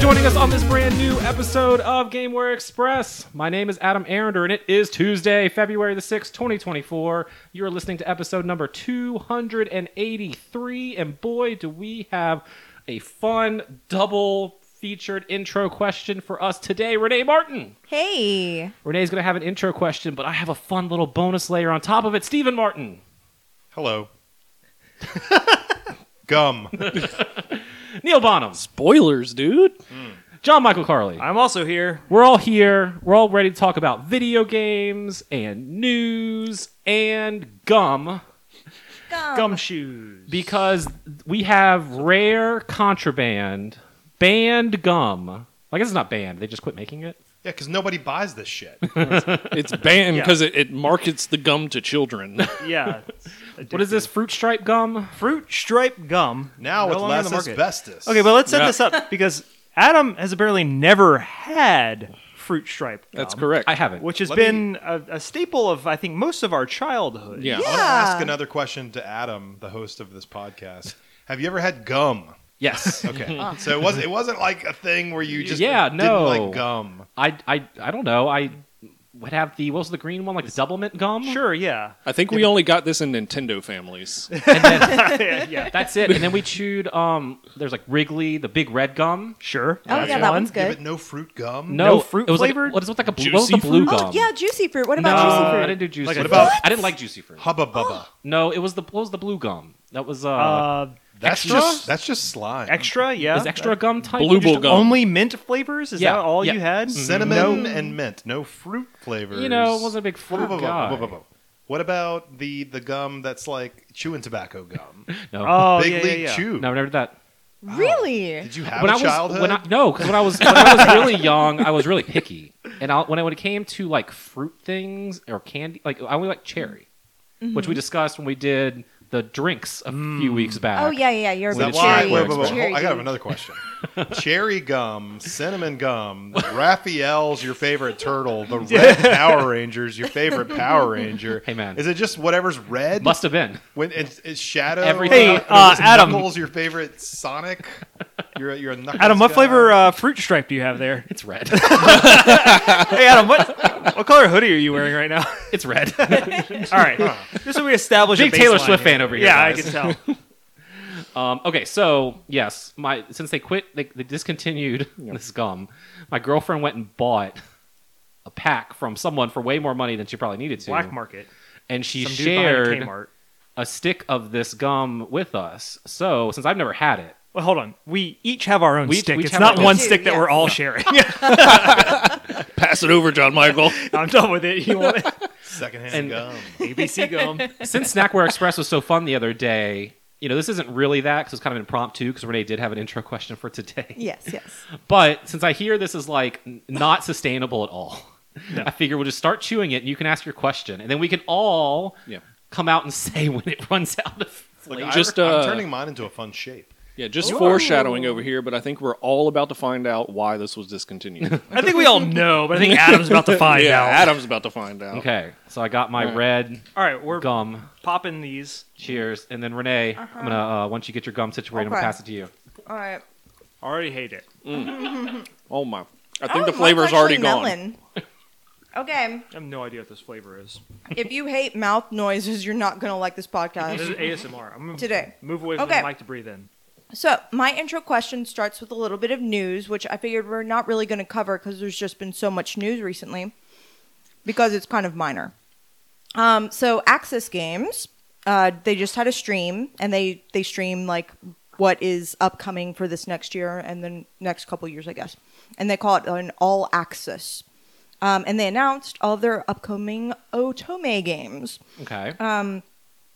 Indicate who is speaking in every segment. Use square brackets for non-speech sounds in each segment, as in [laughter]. Speaker 1: joining us on this brand new episode of Gameware Express. My name is Adam Arender, and it is Tuesday, February the 6th, 2024. You're listening to episode number 283, and boy, do we have a fun double featured intro question for us today. Renee Martin.
Speaker 2: Hey.
Speaker 1: Renee's going to have an intro question, but I have a fun little bonus layer on top of it. Stephen Martin.
Speaker 3: Hello. Gum.
Speaker 1: Neil Bonham.
Speaker 4: Spoilers, dude.
Speaker 1: John Michael Carley.
Speaker 4: I'm also here.
Speaker 1: We're all here. We're all ready to talk about video games and news and gum
Speaker 2: Oh.
Speaker 4: Gumshoes.
Speaker 1: because we have rare contraband banned gum. I guess it's not banned. They just quit making it.
Speaker 3: Yeah, because nobody buys this shit.
Speaker 4: It's banned
Speaker 5: Yeah.
Speaker 4: because it, it markets the gum to children. [laughs]
Speaker 5: Yeah.
Speaker 1: What is this fruit stripe gum?
Speaker 5: Fruit stripe gum.
Speaker 3: Now
Speaker 5: No
Speaker 3: with
Speaker 5: longer on the
Speaker 3: less
Speaker 5: market.
Speaker 3: asbestos.
Speaker 5: Okay, but let's set
Speaker 4: Yeah.
Speaker 5: this up because Adam has apparently never had fruit stripe gum.
Speaker 4: That's correct.
Speaker 1: I haven't.
Speaker 5: Which has
Speaker 3: Let
Speaker 5: been a, a staple of, I think, most of our childhood.
Speaker 4: yeah.
Speaker 3: I want to ask
Speaker 2: Yeah.
Speaker 3: another question to Adam, the host of this podcast. Have you ever had gum?
Speaker 5: [laughs]
Speaker 1: yes.
Speaker 3: Okay, so it was it wasn't like a thing where you just
Speaker 1: Yeah,
Speaker 3: didn't
Speaker 1: no.
Speaker 3: like gum.
Speaker 1: I, I I don't know. I would have the what was the green one like the double mint gum?
Speaker 5: Sure, yeah.
Speaker 4: I think we only got this in Nintendo
Speaker 5: [laughs]
Speaker 4: families. [laughs]
Speaker 5: yeah.
Speaker 1: That's it. And then we chewed um there's like Wrigley, the big red gum.
Speaker 5: Sure.
Speaker 2: Oh, yeah,
Speaker 5: That's
Speaker 2: that
Speaker 5: one.
Speaker 2: one's
Speaker 3: Give
Speaker 2: good.
Speaker 3: it no fruit gum.
Speaker 1: No,
Speaker 5: fruit
Speaker 1: it was
Speaker 5: flavored?
Speaker 1: Like, what is it like a blue, what was the
Speaker 4: Juicy
Speaker 1: blue
Speaker 4: fruit?
Speaker 1: gum?
Speaker 2: Oh, yeah, juicy fruit. What
Speaker 1: No,
Speaker 2: about juicy fruit?
Speaker 1: I didn't do juicy
Speaker 5: Like a
Speaker 1: fruit.
Speaker 3: What about-
Speaker 1: I didn't like juicy fruit.
Speaker 3: Hubba bubba.
Speaker 1: No, it was the what was the blue gum? That was uh,
Speaker 5: Uh,
Speaker 3: That's
Speaker 5: extra?
Speaker 3: just that's just slime.
Speaker 5: extra, yeah.
Speaker 1: is extra gum type.
Speaker 4: Blue Bull
Speaker 5: Just
Speaker 4: gum.
Speaker 5: Only mint flavors? Is
Speaker 1: Yeah,
Speaker 5: that all
Speaker 1: yeah.
Speaker 5: you had?
Speaker 3: Cinnamon and mint. No fruit flavors.
Speaker 1: You know, it wasn't a big fruit
Speaker 3: Whoa, whoa, whoa,
Speaker 1: guy.
Speaker 3: whoa, whoa, whoa. What about the the gum that's like chewing tobacco gum?
Speaker 1: No,
Speaker 5: Oh,
Speaker 3: Big
Speaker 5: yeah, yeah,
Speaker 3: League
Speaker 5: yeah.
Speaker 3: Chew.
Speaker 1: no, never did that.
Speaker 2: Really?
Speaker 3: Did you have
Speaker 1: when
Speaker 3: a
Speaker 1: I was
Speaker 3: childhood?
Speaker 1: when I no, because when I was when I was really young, I was really picky, and I, when I when it came to like fruit things or candy, like I only like cherry,
Speaker 2: Mm-hmm.
Speaker 1: which we discussed when we did the drinks a few weeks back.
Speaker 2: Oh yeah, yeah. You're
Speaker 3: Is
Speaker 2: a
Speaker 3: that
Speaker 2: big
Speaker 3: why?
Speaker 2: cherry.
Speaker 3: Wait, wait, wait, wait.
Speaker 2: cherry
Speaker 3: I got
Speaker 2: dude.
Speaker 3: another question. [laughs] Cherry gum, cinnamon gum, Raphael's your favorite turtle, the red Power Rangers your favorite Power Ranger.
Speaker 1: Hey, man.
Speaker 3: is it just whatever's red?
Speaker 1: Must have been.
Speaker 3: when it's, it's shadow.
Speaker 1: Everything-
Speaker 5: Hey,
Speaker 3: Is
Speaker 5: uh, Adam.
Speaker 3: Knuckles your favorite Sonic. You're a- you're a Knuckles
Speaker 5: Adam, what
Speaker 3: guy.
Speaker 5: flavor uh, fruit stripe do you have [laughs] there?
Speaker 1: It's red. [laughs]
Speaker 5: hey, Adam, what, what color hoodie are you wearing right now?
Speaker 1: it's red.
Speaker 5: All [laughs] right. Just so we establish a
Speaker 1: Big Taylor
Speaker 5: baseline
Speaker 1: Swift
Speaker 5: here.
Speaker 1: fan over here,
Speaker 5: Yeah,
Speaker 1: guys.
Speaker 5: I can [laughs] tell.
Speaker 1: Um, okay, so yes, my since they quit, they, they discontinued [laughs] this gum. My girlfriend went and bought a pack from someone for way more money than she probably needed to,
Speaker 5: Black market.
Speaker 1: and she
Speaker 5: Some dude behind
Speaker 1: shared
Speaker 5: a Kmart.
Speaker 1: a stick of this gum with us. So since I've never had
Speaker 5: [laughs]
Speaker 1: it,
Speaker 5: Well, hold on. We each have our own
Speaker 1: We each-
Speaker 5: stick.
Speaker 1: we each
Speaker 5: it's
Speaker 1: have
Speaker 5: not
Speaker 1: our own-
Speaker 5: one
Speaker 2: We do,
Speaker 5: stick that
Speaker 2: yeah.
Speaker 5: we're all [laughs] sharing.
Speaker 4: Pass it over, John Michael.
Speaker 5: I'm done with it. You want it?
Speaker 3: Secondhand
Speaker 1: And-
Speaker 3: gum.
Speaker 5: ABC gum.
Speaker 1: since Snackware Express was so fun the other day, you know this isn't really that because it's kind of impromptu because Renee did have an intro question for today.
Speaker 2: Yes, yes.
Speaker 1: But since I hear this is like n- not sustainable at all, [laughs] I figure we'll just start chewing it, and you can ask your question, and then we can all
Speaker 4: [laughs] Yeah.
Speaker 1: come out and [laughs] say when it runs out of
Speaker 3: Look,
Speaker 1: flavor.
Speaker 3: I-
Speaker 4: Just,
Speaker 3: I'm
Speaker 4: uh,
Speaker 3: turning mine into a fun shape.
Speaker 4: Yeah, just foreshadowing over here, but I think we're all about to find out why this was [laughs] discontinued.
Speaker 5: I think we all know, but I think Adam's about to find
Speaker 4: yeah,
Speaker 5: out.
Speaker 4: Adam's about to find out.
Speaker 1: okay, so I got my
Speaker 4: All right.
Speaker 1: red
Speaker 5: All right, we're
Speaker 1: gum.
Speaker 5: popping these.
Speaker 1: Cheers, and then Renee, I'm gonna uh, once you get your gum situated, I'm
Speaker 2: Okay.
Speaker 1: gonna pass it to you.
Speaker 2: All right.
Speaker 5: Already hate it.
Speaker 4: Oh my. I think the flavor's already gone.
Speaker 2: Okay.
Speaker 5: I have no idea what this flavor is.
Speaker 2: If you hate mouth noises, you're not gonna like this
Speaker 5: This
Speaker 2: podcast
Speaker 5: is ASMR. I'm gonna
Speaker 2: today.
Speaker 5: move away from
Speaker 2: Okay.
Speaker 5: the mic to breathe in.
Speaker 2: So my intro question starts with a little bit of news, which I figured we're not really going to cover because there's just been so much news recently, because it's kind of minor. Um, so Axis Games, uh, they just had a stream, and they they stream like what is upcoming for this next year and the next couple years, I guess, and they call it an all Axis. Um, and they announced all of their upcoming Otome games.
Speaker 1: Okay.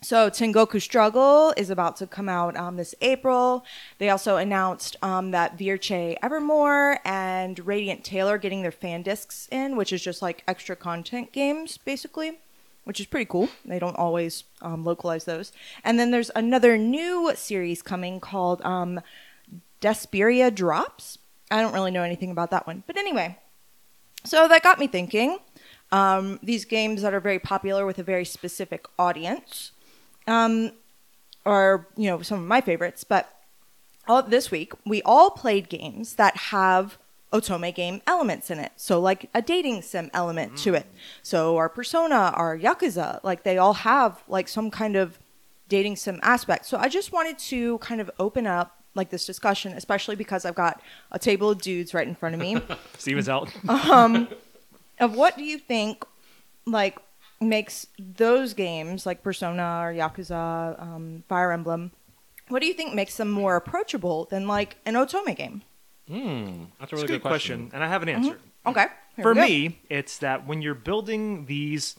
Speaker 2: So Tengoku Struggle is about to come out um, this April. They also announced um, that Virche Evermore and Radiant Taylor getting their fan discs in, which is just like extra content games, basically, which is pretty cool. They don't always um, localize those. And then there's another new series coming called um, Desperia Drops. I don't really know anything about that one, but anyway. So that got me thinking. Um, these games that are very popular with a very specific audience are you know some of my favorites but all this week we all played games that have otome game elements in it so like a dating sim element to it so our persona our yakuza like they all have like some kind of dating sim aspect so i just wanted to kind of open up like this discussion especially because i've got a table of dudes right in front of me [laughs]
Speaker 5: Steven's out.
Speaker 2: of what do you think like makes those games like persona or yakuza um, fire emblem what do you think makes them more approachable than like an otome game
Speaker 1: That's a
Speaker 5: It's
Speaker 1: really
Speaker 5: a good question, and I have an answer.
Speaker 2: okay here
Speaker 5: For
Speaker 2: we go.
Speaker 5: me, it's that when you're building these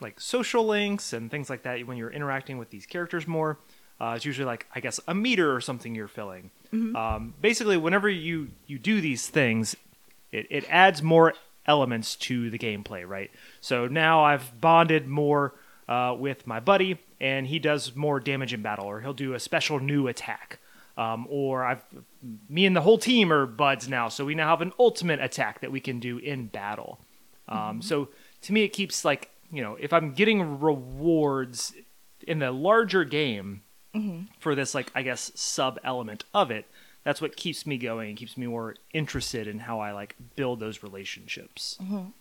Speaker 5: like social links and things like that, when you're interacting with these characters more, uh, it's usually like I guess a meter or something you're filling.
Speaker 2: Mm-hmm.
Speaker 5: Um, basically, whenever you you do these things, it, it adds more elements to the gameplay, right? So now I've bonded more uh, with my buddy, and he does more damage in battle, or he'll do a special new attack. Um, or I've, me and the whole team are buds now, so we now have an ultimate attack that we can do in battle. Um,
Speaker 2: Mm-hmm.
Speaker 5: So to me, it keeps like you know, if I'm getting rewards in the larger game,
Speaker 2: Mm-hmm.
Speaker 5: for this like I guess sub element of it. That's what keeps me going and keeps me more interested in how I like build those relationships.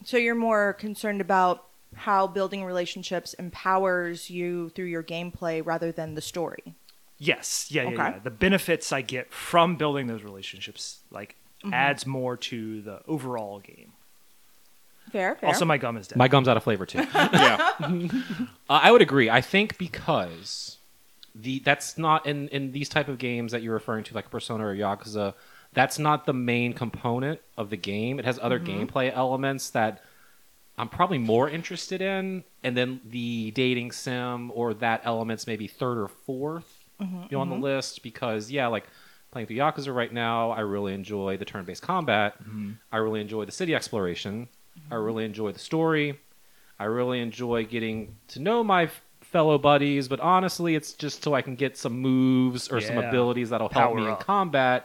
Speaker 2: so you're more concerned about how building relationships empowers you through your gameplay rather than the story
Speaker 5: Yes, yeah, yeah,
Speaker 2: Okay.
Speaker 5: yeah. The benefits I get from building those relationships like
Speaker 2: Mm-hmm.
Speaker 5: adds more to the overall game.
Speaker 2: fair fair
Speaker 5: Also, my gum is dead.
Speaker 1: My gum's out of flavor too.
Speaker 4: [laughs] yeah.
Speaker 1: Uh, I would agree. I think because the that's not in in these type of games that you're referring to, like Persona or Yakuza. That's not the main component of the game. It has other gameplay elements that I'm probably more interested in, and then the dating sim or that element's maybe third or 4th
Speaker 5: Mm-hmm,
Speaker 1: you know, on the list because yeah, like playing through Yakuza right now, I really enjoy the turn-based combat.
Speaker 5: Mm-hmm.
Speaker 1: I really enjoy the city exploration. I really enjoy the story. I really enjoy getting to know my f- fellow buddies, but honestly, it's just so I can get some moves or some
Speaker 5: Yeah.
Speaker 1: abilities that'll help
Speaker 5: Power
Speaker 1: me in
Speaker 5: up.
Speaker 1: combat.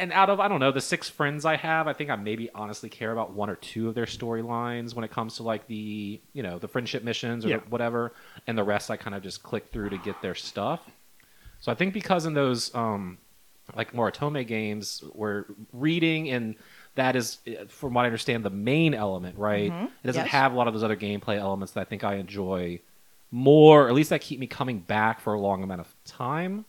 Speaker 1: And out of I don't know the six friends I have, I think I maybe honestly care about one or two of their storylines when it comes to like the you know the friendship missions or
Speaker 5: Yeah.
Speaker 1: whatever, and the rest I kind of just click through to get their stuff. So I think because in those um, like Moritome games, we're reading and that is, uh, from what I understand, the main element, right? It doesn't
Speaker 2: Yes.
Speaker 1: have a lot of those other gameplay elements that I think I enjoy more, or at least that keep me coming back for a long amount of time.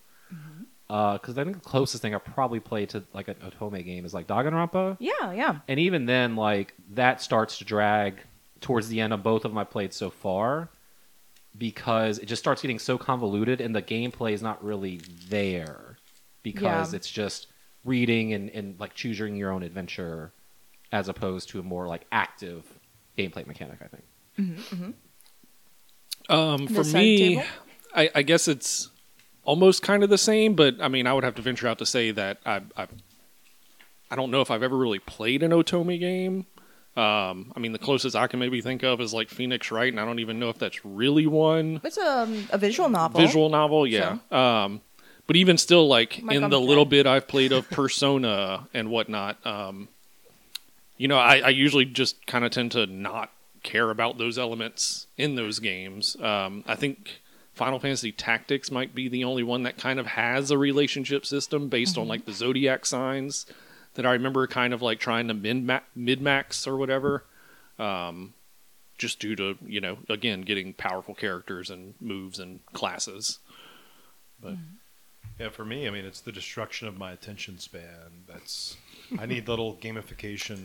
Speaker 1: Because I think the closest thing I probably played to like an Otome game is like Danganronpa
Speaker 2: yeah yeah
Speaker 1: and even then like that starts to drag towards the end of both of my played so far because it just starts getting so convoluted and the gameplay is not really there because
Speaker 2: Yeah.
Speaker 1: it's just reading and, and like choosing your own adventure as opposed to a more like active gameplay mechanic i think
Speaker 4: Um, for
Speaker 2: This side
Speaker 4: me,
Speaker 2: table?
Speaker 4: I, I guess it's almost kind of the same, but I mean, I would have to venture out to say that I, I, I don't know if I've ever really played an Otome game. Um, I mean, the closest I can maybe think of is like Phoenix Wright, and I don't even know if that's really one
Speaker 2: it's um, a, a visual novel
Speaker 4: visual novel. Yeah. Um, but even still, like
Speaker 2: My
Speaker 4: in
Speaker 2: gum's
Speaker 4: the little
Speaker 2: dry.
Speaker 4: bit I've played of Persona [laughs] and whatnot, um, you know, I, I usually just kind of tend to not care about those elements in those games. Um, I think Final Fantasy Tactics might be the only one that kind of has a relationship system based on like the zodiac signs that I remember kind of like trying to min mid max or whatever. Um, just due to you know again getting powerful characters and moves and classes.
Speaker 2: Mm-hmm.
Speaker 3: Yeah, for me, I mean, it's the destruction of my attention span. That's I need little gamification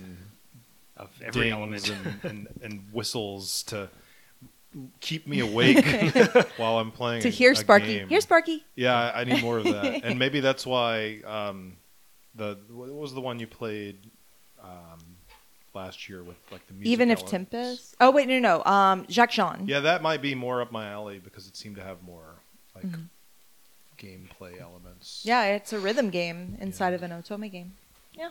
Speaker 3: of
Speaker 5: every
Speaker 3: dings and, and, and whistles to
Speaker 2: [laughs]
Speaker 3: keep me awake while I'm playing.
Speaker 2: to
Speaker 3: a-
Speaker 2: hear
Speaker 3: a
Speaker 2: sparky
Speaker 3: game.
Speaker 2: hear sparky
Speaker 3: Yeah, I- I need more
Speaker 2: [laughs]
Speaker 3: of that, and maybe that's why um, the what was the one you played um, last year with like the music
Speaker 2: even if
Speaker 3: elements?
Speaker 2: tempest oh wait no no no, um jacques jean
Speaker 3: Yeah, that might be more up my alley because it seemed to have more like gameplay elements.
Speaker 2: Mm-hmm. Yeah, it's a rhythm game inside
Speaker 3: Yeah.
Speaker 2: of an otome game. Yeah.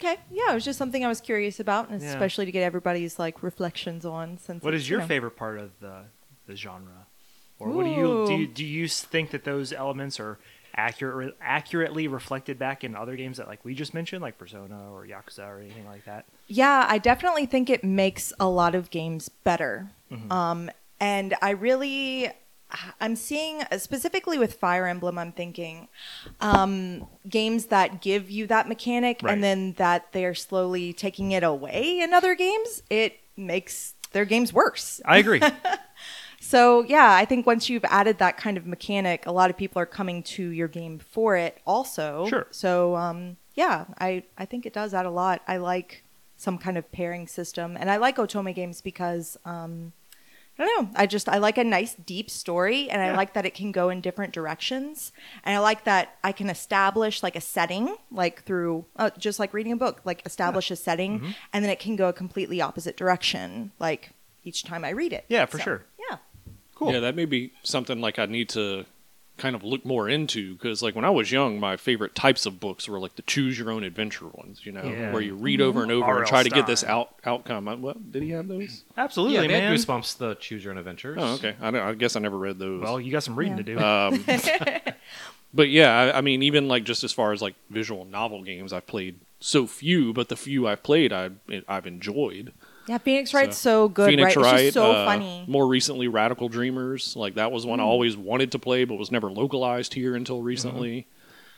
Speaker 2: Okay. Yeah, it was just something I was curious about, and
Speaker 5: Yeah.
Speaker 2: especially to get everybody's like reflections on. Since
Speaker 5: what
Speaker 2: it's,
Speaker 5: is your
Speaker 2: you know-
Speaker 5: favorite part of the the genre, or what do you do?
Speaker 2: Ooh.
Speaker 5: You, do you think that those elements are accurate, accurately reflected back in other games that like we just mentioned, like Persona or Yakuza or anything like that?
Speaker 2: Yeah, I definitely
Speaker 5: Mm-hmm.
Speaker 2: think it makes a lot of games better. Um, and I really, I'm seeing specifically with Fire Emblem. I'm thinking um, games that give you that mechanic,
Speaker 5: Right.
Speaker 2: and then that they're slowly taking it away in other games. It makes their games worse.
Speaker 5: I agree.
Speaker 2: So yeah, I think once you've added that kind of mechanic, a lot of people are coming to your game for it also.
Speaker 5: Sure.
Speaker 2: So um, yeah, I, I think it does add a lot. I like some kind of pairing system, and I like Otome games because um, I don't know. I just I like a nice deep story, and I
Speaker 5: Yeah.
Speaker 2: like that it can go in different directions, and I like that I can establish like a setting, like through uh, just like reading a book, like establish a setting,
Speaker 5: Mm-hmm.
Speaker 2: and then it can go a completely opposite direction, like each time I read it.
Speaker 5: Yeah, for
Speaker 2: So,
Speaker 5: sure.
Speaker 2: Yeah.
Speaker 5: Cool.
Speaker 4: Yeah, that may be something like I need to kind of look more into because, like, when I was young, my favorite types of books were like the choose your own adventure ones, you know,
Speaker 5: Yeah.
Speaker 4: where you read over and over
Speaker 5: R.L.
Speaker 4: and try to get this
Speaker 5: Stine.
Speaker 4: out outcome. I, well, did he have those?
Speaker 5: [laughs] Absolutely,
Speaker 1: yeah, they had
Speaker 5: man.
Speaker 1: Goosebumps, the Choose Your Own Adventures.
Speaker 4: Oh, okay. I, don't, I guess I never read those.
Speaker 5: Well, you got some reading to do.
Speaker 4: Um, but yeah, I, I mean, even like just as far as like visual novel games, I've played so few, but the few I've played, I, I've enjoyed.
Speaker 2: Yeah, Phoenix Wright's so, good,
Speaker 4: Phoenix
Speaker 2: right?
Speaker 4: Wright.
Speaker 2: it's just so
Speaker 4: uh,
Speaker 2: funny. Hmm.
Speaker 4: More recently, Radical Dreamers. Like that was one I always wanted to play, but was never localized here until
Speaker 2: Uh-huh.
Speaker 4: recently.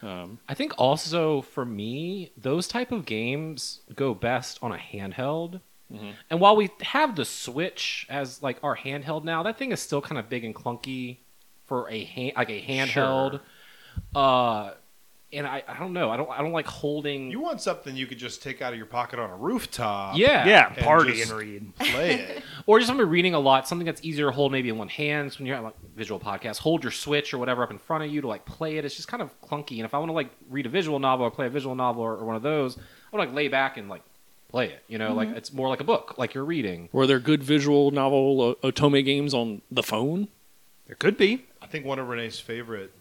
Speaker 1: I think also for me, those type of games go best on a handheld. And while we have the Switch as like our handheld now, that thing is still kind of big and clunky for a hand, like a handheld. Uh, and I, I don't know. I don't I don't like holding.
Speaker 3: You want something you could just take out of your pocket on a rooftop.
Speaker 1: yeah,
Speaker 5: [laughs] yeah,
Speaker 3: and
Speaker 5: party
Speaker 3: just-
Speaker 5: and read.
Speaker 3: Play
Speaker 5: [laughs]
Speaker 3: it.
Speaker 1: Or just when you're reading a lot, something that's easier to hold maybe in one hand. So when you're at like visual podcast, hold your Switch or whatever up in front of you to like play it. It's just kind of clunky. And if I want to like read a visual novel or play a visual novel or, or one of those, I would like lay back and like play it. You know,
Speaker 5: Mm-hmm.
Speaker 1: like it's more like a book, like you're reading.
Speaker 4: Were there good visual novel uh, Otome games on the phone?
Speaker 5: There could be.
Speaker 3: I think one of Renee's favorite.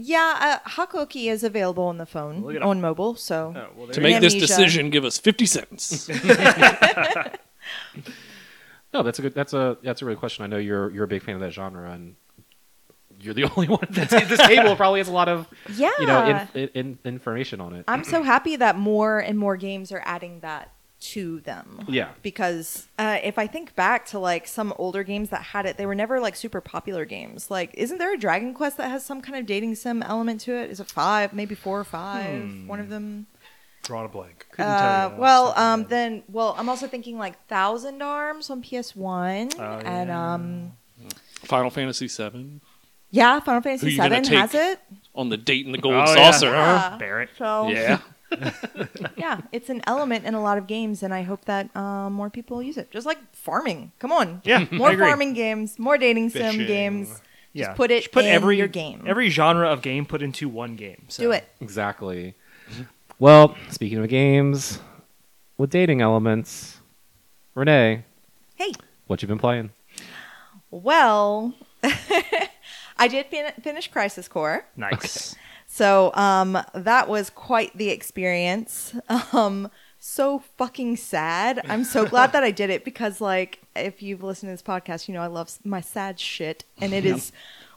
Speaker 2: yeah, uh, Hakoki is available on the phone,
Speaker 5: Look it up.
Speaker 2: on mobile. So
Speaker 5: Oh, well,
Speaker 4: To
Speaker 5: there
Speaker 2: me-
Speaker 4: make
Speaker 2: Amnesia.
Speaker 4: this decision, give us fifty cents. [laughs]
Speaker 1: No, that's a good. That's a that's a really question. I know you're you're a big fan of that genre, and you're the [laughs] only one. That's, this table probably has a lot of
Speaker 2: yeah,
Speaker 1: you know in, in, in- information on it.
Speaker 2: I'm so happy that more and more games are adding that to them.
Speaker 1: Yeah.
Speaker 2: Because uh, if I think back to like some older games that had it, they were never like super popular games. Like, isn't there a Dragon Quest that has some kind of dating sim element to it? Is it five, maybe four or five?
Speaker 5: Hmm.
Speaker 2: One of them.
Speaker 3: Drawn a blank.
Speaker 5: Couldn't tell you
Speaker 2: Uh,
Speaker 5: off the top
Speaker 2: well,
Speaker 5: of my
Speaker 2: um,
Speaker 5: head.
Speaker 2: then, well, I'm also thinking like Thousand Arms on PS One,
Speaker 5: Oh,
Speaker 2: and
Speaker 5: yeah.
Speaker 2: um,
Speaker 4: Final Fantasy VII
Speaker 2: yeah, Final
Speaker 4: Who
Speaker 2: Fantasy
Speaker 4: you gonna
Speaker 2: Seven has
Speaker 4: take?
Speaker 2: it.
Speaker 4: on the date in the gold
Speaker 5: Oh, yeah.
Speaker 4: saucer. huh?
Speaker 2: Yeah.
Speaker 5: Barrett.
Speaker 2: So [laughs]
Speaker 4: Yeah.
Speaker 2: yeah, it's an element in a lot of games, and I hope that um, more people use it. Just like farming. Come on,
Speaker 5: Yeah, I
Speaker 2: more
Speaker 5: agree.
Speaker 2: farming games, more dating sim
Speaker 3: Fishing.
Speaker 2: games.
Speaker 5: Yeah.
Speaker 2: put it
Speaker 5: Just put
Speaker 2: in
Speaker 5: every,
Speaker 2: your game.
Speaker 5: Every genre of game put into one game. So.
Speaker 2: Do it.
Speaker 1: Exactly. Well, speaking of games with dating elements, Renee,
Speaker 2: Hey,
Speaker 1: what you been playing?
Speaker 2: well, [laughs] I did fin- finish Crisis Core.
Speaker 5: Nice.
Speaker 2: So um, that was quite the experience. Um, so fucking sad. I'm
Speaker 5: [laughs]
Speaker 2: so glad that I did it because, like, if you've listened to this podcast, you know I love s- my sad shit, and it is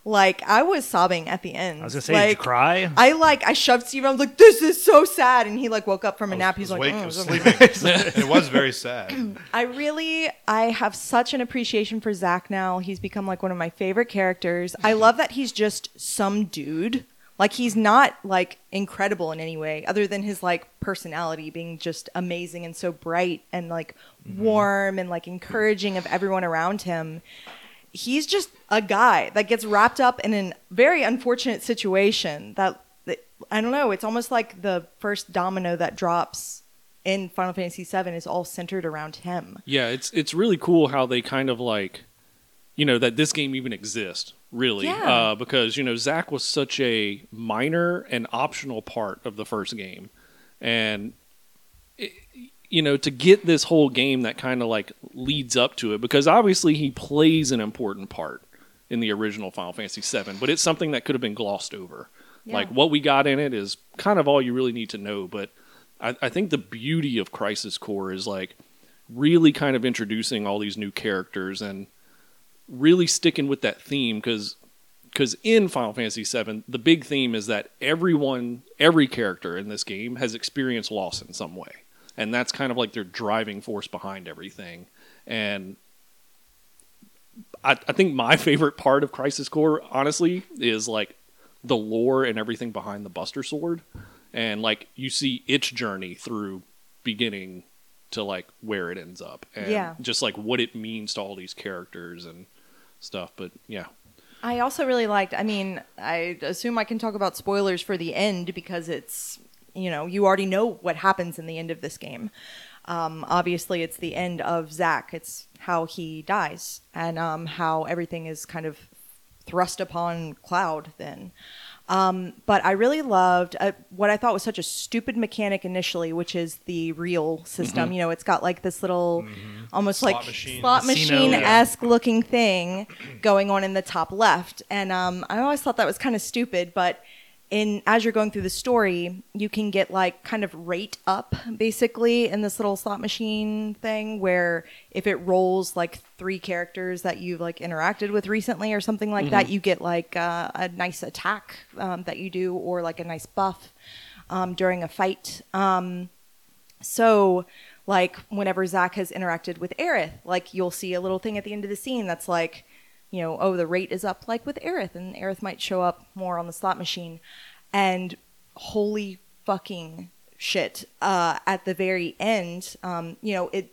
Speaker 2: like I was sobbing at the end.
Speaker 5: I was gonna say,
Speaker 2: like, uh,
Speaker 5: did you cry?
Speaker 2: I like I shoved Steve. I was like, "This is so sad," and he like woke up from a nap.
Speaker 3: I was
Speaker 2: He's like,
Speaker 3: wake-
Speaker 2: "Oh,
Speaker 3: I was
Speaker 2: it's okay."
Speaker 3: sleeping. it was
Speaker 2: [laughs]
Speaker 3: very sad. uh,
Speaker 2: I really I have such an appreciation for Zach now. He's become like one of my favorite characters. I love that he's just some dude. Like he's not like incredible in any way other than his like personality being just amazing and so bright and like warm and like encouraging of everyone around him. He's just a guy that gets wrapped up in a very unfortunate situation that that- I don't know, it's almost like the first domino that drops in Final Fantasy VII is all centered around him.
Speaker 4: Yeah, it's it's really cool how they kind of like, you know, that this game even exists. Really,
Speaker 2: Yeah.
Speaker 4: uh, because you know Zach was such a minor and optional part of the first game, and it, you know to get this whole game that kind of like leads up to it because obviously he plays an important part in the original Final Fantasy VII, but it's something that could have been glossed over.
Speaker 2: Yeah.
Speaker 4: Like what we got in it is kind of all you really need to know, but I, I think the beauty of Crisis Core is like really kind of introducing all these new characters and really sticking with that theme because because in Final Fantasy VII, the big theme is that everyone, every character in this game has experienced loss in some way, and that's kind of like their driving force behind everything. And I, I think my [laughs] favorite part of Crisis Core, honestly, is like the lore and everything behind the Buster Sword, and like you see its journey through beginning to like where it ends up, and
Speaker 2: Yeah.
Speaker 4: just like what it means to all these characters and stuff. But yeah,
Speaker 2: I also really liked. I mean, I assume I can talk about spoilers for the end because it's you know you already know what happens in the end of this game. Um, obviously, it's the end of Zack. It's how he dies and um, how everything is kind of thrust upon Cloud then. Um, but I really loved uh, what I thought was such a stupid mechanic initially, which is the reel system. You know, it's got like this little, almost
Speaker 3: Slot
Speaker 2: like
Speaker 3: machine.
Speaker 2: slot
Speaker 5: Casino,
Speaker 2: machine
Speaker 5: yeah.
Speaker 2: esque looking thing going on in the top left. And um, I always thought that was kind of stupid, but in as you're going through the story, you can get like kind of rate up basically in this little slot machine thing where if it rolls like three characters that you've like interacted with recently or something like that, you get like uh, a nice attack um, that you do or like a nice buff um, during a fight. Um, so, like, whenever Zach has interacted with Aerith, like, you'll see a little thing at the end of the scene that's like, you know, oh, the rate is up, like with Aerith, and Aerith might show up more on the slot machine. And holy fucking shit. Uh, at the very end, um, you know, it.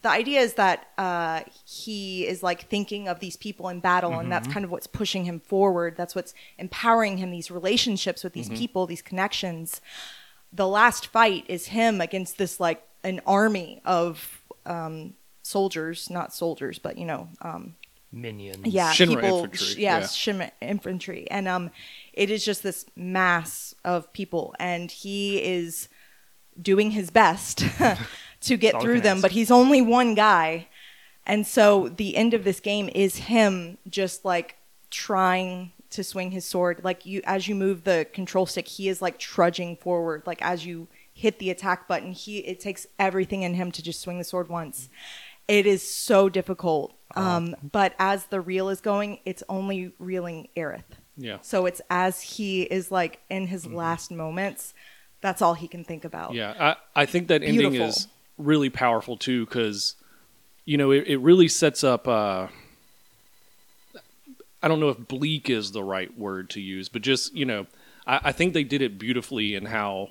Speaker 2: The idea is that uh, he is like thinking of these people in battle, and that's kind of what's pushing him forward. That's what's empowering him, these relationships with these people, these connections the last fight is him against this like an army of um, soldiers, not soldiers, but you know, um,
Speaker 5: Minions.
Speaker 2: yeah,
Speaker 4: Shinra
Speaker 2: people,
Speaker 4: infantry,
Speaker 2: sh- yeah,
Speaker 4: yeah.
Speaker 2: Shinra infantry, and um, it is just this mass of people, and he is doing his best [laughs] to get
Speaker 5: all I
Speaker 2: through
Speaker 5: can
Speaker 2: them,
Speaker 5: ask.
Speaker 2: but he's only one guy, and so the end of this game is him just like trying to swing his sword. Like you, as you move the control stick, he is like trudging forward. Like as you hit the attack button, he it takes everything in him to just swing the sword once. It is so difficult. Um, but as the reel is going, it's only reeling Aerith.
Speaker 4: yeah,
Speaker 2: So it's as he is like in his last moments, that's all he can think about.
Speaker 4: Yeah, I, I think that ending
Speaker 2: Beautiful.
Speaker 4: is really powerful too because, you know, it, it really sets up. Uh, I don't know if bleak is the right word to use, but just you know, I, I think they did it beautifully in how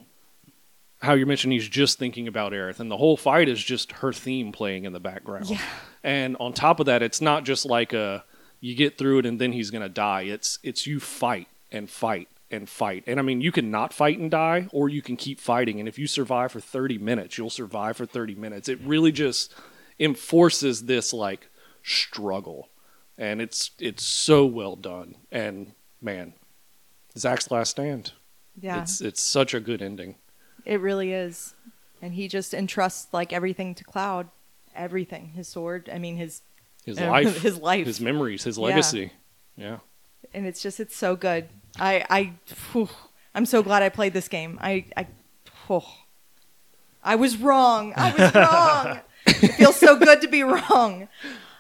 Speaker 4: how you mentioned he's just thinking about Aerith, and the whole fight is just her theme playing in the background.
Speaker 2: Yeah.
Speaker 4: And on top of that, it's not just like a you get through it and then he's gonna die. It's it's you fight and fight and fight. And I mean, you can not fight and die, or you can keep fighting. And if you survive for thirty minutes, you'll survive for thirty minutes. It really just enforces this like struggle, and it's it's so well done. And man, Zach's last stand.
Speaker 2: yeah.
Speaker 4: It's it's such a good ending.
Speaker 2: It really is. And he just entrusts like everything to Cloud. Everything. His sword. I mean his
Speaker 4: His
Speaker 2: Uh, [laughs]
Speaker 4: life,
Speaker 2: his life.
Speaker 4: his memories, his
Speaker 2: Yeah.
Speaker 4: legacy. Yeah.
Speaker 2: and it's just it's so good. I I phew. I'm so glad I played this game. I I phew. I was wrong. I
Speaker 4: [laughs]
Speaker 2: was wrong. it feels so good to be wrong.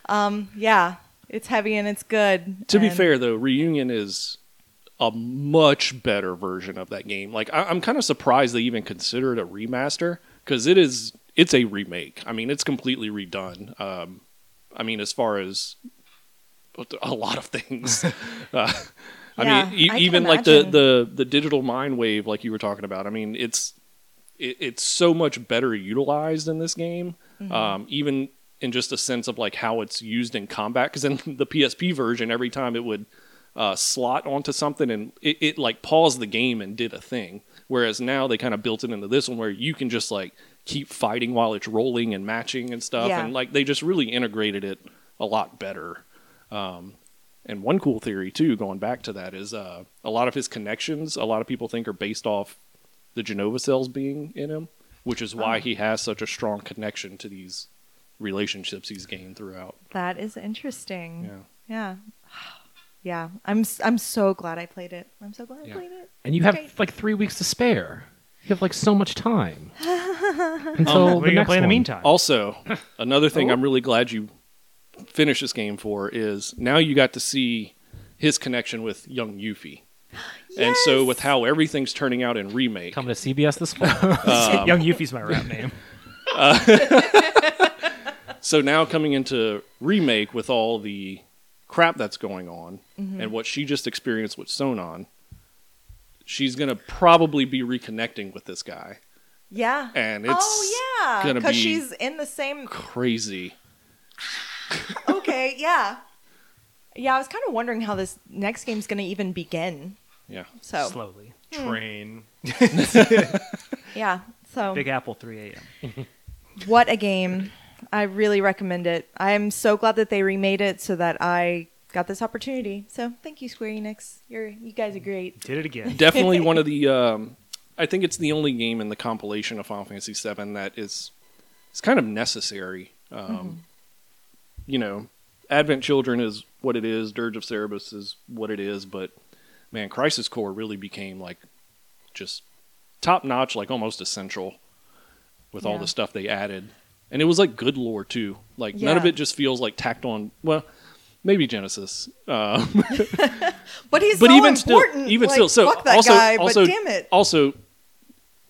Speaker 2: Um yeah. It's heavy and it's good.
Speaker 4: To be
Speaker 2: And-
Speaker 4: fair, though, Reunion is a much better version of that game. Like, I- I'm kind of surprised they even consider it a remaster because it is. It's a remake. I mean, it's completely redone. Um, I mean, as far as a lot
Speaker 2: [laughs]
Speaker 4: of things. uh, I
Speaker 2: Yeah,
Speaker 4: mean, e-
Speaker 2: I can
Speaker 4: even like the,
Speaker 2: imagine.
Speaker 4: the the digital mind wave, like you were talking about. I mean, it's it, it's so much better utilized in this game,
Speaker 2: Mm-hmm.
Speaker 4: um, even in just a sense of like how it's used in combat. Because in [laughs] the PSP version, every time it would uh, slot onto something and it, it like paused the game and did a thing. Whereas now they kind of built it into this one where you can just like keep fighting while it's rolling and matching and stuff.
Speaker 2: Yeah.
Speaker 4: And like they just really integrated it a lot better. Um, and one cool theory too, going back to that, is uh, a lot of his connections. A lot of people think are based off the Genova cells being in him, which is why he has such a strong connection to these relationships he's gained throughout.
Speaker 2: That is interesting.
Speaker 4: Yeah.
Speaker 2: Yeah. [sighs] Yeah. I'm s- I'm so glad I played it. I'm so glad I
Speaker 4: Yeah.
Speaker 2: played it.
Speaker 1: And you have
Speaker 2: Great.
Speaker 1: like three weeks to spare. You have like so much time.
Speaker 5: Um,
Speaker 1: Until
Speaker 5: What are
Speaker 1: the
Speaker 5: you gonna
Speaker 1: next
Speaker 5: play in the
Speaker 1: one.
Speaker 5: meantime?
Speaker 4: Also,
Speaker 2: [laughs]
Speaker 4: another thing
Speaker 2: Oh.
Speaker 4: I'm really glad you finished this game for is now you got to see his connection with young
Speaker 2: [gasps]
Speaker 4: Yuffie. And so with how everything's turning out in remake.
Speaker 1: Coming to CBS this
Speaker 5: [laughs]
Speaker 1: fall.
Speaker 5: Young Yuffie's my rap name.
Speaker 4: So now coming into remake with all the crap that's going on
Speaker 2: Mm-hmm.
Speaker 4: and what she just experienced with Sonon, she's going to probably be reconnecting with this guy.
Speaker 2: Yeah.
Speaker 4: And it's
Speaker 2: oh yeah,
Speaker 4: gonna
Speaker 2: because
Speaker 4: be-
Speaker 2: she's in the
Speaker 4: [laughs]
Speaker 2: same. [laughs]
Speaker 4: Crazy.
Speaker 2: Okay, yeah, yeah. I was kind of wondering how this next game's gonna even begin.
Speaker 4: Yeah.
Speaker 2: [laughs] So Hmm.
Speaker 5: Slowly.
Speaker 3: Train.
Speaker 2: yeah, so
Speaker 5: Big Apple, 3 a.m.
Speaker 2: what a game! I really recommend it. I'm so glad that they remade it so that I got this opportunity. So thank you, Square Enix. You're you guys are great.
Speaker 5: Did it again.
Speaker 4: [laughs] Definitely one of the. Um, I think it's the only game in the compilation of Final Fantasy VII that is it's kind of necessary. Um,
Speaker 2: Mm-hmm.
Speaker 4: You know, Advent Children is what it is. Dirge of Cerberus is what it is. But man, Crisis Core really became like just top notch, like almost essential with all
Speaker 2: Yeah.
Speaker 4: the stuff they added. And it was like good lore too. Like none of
Speaker 2: Yeah.
Speaker 4: it just feels like tacked on. Well, maybe Genesis. Um,
Speaker 2: But he's
Speaker 4: but
Speaker 2: so
Speaker 4: even
Speaker 2: important.
Speaker 4: still, even
Speaker 2: Like,
Speaker 4: still, so
Speaker 2: fuck that
Speaker 4: also,
Speaker 2: guy.
Speaker 4: also, uh,
Speaker 2: but damn it,
Speaker 4: also,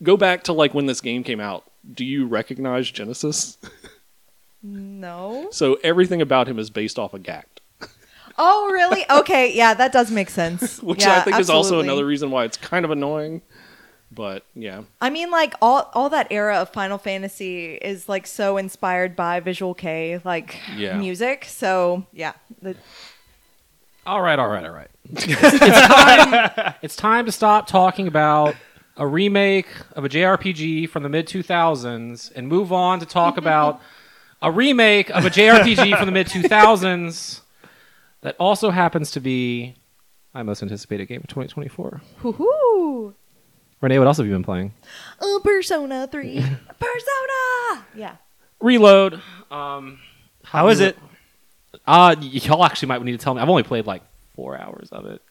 Speaker 4: go back to like when this game came out. Do you recognize Genesis? [laughs]
Speaker 2: no.
Speaker 4: So everything about him is based off of Gact,
Speaker 2: Oh really? Okay, yeah, that does make sense.
Speaker 4: [laughs] which
Speaker 2: Yeah,
Speaker 4: I think is also
Speaker 2: absolutely.
Speaker 4: another reason why it's kind of annoying. But yeah,
Speaker 2: I mean, like all all that era of Final Fantasy is like so inspired by Visual K, like
Speaker 4: Yeah.
Speaker 2: music. So yeah, the,
Speaker 1: All right, all right, all right. it's, time, it's time to stop talking about a remake of a JRPG from the mid 2000s and move on to talk about a remake of a JRPG from the mid 2000s that also happens to be my most anticipated game of 2024.
Speaker 2: whoo
Speaker 1: Renee, what else have you been playing?
Speaker 2: uh, Persona Three, Persona. Yeah,
Speaker 1: Reload. Um,
Speaker 5: How is it?
Speaker 1: uh, y- y'all actually might need to tell me. I've only played like four hours of it.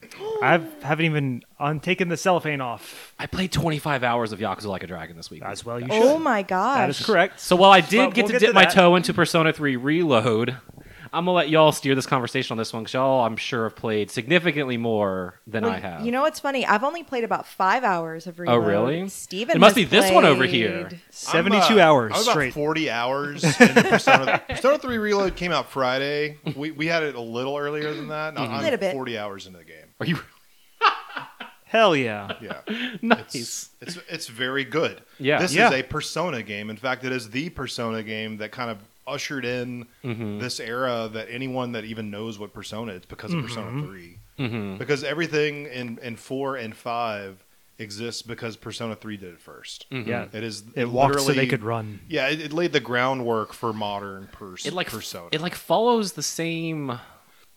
Speaker 5: I haven't even on taken the cellophane off.
Speaker 1: I played 25 hours of Yakuza Like a Dragon this week.
Speaker 5: As well, you should.
Speaker 2: oh my gosh,
Speaker 5: that is correct.
Speaker 1: So while I did
Speaker 5: Well,
Speaker 1: get
Speaker 5: we'll
Speaker 1: to
Speaker 5: get
Speaker 1: dip
Speaker 5: to
Speaker 1: my
Speaker 5: that.
Speaker 1: toe into Persona 3 Reload, I'm gonna let y'all steer this conversation on this one because y'all, I'm sure, have played significantly more than
Speaker 2: Well,
Speaker 1: I have.
Speaker 2: You know what's funny? I've only played about five hours of Reload.
Speaker 1: really?
Speaker 2: Steven
Speaker 1: It must be
Speaker 2: has
Speaker 1: this one over
Speaker 2: played-
Speaker 1: here.
Speaker 5: 72
Speaker 3: I'm, uh,
Speaker 5: hours
Speaker 3: I'm about
Speaker 5: straight.
Speaker 3: 40
Speaker 5: [laughs]
Speaker 3: hours. into Persona, Persona 3 Reload came out Friday. We, we had it a little earlier than that. and I'm
Speaker 2: Little bit.
Speaker 3: 40 hours into the game.
Speaker 1: Are you
Speaker 5: Hell yeah.
Speaker 3: [laughs] Yeah.
Speaker 1: nice?
Speaker 3: It's it's very good.
Speaker 1: Yeah.
Speaker 3: This
Speaker 5: Yeah.
Speaker 3: is a Persona game. In fact, it is the Persona game that kind of ushered in
Speaker 5: Mm-hmm.
Speaker 3: this era that anyone that even knows what Persona it's because of Persona
Speaker 5: Mm-hmm.
Speaker 3: 3.
Speaker 1: Mhm.
Speaker 3: Because everything in in 4 and 5 exists because Persona 3 did it 1st
Speaker 5: Yeah.
Speaker 3: It is
Speaker 5: Mm-hmm. It
Speaker 3: it
Speaker 5: walked so
Speaker 3: Mm-hmm. literally-
Speaker 5: they could run.
Speaker 3: Yeah, it, it laid the groundwork for modern pers-
Speaker 1: It like
Speaker 3: Persona.
Speaker 1: it like follows the same,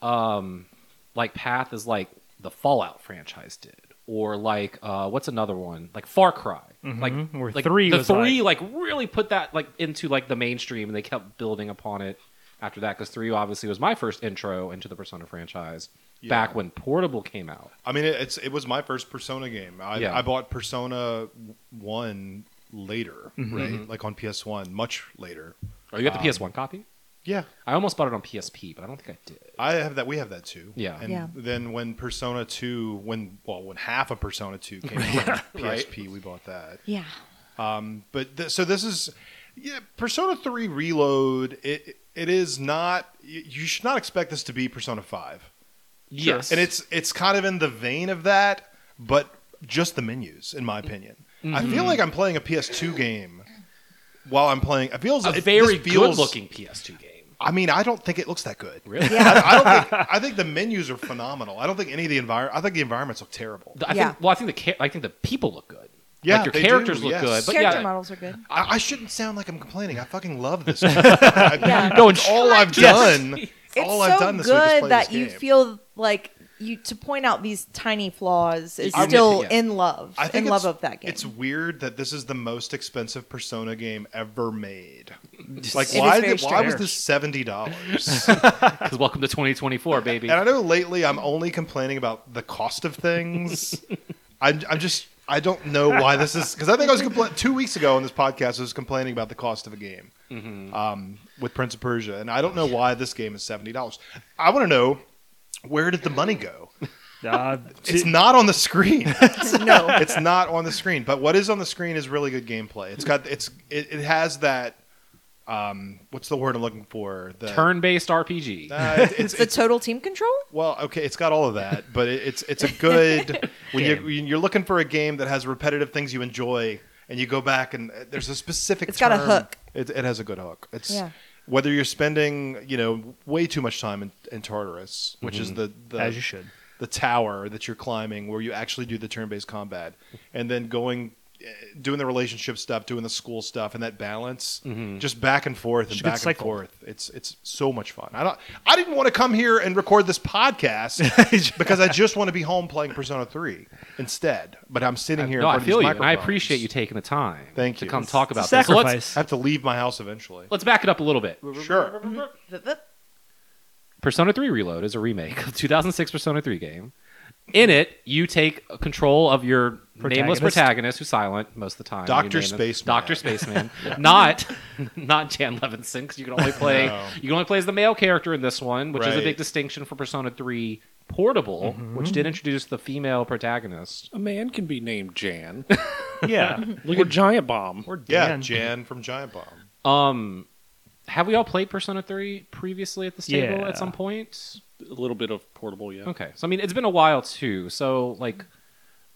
Speaker 1: um, like path as like the Fallout franchise did, or like uh, what's another one like Far Cry. Like,
Speaker 5: where
Speaker 1: like,
Speaker 5: three
Speaker 1: the
Speaker 5: was
Speaker 1: three like, really put that like into like the mainstream, and they kept building upon it after that because three obviously was my first intro into the Persona franchise back when Portable came out.
Speaker 3: I mean, it, it's it was my first Persona game. I,
Speaker 1: Yeah.
Speaker 3: I bought Persona One later,
Speaker 1: Mm-hmm.
Speaker 3: right? Like on PS One, much later.
Speaker 1: Oh, you got the PS1 copy?
Speaker 3: Yeah,
Speaker 1: I almost bought it on PSP, but I don't think I did.
Speaker 3: I have that. We have that too.
Speaker 1: Yeah.
Speaker 3: And
Speaker 2: Yeah.
Speaker 3: then when Persona Two, when well, when half of Persona Two came
Speaker 1: [laughs]
Speaker 3: out on PSP, we bought that.
Speaker 2: Yeah.
Speaker 3: But th- so this is, yeah, Persona Three Reload. It it is not. y- You should not expect this to be Persona Five.
Speaker 1: Yes,
Speaker 3: and it's it's kind of in the vein of that, but just the menus, in my opinion. I
Speaker 1: Mm-hmm.
Speaker 3: feel like I'm playing a PS2 game while I'm playing. It feels
Speaker 1: a
Speaker 3: it-
Speaker 1: very
Speaker 3: this feels-
Speaker 1: good-looking PS2 game.
Speaker 3: I mean, I don't think it looks that good.
Speaker 1: Really?
Speaker 3: I, I
Speaker 1: [laughs]
Speaker 3: don't think. I think the menus are phenomenal. I don't think any of the environment. I think the environments look terrible.
Speaker 1: The- I
Speaker 2: Yeah.
Speaker 1: think. Well, I think the ca- I think the people look good.
Speaker 3: Yeah,
Speaker 1: like your
Speaker 3: they
Speaker 1: characters
Speaker 3: do,
Speaker 1: look
Speaker 3: yes.
Speaker 1: good. But
Speaker 2: Character
Speaker 1: yeah,
Speaker 2: models are good.
Speaker 3: I, I shouldn't sound like I'm complaining. I fucking love
Speaker 1: [laughs]
Speaker 3: this. game. I,
Speaker 2: Yeah.
Speaker 1: Going
Speaker 3: it's all I've
Speaker 1: straight
Speaker 3: done.
Speaker 2: It's
Speaker 3: all
Speaker 2: so
Speaker 3: I've done this
Speaker 2: good
Speaker 3: week is play
Speaker 2: that
Speaker 3: this
Speaker 2: you
Speaker 3: game.
Speaker 2: feel like you to point out these tiny flaws is
Speaker 1: I'm-
Speaker 2: still
Speaker 1: yeah.
Speaker 2: in love,
Speaker 3: I
Speaker 2: in
Speaker 3: think
Speaker 2: love
Speaker 3: it's-
Speaker 2: of that game.
Speaker 3: It's weird that this is the most expensive Persona game ever made.
Speaker 2: It
Speaker 3: Like,
Speaker 2: is
Speaker 3: why
Speaker 2: very
Speaker 3: did, why was
Speaker 5: strange.
Speaker 3: this
Speaker 2: [laughs]
Speaker 3: seventy dollars?
Speaker 1: 'cause welcome to
Speaker 3: [laughs]
Speaker 1: 2024, baby.
Speaker 3: and I know lately I'm only complaining about the cost
Speaker 2: [laughs]
Speaker 3: of things. I'm, I'm just I don't know why this is because I think I was compla- two weeks ago on this podcast I was complaining about the cost of a game
Speaker 2: Mm-hmm.
Speaker 3: um, with Prince of Persia, and I don't know why this game is seventy dollars. I want to know where did the
Speaker 2: [laughs]
Speaker 3: money go?
Speaker 5: Uh,
Speaker 3: It's
Speaker 5: t-
Speaker 3: not on the screen.
Speaker 2: [laughs] no,
Speaker 3: it's not on the screen. But what is on the screen is really good gameplay. It's got it's it, it has that um, what's the word I'm looking for? The,
Speaker 1: Turn-based RPG.
Speaker 3: [laughs] Uh, it's, it's,
Speaker 2: The total team control?
Speaker 3: Well, okay, it's got all of that, but it, it's
Speaker 2: [laughs]
Speaker 3: it's a good when you when you're looking for a game that has repetitive things you enjoy, and you go back and uh, there's a specific.
Speaker 2: It's got a
Speaker 3: term.
Speaker 2: hook.
Speaker 3: It, it has a good hook. It's
Speaker 2: Yeah.
Speaker 3: whether you're spending you know way too much time in, in Tartarus, which is the, the
Speaker 5: Mm-hmm. As you should.
Speaker 3: the tower that you're climbing where you actually do the turn-based combat, and then going. eh, Doing the relationship stuff, doing the school stuff, and that balance,
Speaker 1: Mm-hmm.
Speaker 3: just back and forth and
Speaker 5: It's a good
Speaker 3: back and
Speaker 5: cycle.
Speaker 3: forth. It's it's so much fun. I don't. I didn't want to come here and record this podcast
Speaker 1: [laughs]
Speaker 3: because I just want to be home playing Persona 3 instead. But I'm sitting here.
Speaker 1: no,
Speaker 3: in
Speaker 1: I
Speaker 3: front
Speaker 1: feel
Speaker 3: of
Speaker 1: you.
Speaker 3: these
Speaker 1: and I
Speaker 3: microphones.
Speaker 1: appreciate you taking the time
Speaker 3: Thank
Speaker 1: to
Speaker 3: you.
Speaker 1: come talk about this. So let's,
Speaker 5: Sacrifice.
Speaker 3: I have to leave my house eventually.
Speaker 1: let's back it up a little bit.
Speaker 3: Sure.
Speaker 1: Persona 3 Reload is a remake of 2006 Persona 3 game. In it, you take control of your nameless
Speaker 5: Protagonist.
Speaker 1: protagonist who's silent most of the time.
Speaker 3: Dr.
Speaker 1: You name him
Speaker 3: Spaceman.
Speaker 1: Dr.
Speaker 5: [laughs]
Speaker 1: Spaceman. Not not Jan Levinson cuz you can only play
Speaker 3: No.
Speaker 1: you can only play as the male character in this one, which is a
Speaker 3: Right.
Speaker 1: big distinction for Persona 3 Portable,
Speaker 5: Mm-hmm.
Speaker 1: which did introduce the female protagonist.
Speaker 4: A man can be named [laughs] Jan.
Speaker 5: [laughs] yeah.
Speaker 4: [laughs] Look at Giant Bomb.
Speaker 5: Or
Speaker 3: Yeah,
Speaker 5: Dan.
Speaker 3: Jan from Giant Bomb.
Speaker 1: Um have we all played Persona 3 previously at this table
Speaker 5: Yeah.
Speaker 1: at some point?
Speaker 4: A little bit of portable, yeah.
Speaker 1: Okay. So I mean, it's been a while too. So like,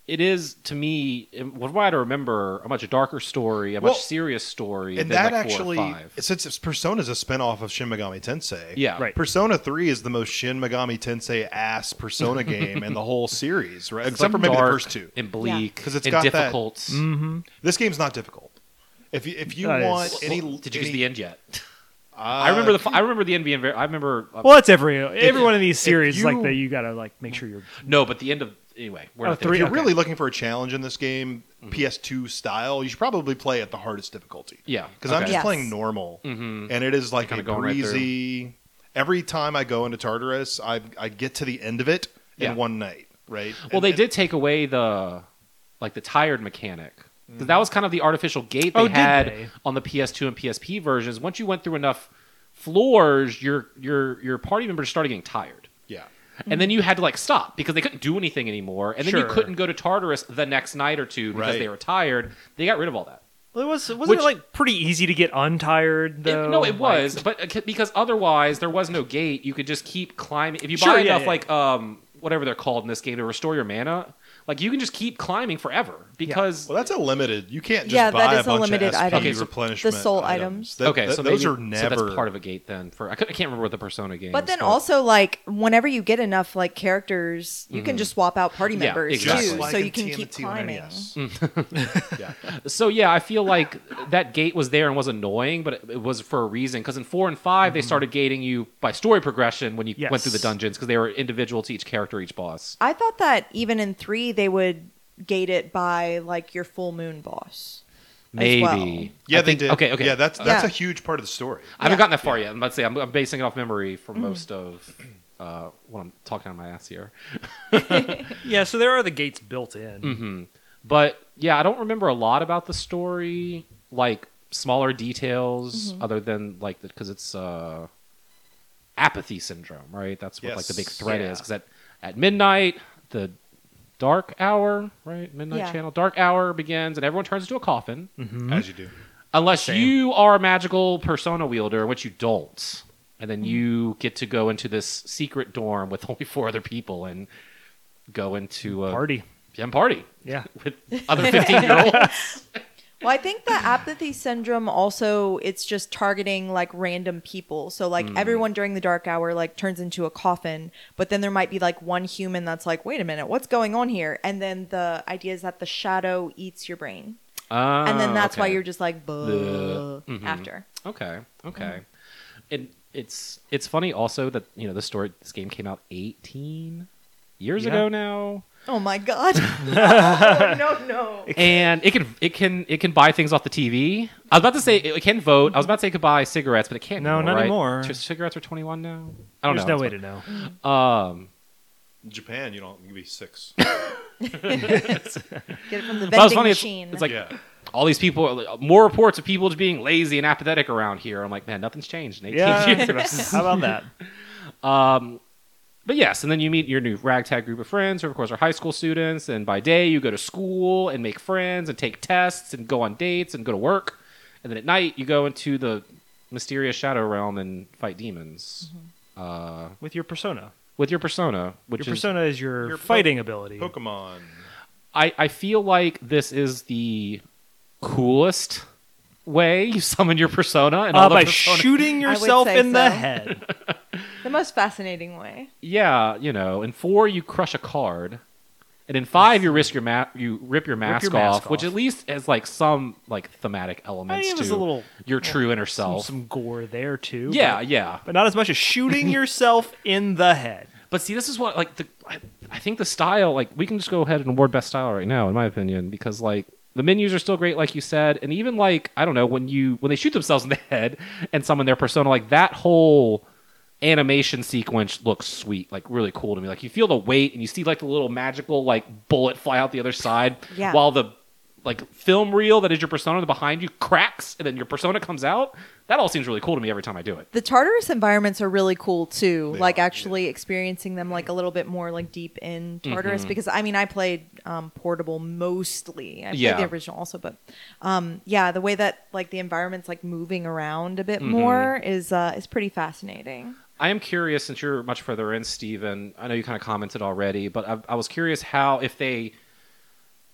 Speaker 1: it is to me what I remember a much darker story, a
Speaker 3: Well,
Speaker 1: much serious story,
Speaker 3: And
Speaker 1: than
Speaker 3: that
Speaker 1: like
Speaker 3: actually,
Speaker 1: four or five.
Speaker 3: since it's Persona's a spinoff of Shin Megami Tensei,
Speaker 1: yeah,
Speaker 5: Right.
Speaker 3: Persona 3 is the most Shin Megami Tensei ass
Speaker 1: [laughs]
Speaker 3: Persona game in the whole series, right?
Speaker 1: It's, like,
Speaker 3: Except for maybe the
Speaker 1: dark
Speaker 3: first two.
Speaker 1: and bleak
Speaker 3: 'Cause it's
Speaker 1: and
Speaker 3: got that- Mm.
Speaker 1: difficult.
Speaker 5: Mm-hmm.
Speaker 3: This game's not difficult. If you, if you
Speaker 5: Nice.
Speaker 3: want
Speaker 1: Well,
Speaker 3: any,
Speaker 1: did you
Speaker 3: any, uh,
Speaker 1: get to the end yet? I remember the fi- I remember the end being very. I remember uh,
Speaker 5: Well, that's every every one of these series
Speaker 3: you-
Speaker 5: like that. You gotta like make sure you're.
Speaker 1: no, but the end of anyway. We're
Speaker 5: Oh,
Speaker 1: not
Speaker 5: three-
Speaker 1: There.
Speaker 3: If
Speaker 1: yet.
Speaker 3: you're
Speaker 5: Okay.
Speaker 3: really looking for a challenge in this game, PS2 style, you should probably play at the hardest difficulty.
Speaker 1: Mm-hmm. Yeah,
Speaker 3: Because I'm
Speaker 1: okay.
Speaker 3: just
Speaker 2: Yes.
Speaker 3: playing normal,
Speaker 1: Mhm.
Speaker 3: and it is like
Speaker 1: You're
Speaker 3: a
Speaker 1: kinda going right
Speaker 3: breezy. every time I go into Tartarus, I I get to the end of it
Speaker 1: Yeah.
Speaker 3: in one night, right?
Speaker 1: Well,
Speaker 3: And-
Speaker 1: they
Speaker 3: and-
Speaker 1: did take away the like the tired mechanic.
Speaker 3: Mm.
Speaker 1: 'Cause That was kind of the artificial gate they
Speaker 5: Oh, did
Speaker 1: had
Speaker 5: they?
Speaker 1: on the PS2 and PSP versions. Once you went through enough floors, your your your party members started getting tired.
Speaker 3: Yeah,
Speaker 1: And then you had to like stop because they couldn't do anything anymore. And then you
Speaker 5: Mm. Sure.
Speaker 1: couldn't go to Tartarus the next night or two because
Speaker 3: Right.
Speaker 1: they were tired. They got rid of all that.
Speaker 5: It was wasn't
Speaker 1: Which-
Speaker 5: it like pretty easy to get untired
Speaker 1: It-
Speaker 5: though?
Speaker 1: no, it
Speaker 5: Like-
Speaker 1: was, but uh, because otherwise there was no gate. You could just keep climbing. If you
Speaker 5: Sure,
Speaker 1: buy
Speaker 5: yeah,
Speaker 1: enough,
Speaker 5: yeah.
Speaker 1: like um, whatever they're called in this game to restore your mana, like you can just keep climbing forever because
Speaker 3: well, that's a limited. You can't just
Speaker 2: Yeah, that
Speaker 3: buy
Speaker 2: is
Speaker 3: a
Speaker 2: a
Speaker 3: bunch
Speaker 2: limited
Speaker 3: of SP
Speaker 2: item.
Speaker 1: Okay, so
Speaker 3: replenishment.
Speaker 2: the soul items.
Speaker 3: That-
Speaker 1: okay,
Speaker 3: that-
Speaker 1: so
Speaker 3: those
Speaker 1: maybe-
Speaker 3: are never
Speaker 1: so that's part of a gate then. For I, cou- I can't remember what the Persona game.
Speaker 2: But then also, like, whenever you get enough like characters, you can just swap out party
Speaker 1: Yeah,
Speaker 2: members
Speaker 1: exactly.
Speaker 2: too,
Speaker 1: Just like
Speaker 2: so
Speaker 3: in
Speaker 2: you can
Speaker 3: TMNT
Speaker 2: keep
Speaker 3: on
Speaker 2: climbing.
Speaker 3: NES.
Speaker 1: Mm-hmm. so yeah, I feel like that gate was there and was annoying, but it, it was for a reason. Because in four and 5
Speaker 3: Mm-hmm.
Speaker 1: they started gating you by story progression when you went
Speaker 5: Yes.
Speaker 1: through the dungeons because they were individual to each character, each boss.
Speaker 2: I thought that even in three, they would gate it by like your full moon boss.
Speaker 1: Maybe.
Speaker 2: well.
Speaker 3: Yeah,
Speaker 1: I
Speaker 3: they
Speaker 1: think-
Speaker 3: did.
Speaker 1: Okay, okay.
Speaker 3: Yeah, that's that's
Speaker 2: Yeah.
Speaker 3: a huge part of the story.
Speaker 1: I haven't
Speaker 2: Yeah. Mm.
Speaker 1: gotten that far yet. I'm about to say I'm, I'm basing it off memory for most of uh, what I'm talking on my ass here.
Speaker 5: Yeah, so there are the gates built in.
Speaker 1: But yeah, I don't remember a lot about the story, like smaller details other than like because it's uh, apathy syndrome, right? That's what like the big
Speaker 3: Yes.
Speaker 1: threat
Speaker 5: Yeah.
Speaker 1: is. Because at at midnight, the dark hour, right? Midnight
Speaker 2: Yeah.
Speaker 1: channel, dark hour begins, and everyone turns into a coffin
Speaker 5: Mm.
Speaker 3: As you do.
Speaker 1: unless you are a magical persona wielder, which you don't, and then you get to go into this secret dorm with [laughs] only four other people and go into a
Speaker 5: Party.
Speaker 1: yeah, party
Speaker 5: Yeah.
Speaker 1: with other fifteen year olds.
Speaker 2: Well, I think the apathy syndrome also it's just targeting like random people. So like everyone during the dark hour like turns into a coffin, but then there might be like one human that's like, "Wait a minute, what's going on here?" And then the idea is that the shadow eats your brain. And
Speaker 1: Oh,
Speaker 2: then that's why you're just like, "Buh,"
Speaker 1: Mhm.
Speaker 2: after.
Speaker 1: okay, okay,
Speaker 2: Mm-hmm.
Speaker 1: and it's it's funny also that you know this story this game came out eighteen years
Speaker 5: Yeah.
Speaker 1: ago now.
Speaker 2: Oh my
Speaker 1: [laughs]
Speaker 2: god. [laughs] no, no, no.
Speaker 1: and it can it can it can buy things off the TV. I was about to say it can vote. I was about to say it could buy cigarettes, but it can't.
Speaker 5: No,
Speaker 1: anymore,
Speaker 5: not
Speaker 1: right?
Speaker 5: anymore.
Speaker 1: C- Cigarettes are twenty one now. I don't
Speaker 5: There's
Speaker 1: know.
Speaker 5: no way to know.
Speaker 1: know. Um,
Speaker 3: In Japan, you don't you can be six.
Speaker 1: Mm-hmm.
Speaker 2: Get it from the
Speaker 1: that was
Speaker 2: vending
Speaker 1: funny. It's,
Speaker 2: machine.
Speaker 1: it's like
Speaker 3: yeah.
Speaker 1: all these people. are- More reports of people just being lazy and apathetic around here. I'm like, man, nothing's changed in eighteen
Speaker 5: Yeah.
Speaker 1: years. [laughs]
Speaker 5: How about that?
Speaker 1: Um, But yes, and then you meet your new ragtag group of friends, who of course are high school students. And by day, you go to school and make friends and take tests and go on dates and go to work. And then at night, you go into the mysterious shadow realm and fight demons uh,
Speaker 5: with your persona.
Speaker 1: with your persona, which
Speaker 5: your
Speaker 1: is
Speaker 5: persona is your,
Speaker 3: Your po-
Speaker 5: fighting ability.
Speaker 3: Pokemon.
Speaker 1: I, I feel like this is the coolest way you summon your persona and all
Speaker 5: Uh,
Speaker 1: the [laughs]
Speaker 5: by
Speaker 1: persona-
Speaker 5: shooting
Speaker 2: I would
Speaker 5: yourself
Speaker 2: say
Speaker 5: in the
Speaker 1: [laughs]
Speaker 2: so.
Speaker 5: head.
Speaker 2: The most fascinating way.
Speaker 1: yeah, you know, in four you crush a card, and in five you risk your ma- you rip your mask, off,
Speaker 5: mask
Speaker 1: which
Speaker 5: off.
Speaker 1: at least has like some like thematic
Speaker 5: I
Speaker 1: elements
Speaker 5: mean, it was
Speaker 1: to
Speaker 5: a little
Speaker 1: your true inner
Speaker 5: some,
Speaker 1: self.
Speaker 5: some gore there too.
Speaker 1: yeah,
Speaker 5: but,
Speaker 1: yeah.
Speaker 5: but not as much
Speaker 1: [laughs]
Speaker 5: as shooting yourself in the head.
Speaker 1: But see, this is what like the I, I think the style like we can just go ahead and award best style right now, in my opinion, because like the menus are still great, like you said, and even like I don't know when you when they shoot themselves in the head and summon their persona, like that whole animation sequence looks sweet, like really cool to me. Like you feel the weight and you see like the little magical like bullet fly out the other side,
Speaker 2: Yeah.
Speaker 1: while the like film reel that is your persona behind you cracks and then your persona comes out. That all seems really cool to me every time I do it.
Speaker 2: The Tartarus environments are really cool too.
Speaker 3: They
Speaker 2: like
Speaker 3: are,
Speaker 2: actually experiencing them like a little bit more like deep in Tartarus
Speaker 1: Mm-hmm.
Speaker 2: because I mean I played um, portable mostly. I played
Speaker 1: Yeah.
Speaker 2: the original also, but um, yeah, the way that like the environment's like moving around a bit
Speaker 1: Mm-hmm.
Speaker 2: more is uh, is pretty fascinating.
Speaker 1: I am curious, since you're much further in, Steven, I know you kind of commented already, but I, I was curious how, if they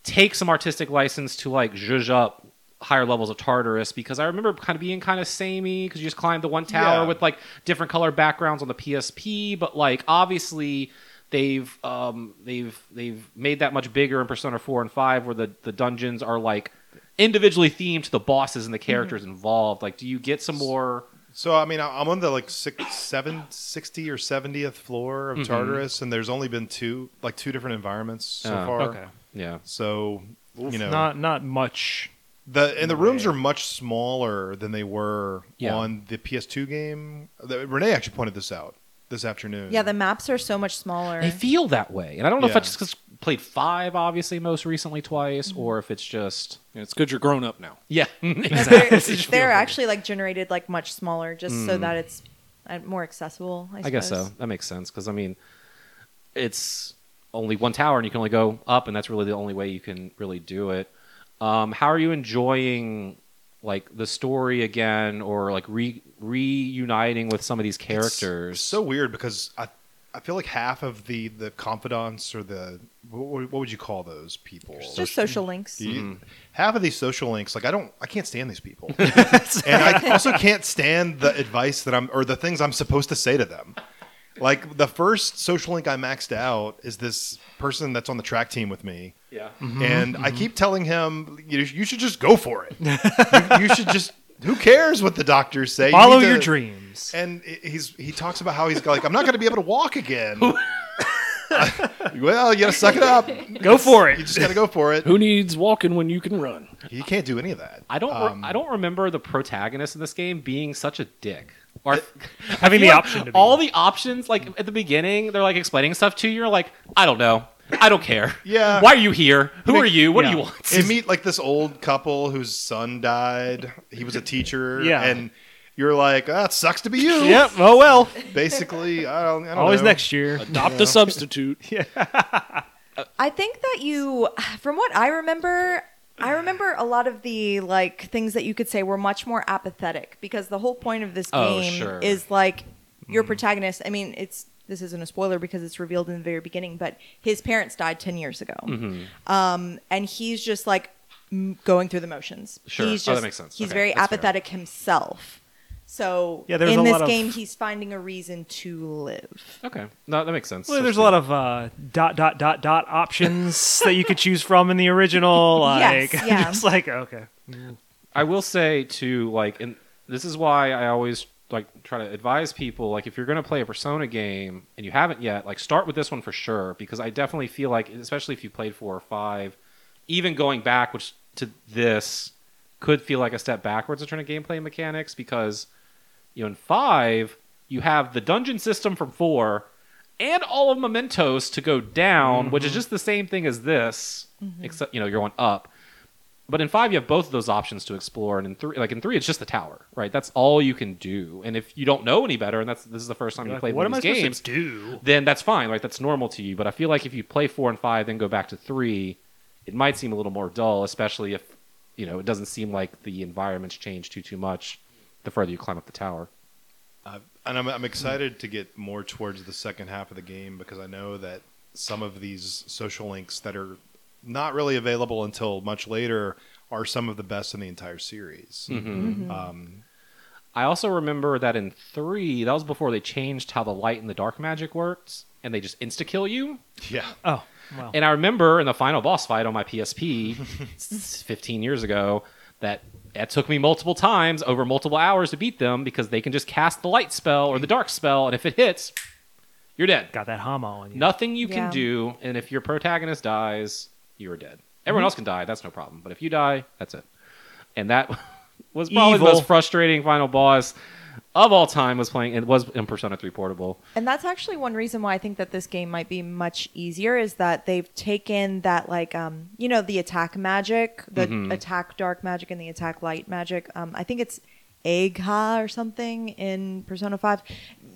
Speaker 1: take some artistic license to like zhuzh up higher levels of Tartarus, because I remember kind of being kind of samey, because you just climbed the one tower
Speaker 3: Yeah.
Speaker 1: with like different color backgrounds on the PSP, but like obviously they've um they've they've made that much bigger in Persona 4 and 5 where the the dungeons are like individually themed to the bosses and the characters involved. Like do you get some more
Speaker 3: So I mean, I- I'm on the like six, seven, 60 or seventieth floor of
Speaker 1: Mm-hmm.
Speaker 3: Tartarus, and there's only been two, like two different environments so
Speaker 1: Oh,
Speaker 3: far.
Speaker 5: Okay.
Speaker 1: yeah.
Speaker 3: So you know,
Speaker 5: not not much.
Speaker 3: the and the rooms
Speaker 5: Right.
Speaker 3: are much smaller than they were
Speaker 1: Yeah.
Speaker 3: on the PS2 game. The- Renee actually pointed this out this afternoon.
Speaker 2: Yeah, the maps are so much smaller.
Speaker 1: They feel that way, and I don't know if
Speaker 3: Yeah.
Speaker 1: that's just 'cause played five, obviously, most recently twice, or if it's just
Speaker 4: It's good you're grown up now.
Speaker 1: [laughs] yeah,
Speaker 2: [laughs] But they're they're actually like generated like much smaller just so that it's uh, more accessible. I,
Speaker 1: Hmm. I guess so.
Speaker 2: suppose.
Speaker 1: That makes sense because I mean, it's only one tower, and you can only go up, and that's really the only way you can really do it. Um, how are you enjoying like the story again, or like re- reuniting with some of these characters?
Speaker 3: It's so weird because I I feel like half of the the confidants or the what, would- what would you call those people?
Speaker 2: Just social links.
Speaker 3: You-
Speaker 1: Mm-hmm.
Speaker 3: Half of these social links, like I don't, I can't stand these
Speaker 1: [laughs]
Speaker 3: people, and I also can't stand the advice that I'm or the things I'm supposed to say to them. Like the first social link I maxed out is this person that's on the track team with me,
Speaker 1: yeah.
Speaker 5: Mm-hmm.
Speaker 3: and I keep telling him, you, you should just go for it. you, you should just. Who cares what the doctors say? You
Speaker 5: Follow
Speaker 3: need
Speaker 5: your
Speaker 3: to-
Speaker 5: dreams.
Speaker 3: and i- he's he talks about how he's like, I'm not going to be able to walk again.
Speaker 5: [laughs]
Speaker 3: well, you got to suck it up. You
Speaker 5: Go for it.
Speaker 3: just got to go for it.
Speaker 4: Who needs walking when you can run?
Speaker 3: He can't do any of that.
Speaker 1: I don't.
Speaker 3: Um,
Speaker 1: re- I don't remember the protagonist in this game being such a dick. Or
Speaker 5: [laughs] Having
Speaker 1: feel
Speaker 5: the
Speaker 1: like
Speaker 5: option to be.
Speaker 1: all the options, like at the beginning, they're like explaining stuff to you. You're like, I don't know. I don't care.
Speaker 3: Yeah.
Speaker 1: Why are you here? Who
Speaker 5: Like,
Speaker 1: are you? What
Speaker 5: yeah.
Speaker 1: do you want? [laughs]
Speaker 3: You meet like this old couple whose son died. He was a teacher.
Speaker 5: Yeah.
Speaker 3: and you're like, ah, it sucks to be you.
Speaker 5: Yep. Oh well.
Speaker 3: Basically, I don't. I don't
Speaker 5: Always
Speaker 3: know.
Speaker 5: next year.
Speaker 4: Adopt a substitute. [laughs]
Speaker 2: I think that you, from what I remember, I remember a lot of the like things that you could say were much more apathetic because the whole point of this
Speaker 1: Oh,
Speaker 2: game
Speaker 1: sure. Mm.
Speaker 2: is like your protagonist. I mean, it's this isn't a spoiler because it's revealed in the very beginning, but his parents died ten years ago,
Speaker 1: Mm-hmm.
Speaker 2: um, and he's just like m- going through the motions.
Speaker 1: Sure.
Speaker 2: he's
Speaker 1: Oh, that
Speaker 2: just,
Speaker 1: makes sense.
Speaker 2: He's
Speaker 1: Okay,
Speaker 2: very
Speaker 1: that's fair.
Speaker 2: apathetic himself. So
Speaker 5: Yeah, there's
Speaker 2: in
Speaker 5: a
Speaker 2: this
Speaker 5: lot of-
Speaker 2: game, he's finding a reason to live.
Speaker 1: Okay. No, that makes sense.
Speaker 5: Well, there's a lot of uh, dot dot dot dot
Speaker 1: [laughs]
Speaker 5: options that you could choose from in the original.
Speaker 2: [laughs]
Speaker 5: Like, [laughs]
Speaker 2: Yes, yeah.
Speaker 5: just like okay,
Speaker 1: I will say too, like, and this is why I always like try to advise people, like, if you're going to play a Persona game and you haven't yet, like, start with this one for sure, because I definitely feel like, especially if you played four or five, even going back, which to this could feel like a step backwards in terms of gameplay mechanics, because you know, in five, you have the dungeon system from four and all of mementos to go down, which
Speaker 5: Mm-hmm.
Speaker 1: is just the same thing as this, except you know, you're going up. But in five, you have both of those options to explore, and in three, like in three, it's just the tower, right? That's all you can do. And if you don't know any better, and that's this is the first time you
Speaker 5: Like,
Speaker 1: played
Speaker 5: what
Speaker 1: one
Speaker 5: am I
Speaker 1: of these games,
Speaker 5: supposed to do?
Speaker 1: then that's fine, right? That's normal to you. But I feel like if you play four and five, then go back to three, it might seem a little more dull, especially if you know it doesn't seem like the environment's changed too too much the further you climb up the tower.
Speaker 3: Uh, and I'm, I'm excited to get more towards the second half of the game because I know that some of these social links that are not really available until much later are some of the best in the entire series.
Speaker 5: Mm-hmm.
Speaker 3: Um,
Speaker 1: I also remember that in three, that was before they changed how the light and the dark magic worked, and they just insta kill you.
Speaker 3: yeah.
Speaker 5: Oh, well.
Speaker 1: And I remember in the final boss fight on my PSP s- 15 years ago that it took me multiple times over multiple hours to beat them because they can just cast the light spell or the dark spell, and if it hits, you're dead.
Speaker 5: Got that hama on you.
Speaker 1: Nothing you can
Speaker 2: Yeah.
Speaker 1: do, and if your protagonist dies, you are dead.
Speaker 5: Mm-hmm.
Speaker 1: Everyone else can die, that's no problem. But if you die, that's it. And that [laughs] was probably the
Speaker 5: Evil.
Speaker 1: most frustrating final boss of all time was playing it was in Persona 3 Portable.
Speaker 2: And that's actually one reason why I think that this game might be much easier is that they've taken that like um you know the attack magic, the
Speaker 1: Mm-hmm.
Speaker 2: attack dark magic and the attack light magic. Um I think it's Eggha or something in Persona 5.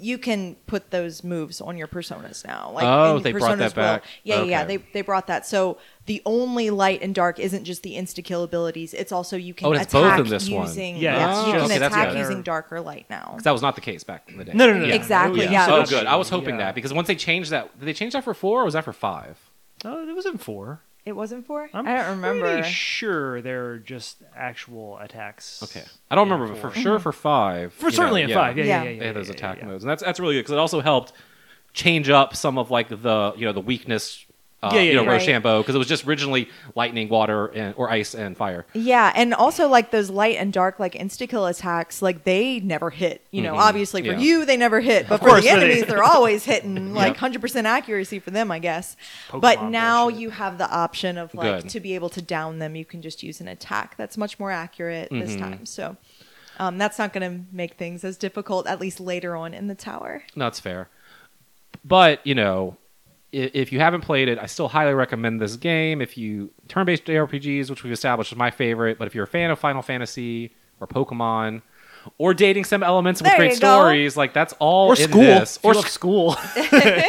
Speaker 2: You can put those moves on your personas now. Like
Speaker 1: Oh,
Speaker 2: in
Speaker 1: they brought that
Speaker 2: Personas Will.
Speaker 1: back.
Speaker 2: Yeah, yeah, yeah,
Speaker 1: Okay.
Speaker 2: they they brought that. So the only light and dark isn't just the insta kill abilities. It's also you can
Speaker 1: Oh, and it's
Speaker 2: attack
Speaker 1: both in this one. Oh,
Speaker 2: using
Speaker 5: Yeah,
Speaker 2: yes,
Speaker 5: it's
Speaker 2: you
Speaker 5: just-
Speaker 2: can
Speaker 5: Okay,
Speaker 1: that's
Speaker 2: attack
Speaker 1: good.
Speaker 2: using dark or light now.
Speaker 1: 'Cause that was not the case back in the day.
Speaker 5: No, no, no, no.
Speaker 2: Exactly,
Speaker 5: It was-
Speaker 2: yeah.
Speaker 5: it
Speaker 1: Oh,
Speaker 5: was-
Speaker 1: good. I was hoping
Speaker 5: yeah.
Speaker 1: that because once they changed that, did they change that for four or was that for five?
Speaker 5: No, Oh, it was in four.
Speaker 2: It wasn't for?
Speaker 5: I'm
Speaker 2: I don't remember.
Speaker 5: Pretty sure there are just actual attacks.
Speaker 1: Okay, I don't
Speaker 5: in
Speaker 1: remember, but
Speaker 5: four.
Speaker 1: for sure for five,
Speaker 5: Mm-hmm. For certainly
Speaker 1: in
Speaker 5: in five. Yeah, yeah, yeah.
Speaker 2: Yeah.
Speaker 5: yeah,
Speaker 1: they had those
Speaker 5: yeah, yeah,
Speaker 1: attack
Speaker 5: yeah.
Speaker 1: modes, and that's that's really good because it also helped change up some of like the you know the weakness. Uh,
Speaker 5: Yeah, yeah,
Speaker 1: you know,
Speaker 2: yeah. Right.
Speaker 1: Rochambeau, because it was just originally lightning, water, and or ice and fire.
Speaker 2: Yeah, and also like those light and dark like insta kill attacks, like they never hit. You know,
Speaker 1: Mhm.
Speaker 2: obviously for
Speaker 1: Yeah.
Speaker 2: you they never hit, but for
Speaker 5: Mm-hmm. course,
Speaker 2: the
Speaker 5: they-
Speaker 2: enemies
Speaker 5: [laughs]
Speaker 2: they... are always hitting like hundred percent accuracy for them, I guess. but
Speaker 5: Pokemon
Speaker 2: now
Speaker 5: bullshit.
Speaker 2: you have the option of like
Speaker 1: Good.
Speaker 2: to be able to down them. You can just use an attack that's much more accurate
Speaker 5: Mm-hmm.
Speaker 2: this time. So. Um, that's not going to make things as difficult, at least later on in the tower.
Speaker 1: No, That's fair. But, you know, i- if you haven't played it, I still highly recommend this game. If you turn based RPGs, which we've established is my favorite, but if you're a fan of Final Fantasy or Pokemon or dating sim elements with
Speaker 2: There
Speaker 1: great
Speaker 2: you go.
Speaker 1: stories, like that's all
Speaker 5: Or
Speaker 1: in
Speaker 5: school.
Speaker 1: this.
Speaker 5: If you
Speaker 1: Or [laughs]
Speaker 5: love
Speaker 1: school.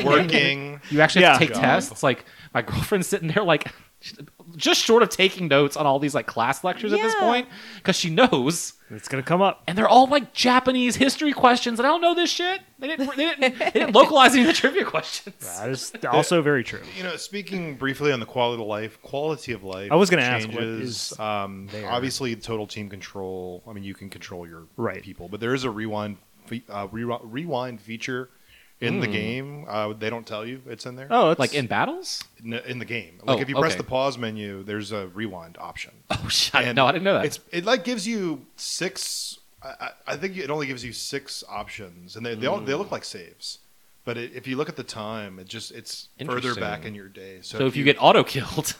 Speaker 3: Working.
Speaker 1: you actually have to
Speaker 5: Yeah.
Speaker 1: take
Speaker 3: God.
Speaker 1: tests. Like my girlfriend's sitting there like [laughs] just short of taking notes on all these like class lectures at this
Speaker 2: Yeah.
Speaker 1: point because she knows
Speaker 5: It's gonna come up.
Speaker 1: and they're all like Japanese history questions, and I don't know this shit. They didn't, they didn't, they didn't localize any of the trivia questions. [laughs]
Speaker 5: That is also very true.
Speaker 3: You know, speaking briefly on the quality of life, quality of life.
Speaker 5: I was gonna ask what
Speaker 3: changes,
Speaker 5: is
Speaker 3: um,
Speaker 5: there.
Speaker 3: obviously total team control. I mean, you can control your
Speaker 5: Right.
Speaker 3: people, but there is a rewind fe- uh, re- rewind feature in the game. Uh, they don't tell you it's in there.
Speaker 5: Mm. Oh, it's
Speaker 1: Like in battles?
Speaker 3: in, in the game. Like
Speaker 1: Oh,
Speaker 3: if you press
Speaker 1: okay.
Speaker 3: the pause menu, there's a rewind option.
Speaker 1: Oh [laughs] shit!
Speaker 3: And
Speaker 1: no, I didn't know that.
Speaker 3: It's it like gives you six. I, I I think it only gives you six options, and they they, all, they
Speaker 1: Hmm.
Speaker 3: look like saves. But it, if you look at the time, it just it's further
Speaker 1: Interesting.
Speaker 3: back in your day. So,
Speaker 1: so if you get auto [laughs] killed,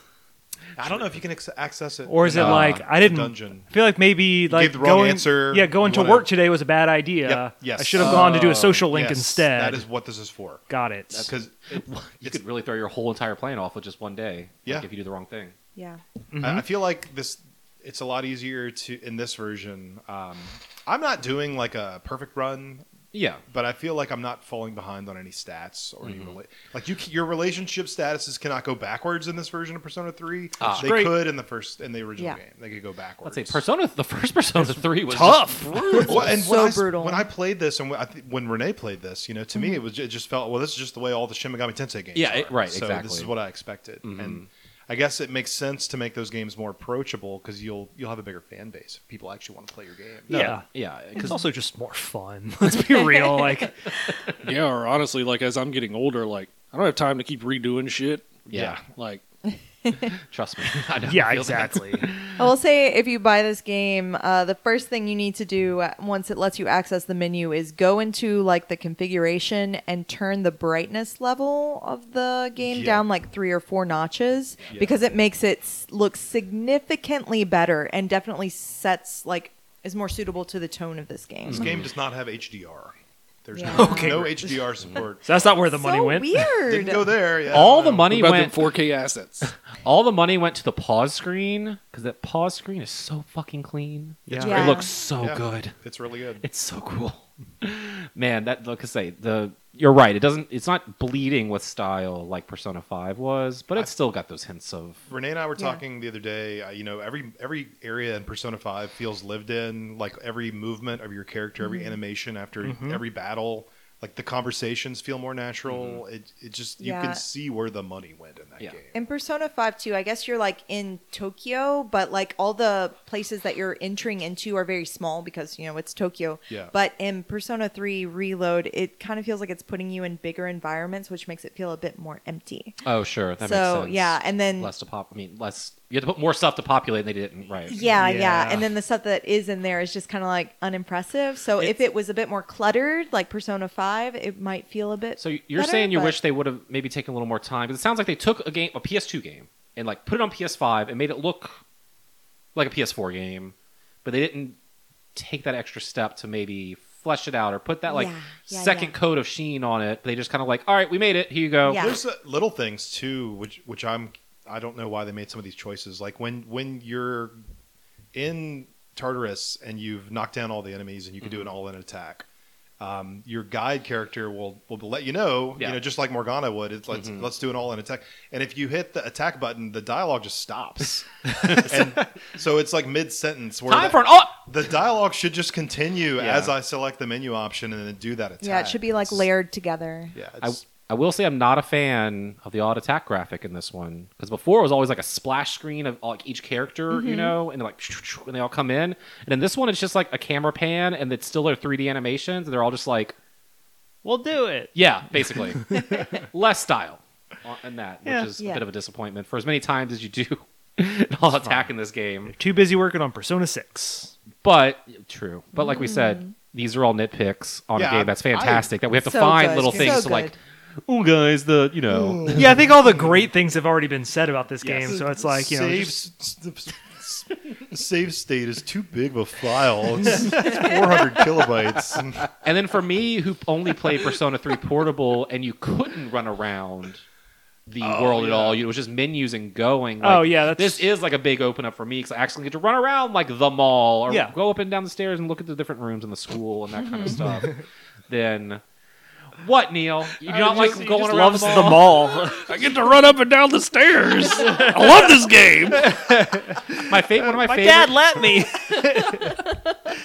Speaker 3: I don't know if you can ex- access it,
Speaker 5: Or is it
Speaker 3: in, uh,
Speaker 5: like I didn't?
Speaker 3: the dungeon?
Speaker 5: I feel like maybe like
Speaker 3: gave the wrong
Speaker 5: going,
Speaker 3: answer.
Speaker 5: Yeah, going
Speaker 3: You
Speaker 5: to
Speaker 3: wanna-
Speaker 5: work today was a bad idea.
Speaker 3: Yep, yes.
Speaker 5: I should have gone to do a social link
Speaker 3: Yes,
Speaker 5: instead.
Speaker 3: That is what this is for.
Speaker 5: Got it.
Speaker 3: Because
Speaker 5: [laughs]
Speaker 1: you could really throw your whole entire plan off with just one day.
Speaker 3: Yeah.
Speaker 1: Like if you do the wrong thing.
Speaker 2: Yeah.
Speaker 5: Mm-hmm.
Speaker 3: I I feel like this it's a lot easier to in this version. Um, I'm not doing like a perfect run
Speaker 1: Yeah.
Speaker 3: but I feel like I'm not falling behind on any stats or any
Speaker 1: Mm-hmm.
Speaker 3: rela- like you. c- Your relationship statuses cannot go backwards in this version of Persona Three.
Speaker 1: Ah.
Speaker 3: they
Speaker 5: Great.
Speaker 3: could in the first in the original
Speaker 2: Yeah.
Speaker 3: game. They could go backwards.
Speaker 1: Let's say Persona, the first Persona Three was
Speaker 5: tough.
Speaker 1: just brutal.
Speaker 3: Well, and when
Speaker 2: So
Speaker 3: I, s-
Speaker 2: brutal. Mm-hmm.
Speaker 3: When I played this and when, I th- when Renee played this, you know, to me it was ju- it just felt well. This is just the way all the Shin Megami Tensei games.
Speaker 1: Yeah,
Speaker 3: are.
Speaker 1: it- right,
Speaker 3: So
Speaker 1: exactly. Mm-hmm.
Speaker 3: This is what I expected, and I guess it makes sense to make those games more approachable because you'll you'll have a bigger fan base. if People actually want to play your game.
Speaker 5: yeah,
Speaker 1: yeah,
Speaker 5: it's
Speaker 1: because
Speaker 5: also just more fun. [laughs] Let's be real.
Speaker 1: [laughs]
Speaker 5: Like
Speaker 4: Yeah, or honestly, like as I'm getting older, like I don't have time to keep redoing shit.
Speaker 1: Yeah.
Speaker 4: like
Speaker 1: trust me, [laughs] I know. [laughs]
Speaker 5: yeah,
Speaker 1: I feel that.
Speaker 5: exactly.
Speaker 2: I will say if you buy this game, uh, the first thing you need to do uh, once it lets you access the menu is go into like the configuration and turn the brightness level of the game
Speaker 3: Yeah.
Speaker 2: down like three or four notches
Speaker 3: Yeah.
Speaker 2: because it makes it s- look significantly better and definitely sets like is more suitable to the tone of this game.
Speaker 3: This
Speaker 1: Mm-hmm.
Speaker 3: game does not have HDR. There's
Speaker 2: Yeah.
Speaker 3: no,
Speaker 5: Okay,
Speaker 3: no
Speaker 5: great.
Speaker 3: HDR support.
Speaker 1: [laughs]
Speaker 5: So that's not where the money
Speaker 2: so
Speaker 5: went. [laughs]
Speaker 2: weird.
Speaker 3: Didn't go there. Yeah,
Speaker 1: All the
Speaker 3: no.
Speaker 1: money
Speaker 4: about them
Speaker 1: went.
Speaker 4: 4K assets.
Speaker 1: All the money went to the pause screen because that pause screen is so fucking clean.
Speaker 5: Yeah.
Speaker 2: Yeah.
Speaker 1: It looks so
Speaker 3: Yeah.
Speaker 1: Oh, good.
Speaker 3: It's really good.
Speaker 1: It's so cool. [laughs] Man, that like I say, the you're right. It doesn't. It's not bleeding with style like Persona Five was, but it's still got those hints of.
Speaker 3: Renee and I were
Speaker 2: Yeah.
Speaker 3: talking the other day. Uh, you know, every every area in Persona Five feels lived in. Like every movement of your character, every
Speaker 2: Mm-hmm.
Speaker 3: animation after
Speaker 1: Mm-hmm.
Speaker 3: every battle, like the conversations feel more natural. It it just you
Speaker 2: Yeah.
Speaker 3: can see where the money went in that
Speaker 1: Mm-hmm. Yeah.
Speaker 3: game.
Speaker 2: In Persona 5 too, I guess you're like in Tokyo, but like all the places that you're entering into are very small because, you know, it's Tokyo.
Speaker 3: Yeah.
Speaker 2: But in Persona 3 Reload, it kind of feels like it's putting you in bigger environments, which makes it feel a bit more empty.
Speaker 1: Oh sure, that makes
Speaker 2: So,
Speaker 1: sense.
Speaker 2: yeah, and then-
Speaker 1: less to pop. I mean, less. You had to put more stuff to populate. and They didn't right.
Speaker 2: Yeah, yeah,
Speaker 5: Yeah.
Speaker 2: And then the stuff that is in there is just kind of like unimpressive. So if
Speaker 1: It's-
Speaker 2: it was a bit more cluttered, like Persona 5, it might feel a bit
Speaker 1: So y- you're
Speaker 2: better,
Speaker 1: saying you
Speaker 2: but-
Speaker 1: wish they would have maybe taken a little more time because it sounds like they took a game, a PS2 game, and like put it on PS5 and made it look like a PS4 game, but they didn't take that extra step to maybe flesh it out or put that like
Speaker 2: Yeah, yeah,
Speaker 1: second
Speaker 2: yeah.
Speaker 1: coat of sheen on it. They just kind of like, all right, we made it. Here you go.
Speaker 2: Yeah.
Speaker 3: There's uh, little things too, which which I'm I don't know why they made some of these choices. Like when when you're in Tartarus and you've knocked down all the enemies and you can do an
Speaker 1: Mm-hmm.
Speaker 3: all-in attack, um, your guide character will will let you
Speaker 1: Yeah.
Speaker 3: know.
Speaker 1: Mm-hmm.
Speaker 3: You know, just like Morgana would. It's let's let's do an all-in attack. And if you hit the attack button, the dialogue just stops.
Speaker 1: [laughs]
Speaker 3: and so it's like mid-sentence where
Speaker 1: Time
Speaker 3: that-
Speaker 1: for an up.
Speaker 3: the dialogue should just continue
Speaker 1: Yeah.
Speaker 3: as I select the menu option and then do that attack.
Speaker 2: Yeah, it should be like
Speaker 3: It's-
Speaker 2: layered together.
Speaker 3: Yeah,
Speaker 1: I,
Speaker 3: it's-
Speaker 1: I will say I'm not a fan of the odd attack graphic in this one because before it was always like a splash screen of like each character,
Speaker 2: Mm-hmm.
Speaker 1: you know, and like [sniffs] and they all come in, and in this one it's just like a camera pan and it's still their 3D animations and they're all just like
Speaker 5: We'll do it.
Speaker 1: yeah,
Speaker 2: [laughs]
Speaker 1: basically less style on- in that, which
Speaker 5: Yeah.
Speaker 1: is a
Speaker 2: Yeah.
Speaker 1: bit of a disappointment for as many times as you do [laughs] an all attack in this game.
Speaker 5: Too busy working on Persona 6.
Speaker 1: But true, but like we said, these are all nitpicks on
Speaker 3: Yeah,
Speaker 1: a game that's
Speaker 3: I-
Speaker 1: fantastic that we have to
Speaker 2: Mm-hmm. So
Speaker 1: find
Speaker 2: good.
Speaker 1: little
Speaker 2: So
Speaker 1: things to
Speaker 2: good. Mm.
Speaker 1: like. Oh, guys, the you know.
Speaker 5: Yeah, I think all the great things have already been said about this game, so it's like, you know,
Speaker 3: save,
Speaker 5: just-
Speaker 3: s- s- s- [laughs] save state is too big of a
Speaker 5: [laughs]
Speaker 3: file. It's, it's 400 kilobytes.
Speaker 1: And then for me, who only played Persona 3 Portable and you couldn't run around the world at all, it was just menus and going. Like,
Speaker 5: Oh, yeah, that's-
Speaker 1: This is like a big open up for me because I actually get to run around like the mall or
Speaker 5: Yeah.
Speaker 1: go up and down the stairs and look at the different rooms in the school and that kind of stuff. then. What Neil? You do not like
Speaker 4: just- he
Speaker 1: going
Speaker 4: just
Speaker 1: around
Speaker 5: loves
Speaker 1: the mall?
Speaker 5: the [laughs] mall.
Speaker 4: I get to run up and down the stairs. I love this game.
Speaker 1: My fa- one of my,
Speaker 5: My
Speaker 1: favorite,
Speaker 5: dad let [laughs] me